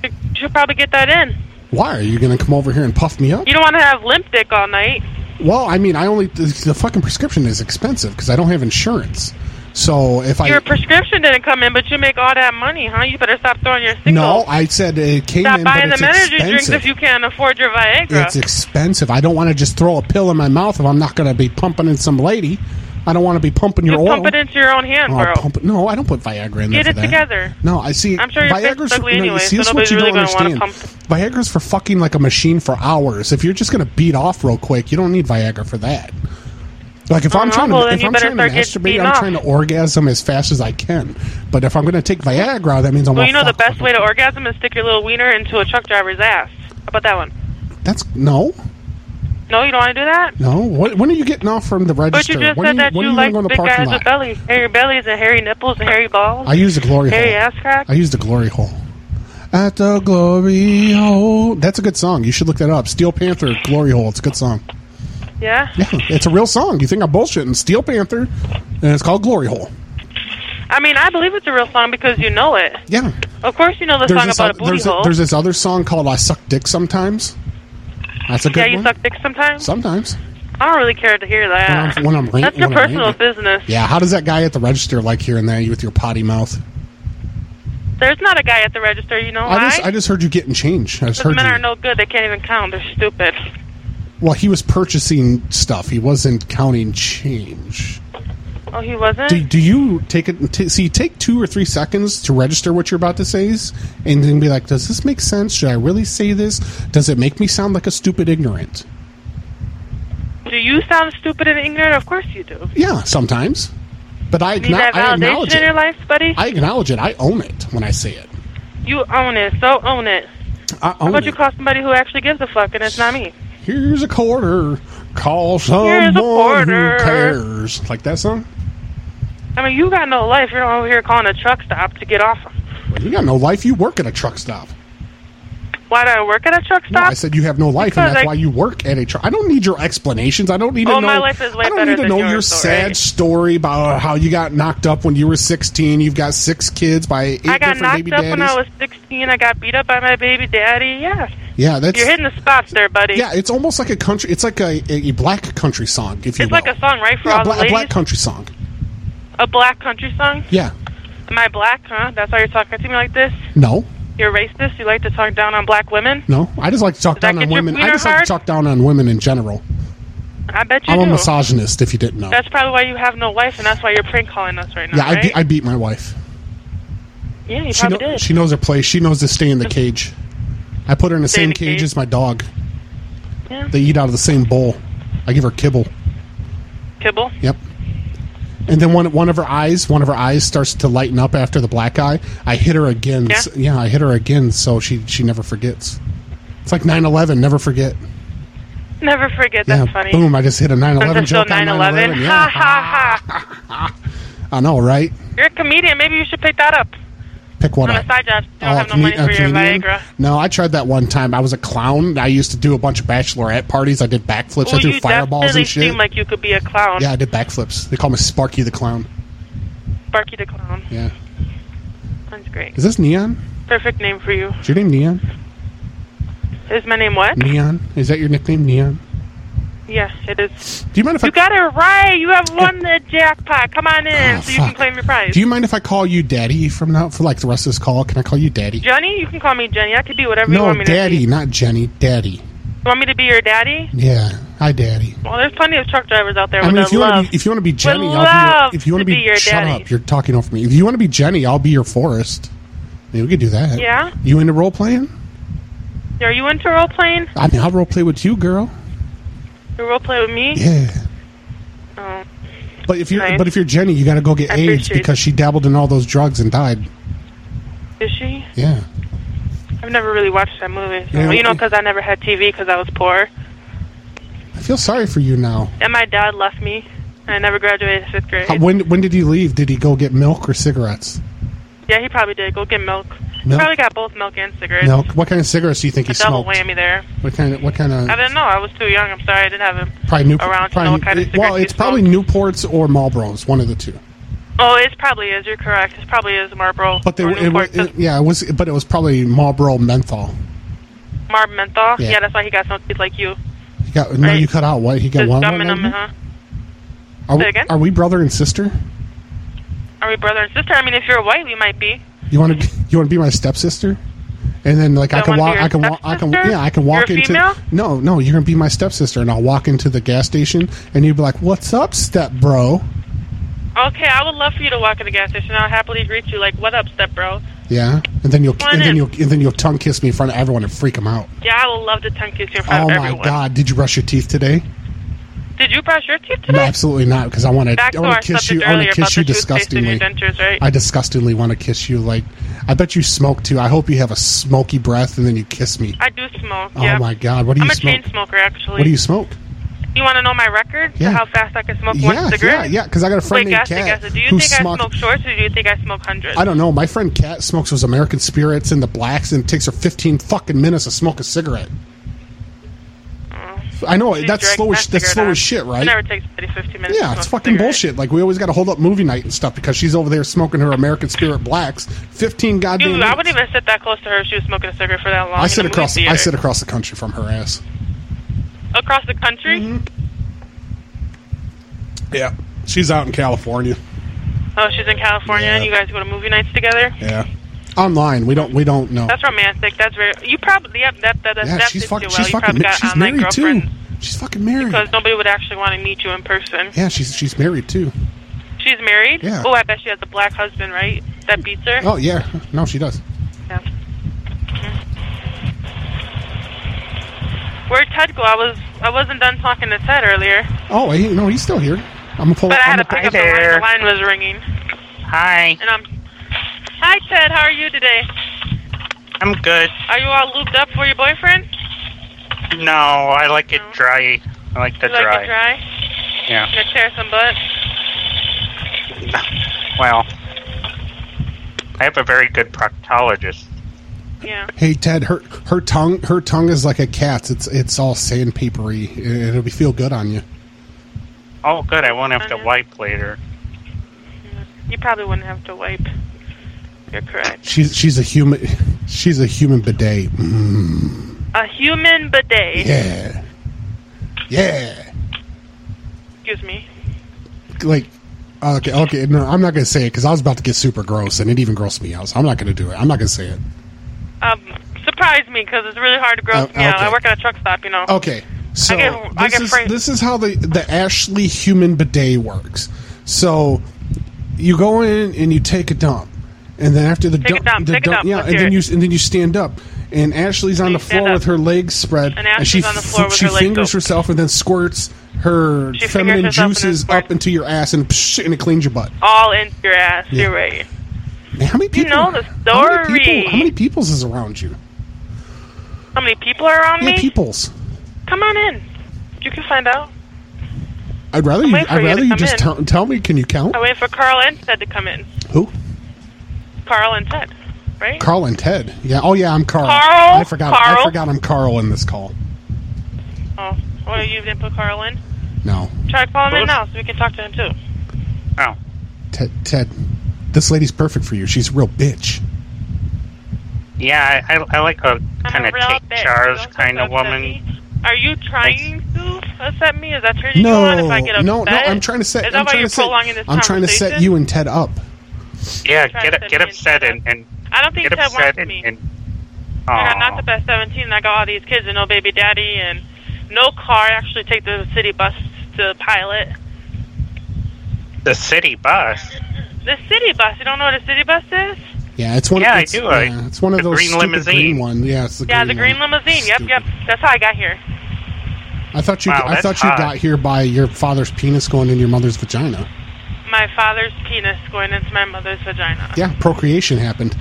Speaker 12: You should probably get that in.
Speaker 7: Why are you going to come over here and puff me up?
Speaker 12: You don't want to have limp dick all night.
Speaker 7: Well, I mean, I only the, the fucking prescription is expensive because I don't have insurance. So if I
Speaker 12: Your prescription didn't come in, but you make all that money, huh? You better stop throwing your singles.
Speaker 7: no, I said it came
Speaker 12: Stop
Speaker 7: in, but
Speaker 12: buying
Speaker 7: it's
Speaker 12: them energy drinks
Speaker 7: expensive.
Speaker 12: if you can't afford your Viagra.
Speaker 7: It's expensive. I don't want to just throw a pill in my mouth if I'm not going to be pumping in some lady. I don't want to be pumping your
Speaker 12: Just
Speaker 7: oil.
Speaker 12: pump it into your own hand,
Speaker 7: Oh,
Speaker 12: bro.
Speaker 7: pump it- No, I don't put Viagra in there.
Speaker 12: Get it
Speaker 7: for that.
Speaker 12: together.
Speaker 7: No, I see.
Speaker 12: I'm sure your face
Speaker 7: Viagra's
Speaker 12: is ugly
Speaker 7: no, you
Speaker 12: anyway,
Speaker 7: see,
Speaker 12: so
Speaker 7: this is what
Speaker 12: nobody's
Speaker 7: you
Speaker 12: really
Speaker 7: don't
Speaker 12: gonna wanna
Speaker 7: understand. Viagra's for fucking like a machine for hours. If you're just going to beat off real quick, you don't need Viagra for that. Like if
Speaker 12: Oh,
Speaker 7: I'm
Speaker 12: no,
Speaker 7: trying
Speaker 12: well,
Speaker 7: to
Speaker 12: then
Speaker 7: if
Speaker 12: you
Speaker 7: I'm
Speaker 12: better
Speaker 7: trying to masturbate,
Speaker 12: start getting
Speaker 7: I'm
Speaker 12: off.
Speaker 7: trying to orgasm as fast as I can. But if I'm going to take Viagra, that means I'm.
Speaker 12: Well,
Speaker 7: gonna
Speaker 12: you know the
Speaker 7: fuck.
Speaker 12: best way to orgasm is stick your little wiener into a truck driver's ass. How about that one?
Speaker 7: That's no,
Speaker 12: No, you don't want to do that.
Speaker 7: no. What, when are you getting off from the
Speaker 12: But
Speaker 7: register?
Speaker 12: you just
Speaker 7: when
Speaker 12: said
Speaker 7: are you,
Speaker 12: that
Speaker 7: when
Speaker 12: you
Speaker 7: are you
Speaker 12: like
Speaker 7: going to the
Speaker 12: big
Speaker 7: parking
Speaker 12: guys
Speaker 7: lot?
Speaker 12: with bellies, hairy bellies, and hairy nipples, and hairy balls.
Speaker 7: I use the glory
Speaker 12: hairy
Speaker 7: hole.
Speaker 12: ass crack.
Speaker 7: I use the glory hole. At the glory hole. That's a good song. You should look that up. Steel Panther, glory hole. It's a good song.
Speaker 12: yeah,
Speaker 7: Yeah, it's a real song. You think I'm bullshitting? Steel Panther, and it's called Glory Hole.
Speaker 12: I mean, I believe it's a real song because you know it.
Speaker 7: Yeah.
Speaker 12: Of course, you know the song
Speaker 7: this
Speaker 12: about a
Speaker 7: oth-
Speaker 12: booty
Speaker 7: there's
Speaker 12: hole.
Speaker 7: there's this other song called "I Suck Dick Sometimes." That's a good
Speaker 12: yeah, you
Speaker 7: one.
Speaker 12: suck dick sometimes.
Speaker 7: Sometimes
Speaker 12: I don't really care to hear that.
Speaker 7: When I'm- when I'm rant-
Speaker 12: That's your
Speaker 7: when I'm
Speaker 12: personal
Speaker 7: ranting.
Speaker 12: business.
Speaker 7: Yeah. How does that guy at the register like hearing that you with your potty mouth?
Speaker 12: There's not a guy at the register. You know
Speaker 7: I
Speaker 12: why?
Speaker 7: just I just heard you getting change. I just
Speaker 12: Because
Speaker 7: heard
Speaker 12: men
Speaker 7: you.
Speaker 12: are no good. They can't even count. They're stupid.
Speaker 7: Well, he was purchasing stuff. He wasn't counting change.
Speaker 12: Oh, he wasn't.
Speaker 7: Do, do you take it? T- see, take two or three seconds to register what you're about to say, s- and then be like, "Does this make sense? Should I really say this? Does it make me sound like a stupid ignorant?"
Speaker 12: Do you sound stupid and ignorant? Of course you do.
Speaker 7: Yeah, sometimes, but I,
Speaker 12: You need
Speaker 7: acknow-
Speaker 12: that
Speaker 7: I
Speaker 12: validation
Speaker 7: acknowledge
Speaker 12: in your
Speaker 7: it.
Speaker 12: life, buddy.
Speaker 7: I acknowledge it. I own it when I say it.
Speaker 12: You own it, so own it.
Speaker 7: I
Speaker 12: How
Speaker 7: own
Speaker 12: about
Speaker 7: it.
Speaker 12: you call somebody who actually gives a fuck, and it's not me.
Speaker 7: Here's a quarter. Call
Speaker 12: Here's a
Speaker 7: someone who
Speaker 12: quarter.
Speaker 7: cares. Like that song.
Speaker 12: I mean, you got no life. You're over here calling a truck stop to get off.
Speaker 7: Well, you got no life. You work at a truck stop.
Speaker 12: Why do I work at a truck
Speaker 7: No,
Speaker 12: stop?
Speaker 7: I said you have no life,
Speaker 12: Because
Speaker 7: and that's
Speaker 12: I-
Speaker 7: why you work at a truck. I don't need your explanations. I don't need
Speaker 12: Oh,
Speaker 7: to know.
Speaker 12: my life is way
Speaker 7: I don't
Speaker 12: better
Speaker 7: need to
Speaker 12: than
Speaker 7: know
Speaker 12: yours,
Speaker 7: your
Speaker 12: though,
Speaker 7: sad
Speaker 12: right?
Speaker 7: story about how you got knocked up when you were sixteen. You've got six kids by eight
Speaker 12: I got
Speaker 7: different
Speaker 12: knocked
Speaker 7: baby
Speaker 12: up
Speaker 7: daddies.
Speaker 12: when I was 16. I got beat up by my baby daddy. Yeah,
Speaker 7: Yeah, that's
Speaker 12: You're hitting the spots there, buddy.
Speaker 7: yeah. It's almost like a country. It's like a, a, a black country song, if you will.
Speaker 12: it's like a song, right, for
Speaker 7: yeah,
Speaker 12: all
Speaker 7: bla- a
Speaker 12: the ladies?
Speaker 7: black country song.
Speaker 12: A black country song?
Speaker 7: Yeah.
Speaker 12: Am I black, huh? That's why you're talking to me like this?
Speaker 7: No,
Speaker 12: You're racist? You like to talk down on black women?
Speaker 7: no. I just like to talk
Speaker 12: Does that
Speaker 7: down
Speaker 12: get
Speaker 7: on
Speaker 12: your
Speaker 7: women. I
Speaker 12: wiener
Speaker 7: just like to
Speaker 12: hard?
Speaker 7: talk down on women in general.
Speaker 12: I bet you
Speaker 7: I'm a
Speaker 12: do.
Speaker 7: misogynist. If you didn't know,
Speaker 12: That's probably why you have no wife, and that's why you're prank calling us right now,
Speaker 7: yeah, I,
Speaker 12: right?
Speaker 7: be- I beat my wife.
Speaker 12: yeah, you
Speaker 7: She,
Speaker 12: probably
Speaker 7: kno-
Speaker 12: did.
Speaker 7: she knows her place. She knows to stay in the cage. I put her in the
Speaker 12: Stay
Speaker 7: same
Speaker 12: in the
Speaker 7: cage
Speaker 12: cage?
Speaker 7: as my dog.
Speaker 12: Yeah.
Speaker 7: They eat out of the same bowl. I give her kibble.
Speaker 12: Kibble?
Speaker 7: Yep. And then one one of her eyes, one of her eyes starts to lighten up after the black eye. I hit her again. Yeah, yeah I hit her again, so she she never forgets. It's like 9-11, never forget.
Speaker 12: Never forget, that's
Speaker 7: yeah,
Speaker 12: funny.
Speaker 7: boom! I just hit a 9-11
Speaker 12: Until
Speaker 7: joke
Speaker 12: 9
Speaker 7: on
Speaker 12: 11.
Speaker 7: 9-11.
Speaker 12: Ha
Speaker 7: Yeah,
Speaker 12: ha ha.
Speaker 7: I know, right?
Speaker 12: You're a comedian. Maybe you should pick that up.
Speaker 7: Pick one
Speaker 12: on
Speaker 7: up.
Speaker 12: a side job. You don't
Speaker 7: Oh,
Speaker 12: have no
Speaker 7: commu-
Speaker 12: money
Speaker 7: uh,
Speaker 12: for your
Speaker 7: comedian?
Speaker 12: Viagra.
Speaker 7: No, I tried that one time. I was a clown. I used to do a bunch of bachelorette parties. I did backflips. I
Speaker 12: Ooh,
Speaker 7: threw
Speaker 12: you
Speaker 7: fireballs
Speaker 12: definitely
Speaker 7: and shit.
Speaker 12: seem like you could be a clown.
Speaker 7: yeah, I did backflips. They call me Sparky the Clown.
Speaker 12: Sparky the Clown.
Speaker 7: Yeah.
Speaker 12: That's great.
Speaker 7: Is this Neon?
Speaker 12: Perfect name for you.
Speaker 7: Is your name Neon?
Speaker 12: Is my name what?
Speaker 7: Neon? Is that your nickname, Neon?
Speaker 12: Yeah, it is.
Speaker 7: Do you mind if I
Speaker 12: You got it right. You have won the jackpot. Come on in
Speaker 7: Ah,
Speaker 12: so you can
Speaker 7: fuck.
Speaker 12: claim your prize.
Speaker 7: do you mind if I call you Daddy from now for like the rest of this call? Can I call you Daddy?
Speaker 12: Jenny, you can call me Jenny. I could be whatever you
Speaker 7: No,
Speaker 12: want me to be.
Speaker 7: Daddy, not Jenny. Daddy.
Speaker 12: You want me to be your daddy?
Speaker 7: Yeah. Hi, Daddy.
Speaker 12: Well, the's plenty of truck drivers out there
Speaker 7: I
Speaker 12: with
Speaker 7: mean,
Speaker 12: a
Speaker 7: if you
Speaker 12: love.
Speaker 7: want to, if you want to be Jenny,
Speaker 12: Would
Speaker 7: I'll
Speaker 12: love
Speaker 7: be. Your, if you want to
Speaker 12: to be your
Speaker 7: shut
Speaker 12: daddy.
Speaker 7: up, you're talking over me. If you want to be Jenny, I'll be your Forest. Maybe we could do that.
Speaker 12: Yeah?
Speaker 7: You into role playing?
Speaker 12: Are you into role playing?
Speaker 7: I mean, I'll role play with you, girl.
Speaker 12: You role play with me?
Speaker 7: Yeah.
Speaker 12: Oh.
Speaker 7: But if you're
Speaker 12: Nice.
Speaker 7: but if you're Jenny, you got to go get
Speaker 12: I
Speaker 7: AIDS
Speaker 12: appreciate
Speaker 7: because she dabbled in all those drugs and died.
Speaker 12: Is she?
Speaker 7: Yeah.
Speaker 12: I've never really watched that movie. So.
Speaker 7: Yeah,
Speaker 12: well, you know,
Speaker 7: we-
Speaker 12: because I never had TV because I was poor.
Speaker 7: I feel sorry for you now.
Speaker 12: And my dad left me. I never graduated fifth grade.
Speaker 7: How, when when did he leave? Did he go get milk or cigarettes?
Speaker 12: yeah, he probably did. Go get milk. He
Speaker 7: Milk?
Speaker 12: probably got both milk and cigarettes.
Speaker 7: Milk. What kind of cigarettes do you think
Speaker 12: A
Speaker 7: he
Speaker 12: double
Speaker 7: smoked?
Speaker 12: whammy there.
Speaker 7: What kind of what kind of
Speaker 12: I didn't know. I was too young. I'm sorry. I didn't have him
Speaker 7: probably Newport?
Speaker 12: around to know
Speaker 7: probably,
Speaker 12: what kind of cigarette
Speaker 7: well, it's probably Newports or Marlboros, one of the two.
Speaker 12: Oh, it probably is. You're correct. It probably is Marlboro.
Speaker 7: But they,
Speaker 12: or
Speaker 7: it,
Speaker 12: Newport,
Speaker 7: it, it, yeah, it was, but it was probably Marlboro menthol.
Speaker 12: Marb Menthol.
Speaker 7: Yeah.
Speaker 12: Yeah. that's why he got some teeth like you.
Speaker 7: He got no, you cut out what? He got
Speaker 12: There's
Speaker 7: one.
Speaker 12: gum in
Speaker 7: one
Speaker 12: them,
Speaker 7: maybe?
Speaker 12: uh-huh. huh?
Speaker 7: Are
Speaker 12: Say
Speaker 7: we,
Speaker 12: again?
Speaker 7: are we brother and sister?
Speaker 12: Are we brother and sister? I mean, if you're white, we might be.
Speaker 7: You want to you want to be my stepsister? And then like I
Speaker 12: I
Speaker 7: can
Speaker 12: wanna be
Speaker 7: walk,
Speaker 12: your
Speaker 7: I can walk, I can yeah, I can walk
Speaker 12: You're a
Speaker 7: into
Speaker 12: female?
Speaker 7: no, no, you're gonna be my stepsister, and I'll walk into the gas station, and you'd be like, "What's up, step bro?"
Speaker 12: Okay, I would love for you to walk in the gas station. I'll happily greet you. Like, what up, step bro?
Speaker 7: Yeah, and then you'll
Speaker 12: Why
Speaker 7: and then
Speaker 12: not?
Speaker 7: you'll and then you'll tongue kiss me in front of everyone and freak them out.
Speaker 12: Yeah, I would love to tongue kiss you in front
Speaker 7: Oh
Speaker 12: of
Speaker 7: my
Speaker 12: everyone.
Speaker 7: god, did you brush your teeth today?
Speaker 12: Did you brush your teeth
Speaker 7: No,
Speaker 12: today?
Speaker 7: absolutely not, because I want to
Speaker 12: Back
Speaker 7: I
Speaker 12: to
Speaker 7: want
Speaker 12: our
Speaker 7: to kiss you,
Speaker 12: subject
Speaker 7: I want
Speaker 12: earlier
Speaker 7: to
Speaker 12: about
Speaker 7: kiss you
Speaker 12: the toothpaste in
Speaker 7: disgustingly.
Speaker 12: your dentures, right?
Speaker 7: I disgustingly want to kiss you. Like, I bet you smoke too. I hope you have a smoky breath, and then you kiss me.
Speaker 12: I do smoke.
Speaker 7: Oh
Speaker 12: yeah.
Speaker 7: my God, what do you
Speaker 12: I'm
Speaker 7: smoke?
Speaker 12: a chain smoker, actually.
Speaker 7: What do you smoke?
Speaker 12: You want to know my record?
Speaker 7: Yeah.
Speaker 12: To how fast I can smoke
Speaker 7: Yeah,
Speaker 12: one cigarette?
Speaker 7: yeah, yeah, 'cause I got a friend
Speaker 12: Wait,
Speaker 7: named
Speaker 12: guess it,
Speaker 7: Kat
Speaker 12: guess it. Do you
Speaker 7: who
Speaker 12: think
Speaker 7: smoked-
Speaker 12: I smoke shorts or do you think I smoke hundreds?
Speaker 7: I don't know. My friend Kat smokes those American spirits and the blacks, and it takes her 15 fucking minutes to smoke a cigarette. I know
Speaker 12: She's
Speaker 7: that's
Speaker 12: dragging
Speaker 7: slow.
Speaker 12: Mm. that
Speaker 7: As, that's
Speaker 12: cigarette
Speaker 7: slow
Speaker 12: on.
Speaker 7: as shit,
Speaker 12: It
Speaker 7: right?
Speaker 12: never takes 30, 50 minutes.
Speaker 7: Yeah,
Speaker 12: to
Speaker 7: it's
Speaker 12: smoke
Speaker 7: fucking
Speaker 12: a cigarette.
Speaker 7: bullshit. Like we always got to hold up movie night and stuff because she's over there smoking her American Spirit blacks. Fifteen goddamn.
Speaker 12: Dude, I
Speaker 7: minutes.
Speaker 12: wouldn't even sit that close to her if she was smoking a cigarette for that long.
Speaker 7: I
Speaker 12: in
Speaker 7: sit
Speaker 12: a movie
Speaker 7: across.
Speaker 12: theater.
Speaker 7: I sit across the country from her ass.
Speaker 12: across the country.
Speaker 7: Mm-hmm. Yeah, she's out in California.
Speaker 12: Oh, she's in California, and you guys go to movie nights together.
Speaker 7: Yeah, online. We don't. We don't know.
Speaker 12: That's romantic. That's very. You probably yeah. That that that
Speaker 7: yeah,
Speaker 12: that
Speaker 7: she's
Speaker 12: fits
Speaker 7: fucking.
Speaker 12: you well.
Speaker 7: She's
Speaker 12: you
Speaker 7: fucking.
Speaker 12: probably
Speaker 7: ma-
Speaker 12: got
Speaker 7: She's
Speaker 12: online
Speaker 7: married too.
Speaker 12: girlfriends
Speaker 7: She's fucking married.
Speaker 12: because nobody would actually want to meet you in person.
Speaker 7: Yeah, she's she's married too.
Speaker 12: She's married.
Speaker 7: Yeah.
Speaker 12: Oh, I bet she has a black husband, right? That beats her.
Speaker 7: Oh yeah, no, she does.
Speaker 12: Where'd Ted go? I was I wasn't done talking to Ted earlier,
Speaker 7: Oh, he, no, he's still here. I'm gonna pull.
Speaker 12: but I had
Speaker 7: Oh, I'm gonna-
Speaker 12: to pick up the line. The line was ringing.
Speaker 18: Hi.
Speaker 12: And I'm. Hi, Ted. How are you today?
Speaker 18: I'm good.
Speaker 12: Are you all lubed up for your boyfriend?
Speaker 2: No, I like it dry. I like the
Speaker 12: you like
Speaker 2: dry.
Speaker 12: it dry?
Speaker 2: Yeah.
Speaker 12: Gonna tear some butt.
Speaker 2: Well, I have a very good proctologist.
Speaker 12: Yeah.
Speaker 7: Hey Ted, her her tongue her tongue is like a cat's. It's it's all sandpapery. It, it'll be feel good on you.
Speaker 2: Oh, good. I won't have to wipe later.
Speaker 12: You probably wouldn't have to wipe. You're correct.
Speaker 7: She's she's a human. She's a human bidet. Mm.
Speaker 12: A human bidet.
Speaker 7: Yeah. Yeah.
Speaker 12: Excuse me.
Speaker 7: Like, okay, okay. No, I'm not going to say it because I was about to get super gross, and it even grossed me out. So I'm not going to do it. I'm not going to say it.
Speaker 12: Um, surprise me because it's really hard to gross
Speaker 7: Uh,
Speaker 12: me out.
Speaker 7: okay. Oh.
Speaker 12: I work at a truck stop, you know.
Speaker 7: Okay, so
Speaker 12: I get, I
Speaker 7: this
Speaker 12: get
Speaker 7: is
Speaker 12: framed.
Speaker 7: this is how the the Ashley human bidet works. So you go in and you take a dump, and then after the
Speaker 12: Take a
Speaker 7: dump,
Speaker 12: dump,
Speaker 7: the
Speaker 12: take a dump,
Speaker 7: yeah,
Speaker 12: let's
Speaker 7: and
Speaker 12: hear
Speaker 7: then
Speaker 12: it.
Speaker 7: you and then you stand up. And Ashley's on the floor with her legs spread,
Speaker 12: And Ashley's
Speaker 7: she
Speaker 12: on the floor
Speaker 7: f-
Speaker 12: with
Speaker 7: she
Speaker 12: her legs
Speaker 7: fingers herself and then squirts her
Speaker 12: She fingers
Speaker 7: feminine
Speaker 12: herself and then
Speaker 7: juices up into your ass and psh, and it cleans your butt.
Speaker 12: All into your ass.
Speaker 7: Yeah.
Speaker 12: You're right.
Speaker 7: Man, how many
Speaker 12: You
Speaker 7: people?
Speaker 12: know the
Speaker 7: How many, people,
Speaker 12: story.
Speaker 7: how many peoples is around you?
Speaker 12: How many people are around
Speaker 7: yeah,
Speaker 12: me?
Speaker 7: peoples.
Speaker 12: Come on in. You can find out.
Speaker 7: I'd rather you.
Speaker 12: waiting for
Speaker 7: I'd
Speaker 12: you to
Speaker 7: rather you,
Speaker 12: come
Speaker 7: just
Speaker 12: in.
Speaker 7: tell, tell me. Can you count?
Speaker 12: I wait for Carl and Ted to come in.
Speaker 7: Who?
Speaker 12: Carl and Ted, right?
Speaker 7: Carl and Ted. Yeah. Oh yeah, I'm Carl.
Speaker 12: Carl?
Speaker 7: I forgot. I
Speaker 12: Carl?
Speaker 7: forgot I'm Carl in this call.
Speaker 12: Oh, well, you didn't put Carl in.
Speaker 7: No,
Speaker 12: Try to call him in now so we can talk to him too.
Speaker 7: Ted. Ted. This lady's perfect for you. She's a real bitch.
Speaker 2: Yeah, I, I, I like a kind of take charge kind of woman.
Speaker 12: Are you trying to upset me? Is that turning you
Speaker 7: No,
Speaker 12: on? If I get upset,
Speaker 7: no, no. I'm trying to set.
Speaker 12: Is that
Speaker 7: I'm
Speaker 12: why
Speaker 7: trying
Speaker 12: you're
Speaker 7: to set.
Speaker 12: prolonging this
Speaker 7: I'm trying to set you and Ted up.
Speaker 2: Yeah,
Speaker 12: Try
Speaker 2: get
Speaker 12: to
Speaker 2: get upset and, and
Speaker 12: I don't think
Speaker 2: get
Speaker 12: Ted
Speaker 2: upset
Speaker 12: wants
Speaker 2: and,
Speaker 12: me.
Speaker 2: and
Speaker 12: I got
Speaker 2: Aw.
Speaker 12: knocked up at 17, and I got all these kids and no baby daddy and no car. I actually take the city bus to Pilot.
Speaker 2: the city bus.
Speaker 12: The city bus. You don't know what a city bus is?
Speaker 7: Yeah, it's one.
Speaker 2: Yeah, I
Speaker 7: it's,
Speaker 2: do. I-
Speaker 7: yeah, it's one of
Speaker 2: the
Speaker 7: those
Speaker 2: green
Speaker 7: stupid
Speaker 2: limousine.
Speaker 7: green one. Yeah, it's the
Speaker 12: yeah,
Speaker 7: green
Speaker 12: the green
Speaker 7: one.
Speaker 12: limousine. Yep, yep. That's how I got here.
Speaker 7: I thought you.
Speaker 12: Wow,
Speaker 7: I
Speaker 12: that's
Speaker 7: thought you
Speaker 12: hot.
Speaker 7: got here by your father's penis going into your mother's vagina.
Speaker 12: My father's penis going into my mother's vagina.
Speaker 7: Yeah, procreation happened.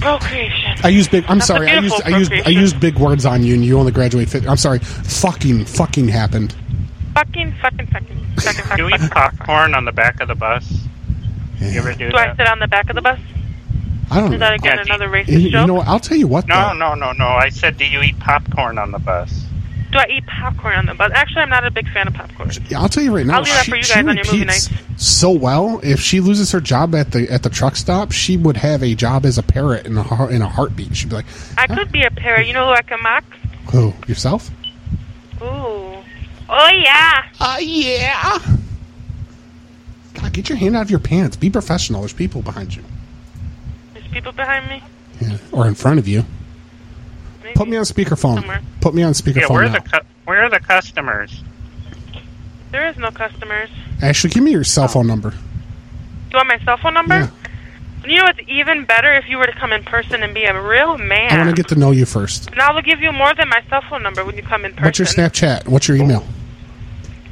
Speaker 12: Procreation.
Speaker 7: I use big. I'm
Speaker 12: That's a
Speaker 7: sorry. I used.
Speaker 12: beautiful
Speaker 7: I used. I
Speaker 12: procreation.
Speaker 7: used big words on you, and you only graduate. Fifth, I'm sorry. Fucking. Fucking happened.
Speaker 12: Fucking, fucking, fucking, fucking, fucking.
Speaker 2: Do we eat popcorn on the back of the bus? You ever do
Speaker 12: Do I
Speaker 2: that?
Speaker 12: sit on the back of the bus?
Speaker 7: I don't
Speaker 12: Is that
Speaker 7: know.
Speaker 12: again another racist
Speaker 7: You, you
Speaker 12: joke?
Speaker 7: know what? I'll tell you what.
Speaker 2: No, no, no, no. I said, do you eat popcorn on the bus?
Speaker 12: Do I eat popcorn on the bus? Actually, I'm not a big fan of popcorn.
Speaker 7: Yeah, I'll tell you right now.
Speaker 12: I'll do that
Speaker 7: she,
Speaker 12: for you
Speaker 7: she
Speaker 12: guys on your movie
Speaker 7: repeats so well. If she loses her job at the at the truck stop, she would have a job as a parrot in a heart, in a heartbeat. She'd be like,
Speaker 12: I could be a parrot. You know who I can mock?
Speaker 7: "Who yourself?"
Speaker 12: Ooh. Oh, yeah.
Speaker 7: Oh, yeah. God, get your hand out of your pants. Be professional. There's people behind you
Speaker 12: There's people behind me.
Speaker 7: or in front of you. Put me on speakerphone.
Speaker 12: Somewhere.
Speaker 7: Put me on
Speaker 2: Yeah,
Speaker 7: speakerphone
Speaker 2: where are
Speaker 7: now.
Speaker 2: the cu- where are the customers?
Speaker 12: There is no customers.
Speaker 7: Ashley, give me your
Speaker 12: Oh.
Speaker 7: cell phone number.
Speaker 12: You want my cell phone number? You know what's even better if you were to come in person and be a real man.
Speaker 7: I want to get to know you first.
Speaker 12: And I will give you more than my cell phone number when you come in person.
Speaker 7: What's your Snapchat? What's your email?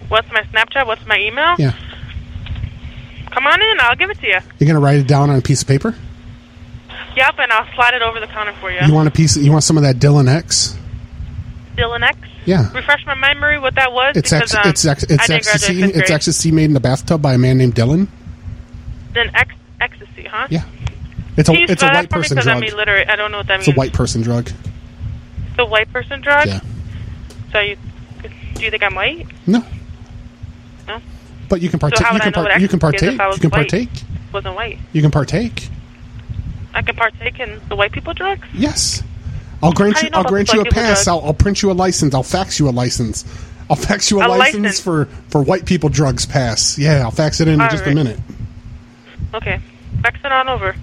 Speaker 12: What's my Snapchat? What's my email?
Speaker 7: Yeah.
Speaker 12: Come on in. I'll give it to you.
Speaker 7: You're gonna write it down on a piece of paper.
Speaker 12: Yep, and I'll slide it over the counter for you.
Speaker 7: You want a piece? You want some of that Dylan X?
Speaker 12: Dylan X?
Speaker 7: Yeah.
Speaker 12: Refresh my memory what that was
Speaker 7: It's
Speaker 12: because
Speaker 7: ex-
Speaker 12: um,
Speaker 7: it's ex-
Speaker 12: I
Speaker 7: it's
Speaker 12: didn't graduate
Speaker 7: ecstasy.
Speaker 12: fifth
Speaker 7: It's
Speaker 12: grade.
Speaker 7: ecstasy made in a bathtub by a man named Dylan.
Speaker 12: Then ex- ecstasy, huh?
Speaker 7: Yeah. It's a
Speaker 12: Can you
Speaker 7: it's a
Speaker 12: spell that
Speaker 7: white
Speaker 12: for me?
Speaker 7: person
Speaker 12: 'Cause
Speaker 7: drug.
Speaker 12: I'm illiterate. I don't know what that
Speaker 7: It's a
Speaker 12: means.
Speaker 7: white person drug.
Speaker 12: The white person drug.
Speaker 7: Yeah.
Speaker 12: So you do you think I'm white?
Speaker 7: No,
Speaker 12: No.
Speaker 7: but you can
Speaker 12: So
Speaker 7: partake.
Speaker 12: how
Speaker 7: you
Speaker 12: would I
Speaker 7: can
Speaker 12: know
Speaker 7: par-
Speaker 12: what
Speaker 7: you can
Speaker 12: ecstasy is
Speaker 7: partake.
Speaker 12: if I was
Speaker 7: You can
Speaker 12: white?
Speaker 7: partake.
Speaker 12: Wasn't white.
Speaker 7: You can partake.
Speaker 12: I can partake in the white people drugs.
Speaker 7: Yes. I'll grant
Speaker 12: How
Speaker 7: you.
Speaker 12: do you know
Speaker 7: I'll
Speaker 12: about
Speaker 7: grant
Speaker 12: the
Speaker 7: you a
Speaker 12: white people
Speaker 7: pass. I'll,
Speaker 12: drug?
Speaker 7: I'll print you a license. I'll fax you a license. I'll fax you a,
Speaker 12: A
Speaker 7: license,
Speaker 12: license.
Speaker 7: for for white people drugs pass. Yeah, I'll fax it in in
Speaker 12: All
Speaker 7: just a
Speaker 12: right.
Speaker 7: minute.
Speaker 12: Okay. Fax it on over.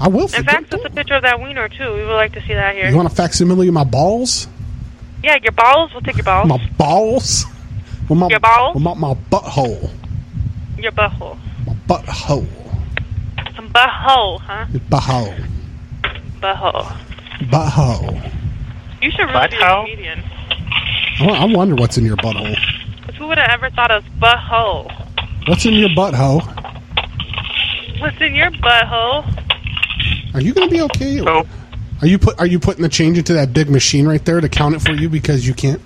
Speaker 7: I will.
Speaker 12: And
Speaker 7: forget-
Speaker 12: fax us a picture of that wiener too. We would like to see that here.
Speaker 7: You want a facsimile of my balls?
Speaker 12: yeah, your balls. We'll take your balls.
Speaker 7: My balls? What about
Speaker 12: Your balls?
Speaker 7: What about my butthole?
Speaker 12: Your butthole.
Speaker 7: Butthole.
Speaker 12: Butthole, huh?
Speaker 7: Butthole.
Speaker 12: Butthole.
Speaker 7: Butthole.
Speaker 12: You should really be a comedian.
Speaker 7: I wa- I wonder what's in your butthole.
Speaker 12: 'Cause who would have ever thought of butthole?
Speaker 7: What's in your butthole?
Speaker 12: What's in your butthole?
Speaker 7: Are you gonna be okay? Are you put? Are you putting the change into that big machine right there to count it for you because you can't?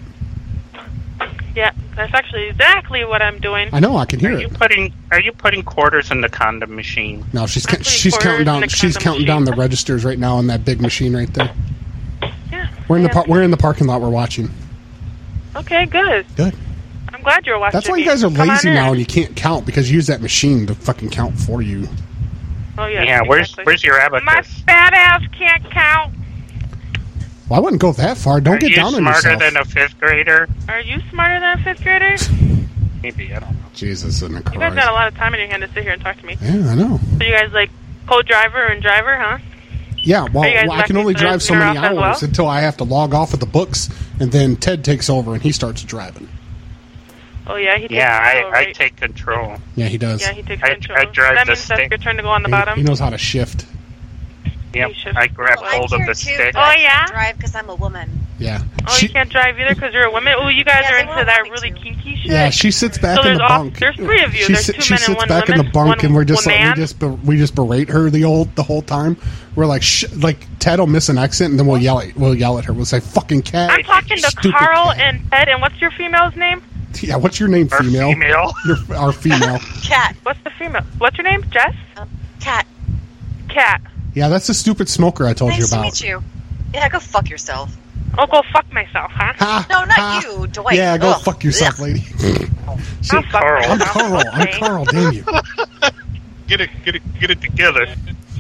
Speaker 12: Yeah, that's actually exactly what I'm doing.
Speaker 7: I know I can hear
Speaker 2: Are you
Speaker 7: it.
Speaker 2: putting Are you putting quarters in the condom machine?
Speaker 7: No, she's ca- she's counting down. She's counting down the registers right now on that big machine right there. Yeah. We're in the par- we're in the parking lot. We're watching.
Speaker 12: Okay, good.
Speaker 7: Good.
Speaker 12: I'm glad you're watching.
Speaker 7: That's why
Speaker 12: me.
Speaker 7: you guys are
Speaker 12: Come on
Speaker 7: lazy
Speaker 12: in.
Speaker 7: now and you can't count because you use that machine to fucking count for you.
Speaker 12: Oh yeah.
Speaker 2: Yeah, where's-
Speaker 12: exactly.
Speaker 2: where's your abacus?
Speaker 12: My fat ass can't count.
Speaker 7: Well, I wouldn't go that far. Don't
Speaker 2: Are
Speaker 7: get
Speaker 2: you
Speaker 7: down on
Speaker 2: smarter
Speaker 7: yourself.
Speaker 2: than a fifth grader?
Speaker 12: Are you smarter than a fifth grader?
Speaker 2: Maybe I don't know.
Speaker 7: Jesus and the
Speaker 12: You guys got a lot of time in your hand to sit here and talk to me.
Speaker 7: Yeah, I know.
Speaker 12: So you guys like co-driver and driver, huh?
Speaker 7: Yeah, well,
Speaker 12: Are you guys
Speaker 7: well, I can
Speaker 12: lucky
Speaker 7: only
Speaker 12: for the
Speaker 7: drive so
Speaker 12: dinner
Speaker 7: many
Speaker 12: off as
Speaker 7: hours
Speaker 12: well?
Speaker 7: until I have to log off of the books, and then Ted takes over and he starts driving.
Speaker 12: Oh yeah, he. Takes
Speaker 2: Yeah, I,
Speaker 12: control,
Speaker 2: I
Speaker 12: right?
Speaker 2: take control.
Speaker 7: Yeah, he does.
Speaker 12: Yeah, he takes
Speaker 2: I,
Speaker 12: control.
Speaker 2: I drive
Speaker 12: that
Speaker 2: the
Speaker 12: means that's
Speaker 2: stick.
Speaker 12: your turn to go on the
Speaker 7: He-
Speaker 12: bottom.
Speaker 7: He knows how to shift.
Speaker 2: Yep, I grab
Speaker 12: Well, I'm
Speaker 2: hold of
Speaker 12: here
Speaker 2: the
Speaker 12: too,
Speaker 2: stick.
Speaker 12: but I Oh, yeah?
Speaker 17: Drive because I'm a woman.
Speaker 7: Yeah.
Speaker 12: Oh, you can't drive either because you're a woman. Oh, you guys are into that really kinky shit.
Speaker 7: Yeah, she sits back
Speaker 12: so
Speaker 7: in
Speaker 12: there's
Speaker 7: the
Speaker 12: all-
Speaker 7: bunk.
Speaker 12: There's three of you.
Speaker 7: She,
Speaker 12: there's
Speaker 7: sit-
Speaker 12: two
Speaker 7: she
Speaker 12: men and
Speaker 7: sits
Speaker 12: one
Speaker 7: back
Speaker 12: woman.
Speaker 7: in the bunk,
Speaker 12: one,
Speaker 7: and we're just
Speaker 12: one
Speaker 7: like
Speaker 12: man.
Speaker 7: we just be- we just berate her the whole the whole time. We're like sh- like Ted will miss an accent, and then we'll yell at we'll yell at her. We'll say fucking cat.
Speaker 12: I'm talking to
Speaker 7: stupid
Speaker 12: Carl and Ted. And what's your female's name?
Speaker 7: Yeah, what's your name, female?
Speaker 2: female.
Speaker 7: Your, our female.
Speaker 12: Cat. What's the female? What's your name? Jess. Cat. Cat.
Speaker 7: yeah, that's the stupid smoker I told you about.
Speaker 12: you. Yeah, go fuck yourself. Oh, go fuck myself, huh?
Speaker 17: No, not you, Dwight.
Speaker 7: Ah, Yeah, go
Speaker 17: Ugh.
Speaker 7: fuck yourself, lady. Shit,
Speaker 2: Carl.
Speaker 7: I'm Carl. I'm Carl. Damn you.
Speaker 2: Get it, get it, get it together.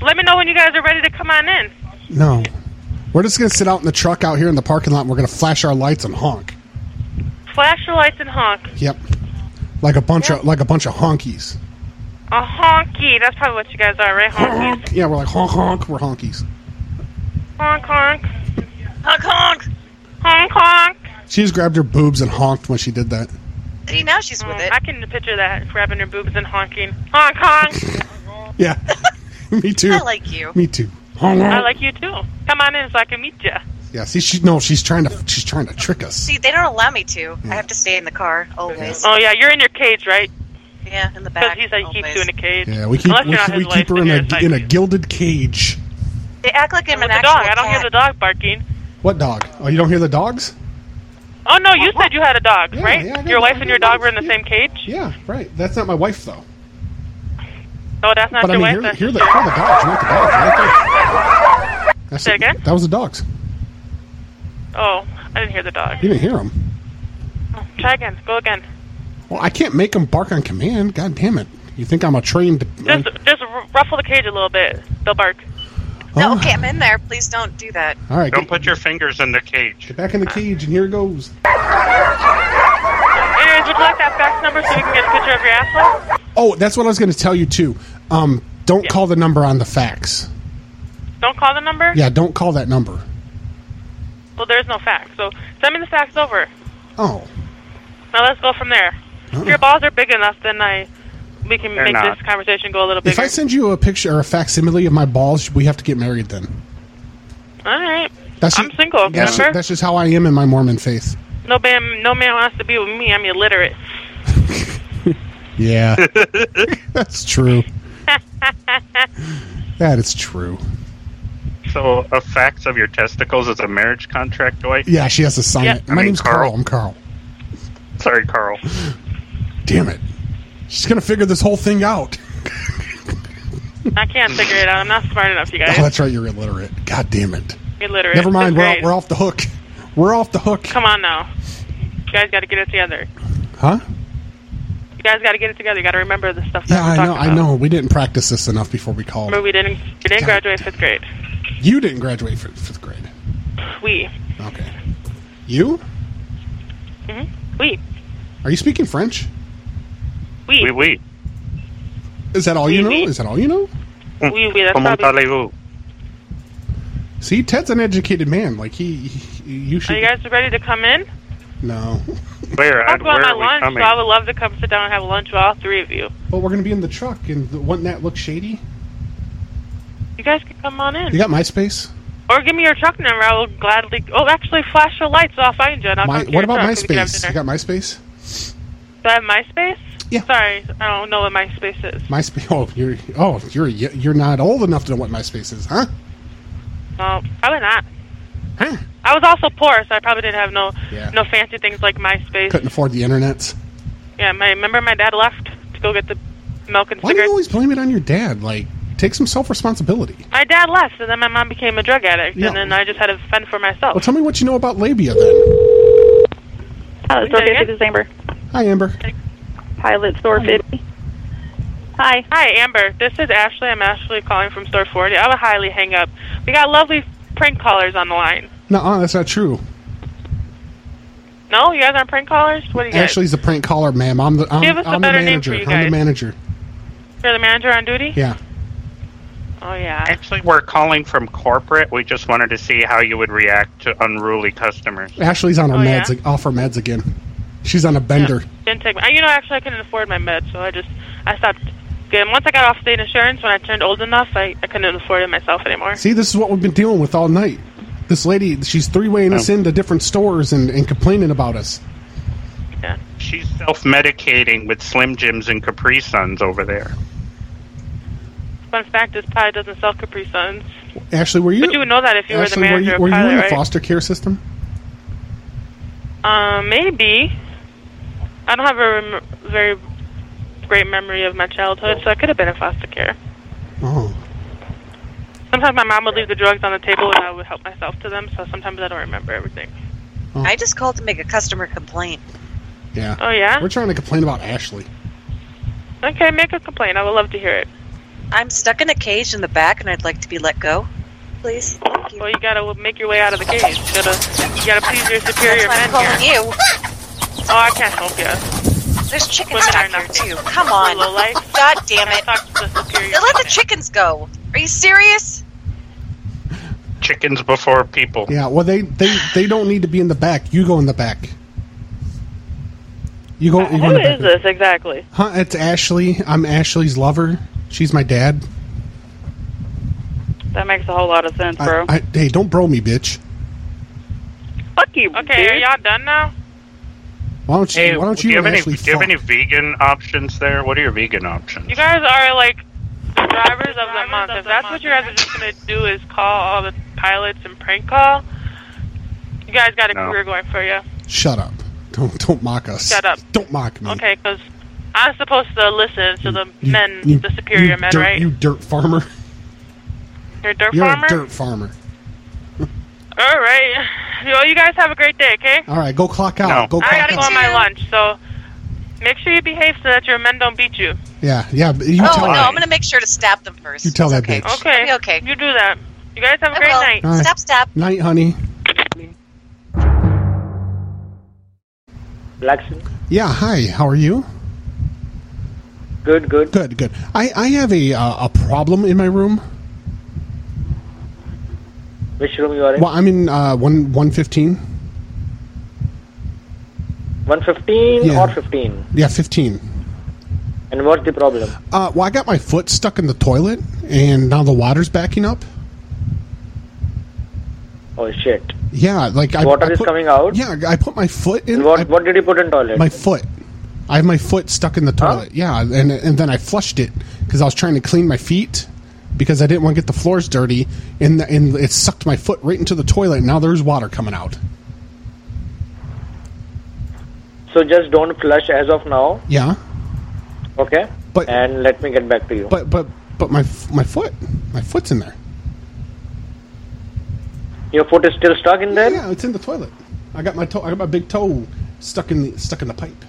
Speaker 12: Let me know when you guys are ready to come on in.
Speaker 7: No, we're just gonna sit out in the truck out here in the parking lot. and We're gonna flash our lights and honk.
Speaker 12: Flash your lights and honk.
Speaker 7: Yep, like a bunch of like a bunch of honkies.
Speaker 12: A honky. That's probably what you guys are, right? Honkies.
Speaker 7: Yeah, we're like honk honk. We're honkies.
Speaker 12: Honk honk. honk honk. Honk honk.
Speaker 7: She just grabbed her boobs and honked when she did that.
Speaker 12: See, now she's with it. Mm, I can picture that, grabbing her boobs and honking. Honk honk.
Speaker 7: Yeah, me too.
Speaker 12: I like you.
Speaker 7: Me too. Honk, honk.
Speaker 12: I like you too. Come on in so I can meet you.
Speaker 7: Yeah, see, she no, she's trying to she's trying to trick us.
Speaker 17: See, they don't allow me to. I have to stay in the car always.
Speaker 12: Oh yeah, you're in your cage, right?
Speaker 17: Yeah, in the
Speaker 12: Because
Speaker 17: back.
Speaker 12: he's like keeps you in a cage.
Speaker 7: Yeah, we keep
Speaker 12: Unless
Speaker 7: we,
Speaker 12: you're not
Speaker 7: keep-
Speaker 12: his
Speaker 7: we keep
Speaker 12: wife,
Speaker 7: her
Speaker 12: then
Speaker 7: in
Speaker 12: you're
Speaker 7: a in a gilded cage.
Speaker 12: They act like I'm an
Speaker 17: actual
Speaker 12: dog. I don't hear the dog barking.
Speaker 7: What dog? Oh, you don't hear the dogs?
Speaker 12: Oh no, you said you had a dog, right?
Speaker 7: yeah, I got
Speaker 12: your
Speaker 7: a
Speaker 12: wife
Speaker 7: dog.
Speaker 12: and your dog were in the same cage.
Speaker 7: Yeah, right. That's not my wife though.
Speaker 12: No, Oh, that's not
Speaker 7: but I
Speaker 12: your
Speaker 7: mean,
Speaker 12: wife.
Speaker 7: hear, hear
Speaker 12: that's
Speaker 7: the hear Oh, the dogs, not the dogs. Right there.
Speaker 12: Say again?
Speaker 7: That was the dogs.
Speaker 12: Oh, I didn't hear the dog. Oh,
Speaker 7: You didn't hear them.
Speaker 12: Try again. Go again.
Speaker 7: Well, I can't make them bark on command. God damn it! You think I'm a trained?
Speaker 12: Just just r- ruffle the cage a little bit. They'll bark.
Speaker 7: Oh,
Speaker 17: Okay, I'm in there. Please don't do that.
Speaker 7: All right,
Speaker 2: Don't
Speaker 7: get-
Speaker 2: put your fingers in the cage.
Speaker 7: Get back in the cage, and here it goes.
Speaker 12: Anyways, would you like that fax number so we can get a picture of your asshole?
Speaker 7: Oh, that's what I was going to tell you too. Um, don't call the number on the fax.
Speaker 12: Don't call the number.
Speaker 7: Yeah, don't call that number.
Speaker 12: Well, there's no fax, so send me the fax over.
Speaker 7: Oh,
Speaker 12: Now let's go from there. If
Speaker 7: Uh-uh.
Speaker 12: your balls are big enough, then I we can
Speaker 7: They're
Speaker 12: make
Speaker 7: not.
Speaker 12: this conversation go a little
Speaker 7: if
Speaker 12: bigger.
Speaker 7: I send you a picture or a facsimile of my balls, we have to get married then.
Speaker 12: All right.
Speaker 7: That's
Speaker 12: I'm single.
Speaker 7: That's,
Speaker 12: remember?
Speaker 7: that's just how I am in my Mormon faith.
Speaker 12: no man, no man wants to be with me. I'm illiterate.
Speaker 7: Yeah, that's true. That is true.
Speaker 2: So, a fax of your testicles is a marriage contract, Dwight?
Speaker 7: Yeah, she has to sign
Speaker 2: Yeah.
Speaker 7: it.
Speaker 2: I
Speaker 7: My
Speaker 2: mean,
Speaker 7: name's Carl. I'm Carl.
Speaker 2: Sorry, Carl.
Speaker 7: Damn it. She's gonna figure this whole thing out.
Speaker 12: I can't figure it out. I'm not smart enough, you
Speaker 7: Oh,
Speaker 12: guys.
Speaker 7: that's right. You're illiterate. God damn it.
Speaker 12: illiterate.
Speaker 7: Never mind. We're,
Speaker 12: Fifth
Speaker 7: off-
Speaker 12: grade.
Speaker 7: we're off the hook. We're off the hook.
Speaker 12: Come on now. You guys got to get it together.
Speaker 7: Huh?
Speaker 12: You guys got to get it together. You got to remember the stuff.
Speaker 7: Yeah, I
Speaker 12: that we're
Speaker 7: know.
Speaker 12: talking
Speaker 7: I
Speaker 12: about.
Speaker 7: know. We didn't practice this enough before we called.
Speaker 12: Remember, we didn't we didn't graduate fifth grade.
Speaker 7: You didn't graduate fifth, fifth grade.
Speaker 12: We
Speaker 7: Okay. You?
Speaker 12: hmm we
Speaker 7: Are you speaking French?
Speaker 12: we we
Speaker 2: we.
Speaker 7: Is that all you know? Is that all you know?
Speaker 12: we, we that's
Speaker 2: Comment
Speaker 12: probably.
Speaker 2: allez-vous?
Speaker 7: See, Ted's an educated man. Like he, he you should
Speaker 12: Are you guys ready to come in?
Speaker 7: no.
Speaker 2: Where?
Speaker 12: Talk about my lunch. So I would love to come sit down and have lunch with all three of you.
Speaker 7: But we're gonna be in the truck, and th- wouldn't that look shady?
Speaker 12: You guys can come on in.
Speaker 7: You got MySpace?
Speaker 12: Or give me your truck number. I will gladly. Oh, actually, flash your lights off. I enjoy. I'll
Speaker 7: My,
Speaker 12: come to
Speaker 7: what
Speaker 12: your
Speaker 7: about
Speaker 12: truck so we can have
Speaker 7: MySpace? You
Speaker 12: dinner.
Speaker 7: got MySpace?
Speaker 12: Do I have MySpace? Yeah. Sorry, I don't know what MySpace is.
Speaker 7: MySpace? Oh, you're oh you're you're not old enough to know what MySpace is, huh?
Speaker 12: No, probably not. I was also poor, so I probably didn't have no
Speaker 7: Yeah.
Speaker 12: no fancy things like MySpace.
Speaker 7: Couldn't afford the internet.
Speaker 12: Yeah, my remember my dad left to go get the milk and
Speaker 7: Why do you
Speaker 12: cigarettes.
Speaker 7: always blame it on your dad? Like, take some self responsibility.
Speaker 12: My dad left, and then my mom became a drug addict,
Speaker 7: Yeah.
Speaker 12: and then I just had to fend for myself.
Speaker 7: Well, tell me what you know about labia then.
Speaker 19: Pilot
Speaker 12: Say
Speaker 19: Store
Speaker 12: it
Speaker 19: 50,
Speaker 12: again?
Speaker 19: this is Amber.
Speaker 7: Hi, Amber.
Speaker 19: Pilot Store
Speaker 17: Hmm.
Speaker 19: 50.
Speaker 12: Hi. Hi, Amber. This is Ashley. I'm Ashley calling from Store 40. I would highly hang up. We got lovely prank callers on the line.
Speaker 7: No, uh, that's not true.
Speaker 12: No, you guys aren't prank callers. What do you guys?
Speaker 7: Ashley's the prank caller, ma'am. I'm the I'm,
Speaker 12: Give us a
Speaker 7: I'm the
Speaker 12: better name
Speaker 7: manager.
Speaker 12: for you
Speaker 7: I'm the
Speaker 12: guys.
Speaker 7: manager.
Speaker 12: You're the manager on duty.
Speaker 7: Yeah.
Speaker 12: Oh yeah.
Speaker 2: Actually, we're calling from corporate. We just wanted to see how you would react to unruly customers.
Speaker 7: Ashley's on her
Speaker 12: Oh,
Speaker 7: meds,
Speaker 12: yeah?
Speaker 7: off her meds again. She's on a bender.
Speaker 12: Didn't take. My, you know, actually, I couldn't afford my meds, so I just I stopped. Good. Once I got off state insurance, when I turned old enough, I, I couldn't afford it myself anymore.
Speaker 7: See, this is what we've been dealing with all night. This lady, she's three weighing us into different stores and, and complaining about us.
Speaker 12: Yeah.
Speaker 2: She's self-medicating with Slim Jims and Capri Suns over there.
Speaker 12: Fun fact is, Pi doesn't sell Capri Suns.
Speaker 7: Ashley, were you?
Speaker 12: But you would know that if you
Speaker 7: Ashley,
Speaker 12: were the manager
Speaker 7: were you, were
Speaker 12: of
Speaker 7: you
Speaker 12: Pilot,
Speaker 7: in the
Speaker 12: right?
Speaker 7: foster care system?
Speaker 12: Uh, maybe. I don't have a rem- very great memory of my childhood, so I could have been in foster care.
Speaker 7: Oh,
Speaker 12: Sometimes my mom would leave the drugs on the table, and I would help myself to them. So sometimes I don't remember everything.
Speaker 17: I just called to make a customer complaint.
Speaker 7: yeah.
Speaker 12: Oh, yeah?
Speaker 7: We're trying to complain about Ashley.
Speaker 12: Okay, make a complaint. I would love to hear it.
Speaker 17: I'm stuck in a cage in the back, and I'd like to be let go. Please.
Speaker 12: Well, you gotta make your way out of the cage. You gotta, you gotta please your superior
Speaker 17: That's
Speaker 12: men
Speaker 17: why I'm
Speaker 12: here.
Speaker 17: calling
Speaker 12: Oh, I can't help you.
Speaker 17: There's chickens
Speaker 12: Women
Speaker 17: back
Speaker 12: are
Speaker 17: here too. Come on. God damn it. They let the chickens go. Are you serious?
Speaker 2: Chickens before people.
Speaker 7: Yeah, well, they, they, they don't need to be in the back. You go in the back. You go, you go in
Speaker 11: Who
Speaker 7: the back.
Speaker 11: is this exactly?
Speaker 7: Huh, it's Ashley. I'm Ashley's lover. She's my dad.
Speaker 11: That makes a whole lot of sense,
Speaker 7: I-
Speaker 11: bro.
Speaker 7: I, hey, don't bro me, bitch.
Speaker 11: Fuck you,
Speaker 12: Okay, are y'all done now?
Speaker 7: Why don't you?
Speaker 2: Hey,
Speaker 7: why don't
Speaker 2: do
Speaker 7: you,
Speaker 2: you have
Speaker 7: and
Speaker 2: any?
Speaker 7: Ashley
Speaker 2: Do you have
Speaker 7: fuck?
Speaker 2: any vegan options there? What are your vegan options?
Speaker 12: You guys are like the drivers of the month. If that's what you guys are just gonna do is call all the pilots and prank call, you guys got a
Speaker 7: No.
Speaker 12: career going for you.
Speaker 7: Shut up! Don't don't mock us.
Speaker 12: Shut up.
Speaker 7: Don't mock me.
Speaker 12: Okay, because I'm supposed to listen to the men,
Speaker 7: Mm. You-
Speaker 12: the superior
Speaker 7: you
Speaker 12: men,
Speaker 7: dirt,
Speaker 12: right?
Speaker 7: You dirt farmer.
Speaker 12: You're a dirt
Speaker 7: You're
Speaker 12: farmer.
Speaker 7: a dirt farmer.
Speaker 12: All right. Well, you guys have a great day. Okay.
Speaker 7: All right, go clock out. Go
Speaker 12: I
Speaker 7: clock
Speaker 12: gotta
Speaker 7: out.
Speaker 12: go on my lunch, so make sure you behave so that your men don't beat you.
Speaker 7: Yeah, yeah. but You
Speaker 17: oh
Speaker 7: tell
Speaker 17: no,
Speaker 7: her.
Speaker 17: I'm gonna make sure to stab them first.
Speaker 7: You tell that bitch.
Speaker 12: Okay. Okay. You do that. You guys have a great night.
Speaker 7: All right.
Speaker 17: Stop, stop.
Speaker 7: Night, honey.
Speaker 15: Blackson.
Speaker 7: Yeah. Hi. How are you?
Speaker 15: Good. Good.
Speaker 7: Good. Good. I I have a uh, a problem in my room.
Speaker 15: Which room you are in?
Speaker 7: Well, I'm in uh, one one fifteen.
Speaker 15: 115
Speaker 7: Yeah.
Speaker 15: or 15?
Speaker 7: Yeah, fifteen.
Speaker 15: And what's the problem?
Speaker 7: Uh, well, I got my foot stuck in the toilet, and now the water's backing up.
Speaker 15: Oh shit.
Speaker 7: Yeah, like I,
Speaker 15: Water
Speaker 7: I
Speaker 15: is
Speaker 7: put,
Speaker 15: coming out.
Speaker 7: Yeah, I put my foot in.
Speaker 15: What What did you put in toilet?
Speaker 7: my foot. I have my foot stuck in the toilet. Yeah, and and then I flushed it because I was trying to clean my feet because I didn't want to get the floors dirty, and the, and it sucked my foot right into the toilet. And now there's water coming out.
Speaker 15: so just don't flush as of now.
Speaker 7: Yeah,
Speaker 15: Okay.
Speaker 7: But-
Speaker 15: and let me get back to you.
Speaker 7: but but but my f- my foot, my foot's in there.
Speaker 15: Your foot is still stuck in there.
Speaker 7: Yeah, it's in the toilet. I got my toe, I got my big toe stuck in the stuck in the pipe.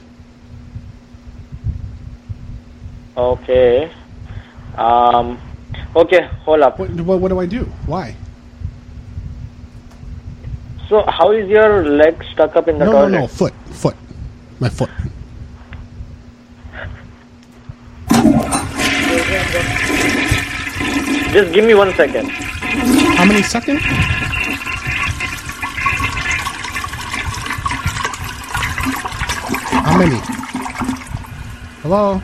Speaker 15: Okay. Um. Okay. Hold up.
Speaker 7: What, what what do I do? Why?
Speaker 15: So how is your leg stuck up in the
Speaker 7: No no
Speaker 15: toilet?
Speaker 7: no foot foot, my foot.
Speaker 15: Just give me one second.
Speaker 7: How many seconds? How many? Hello.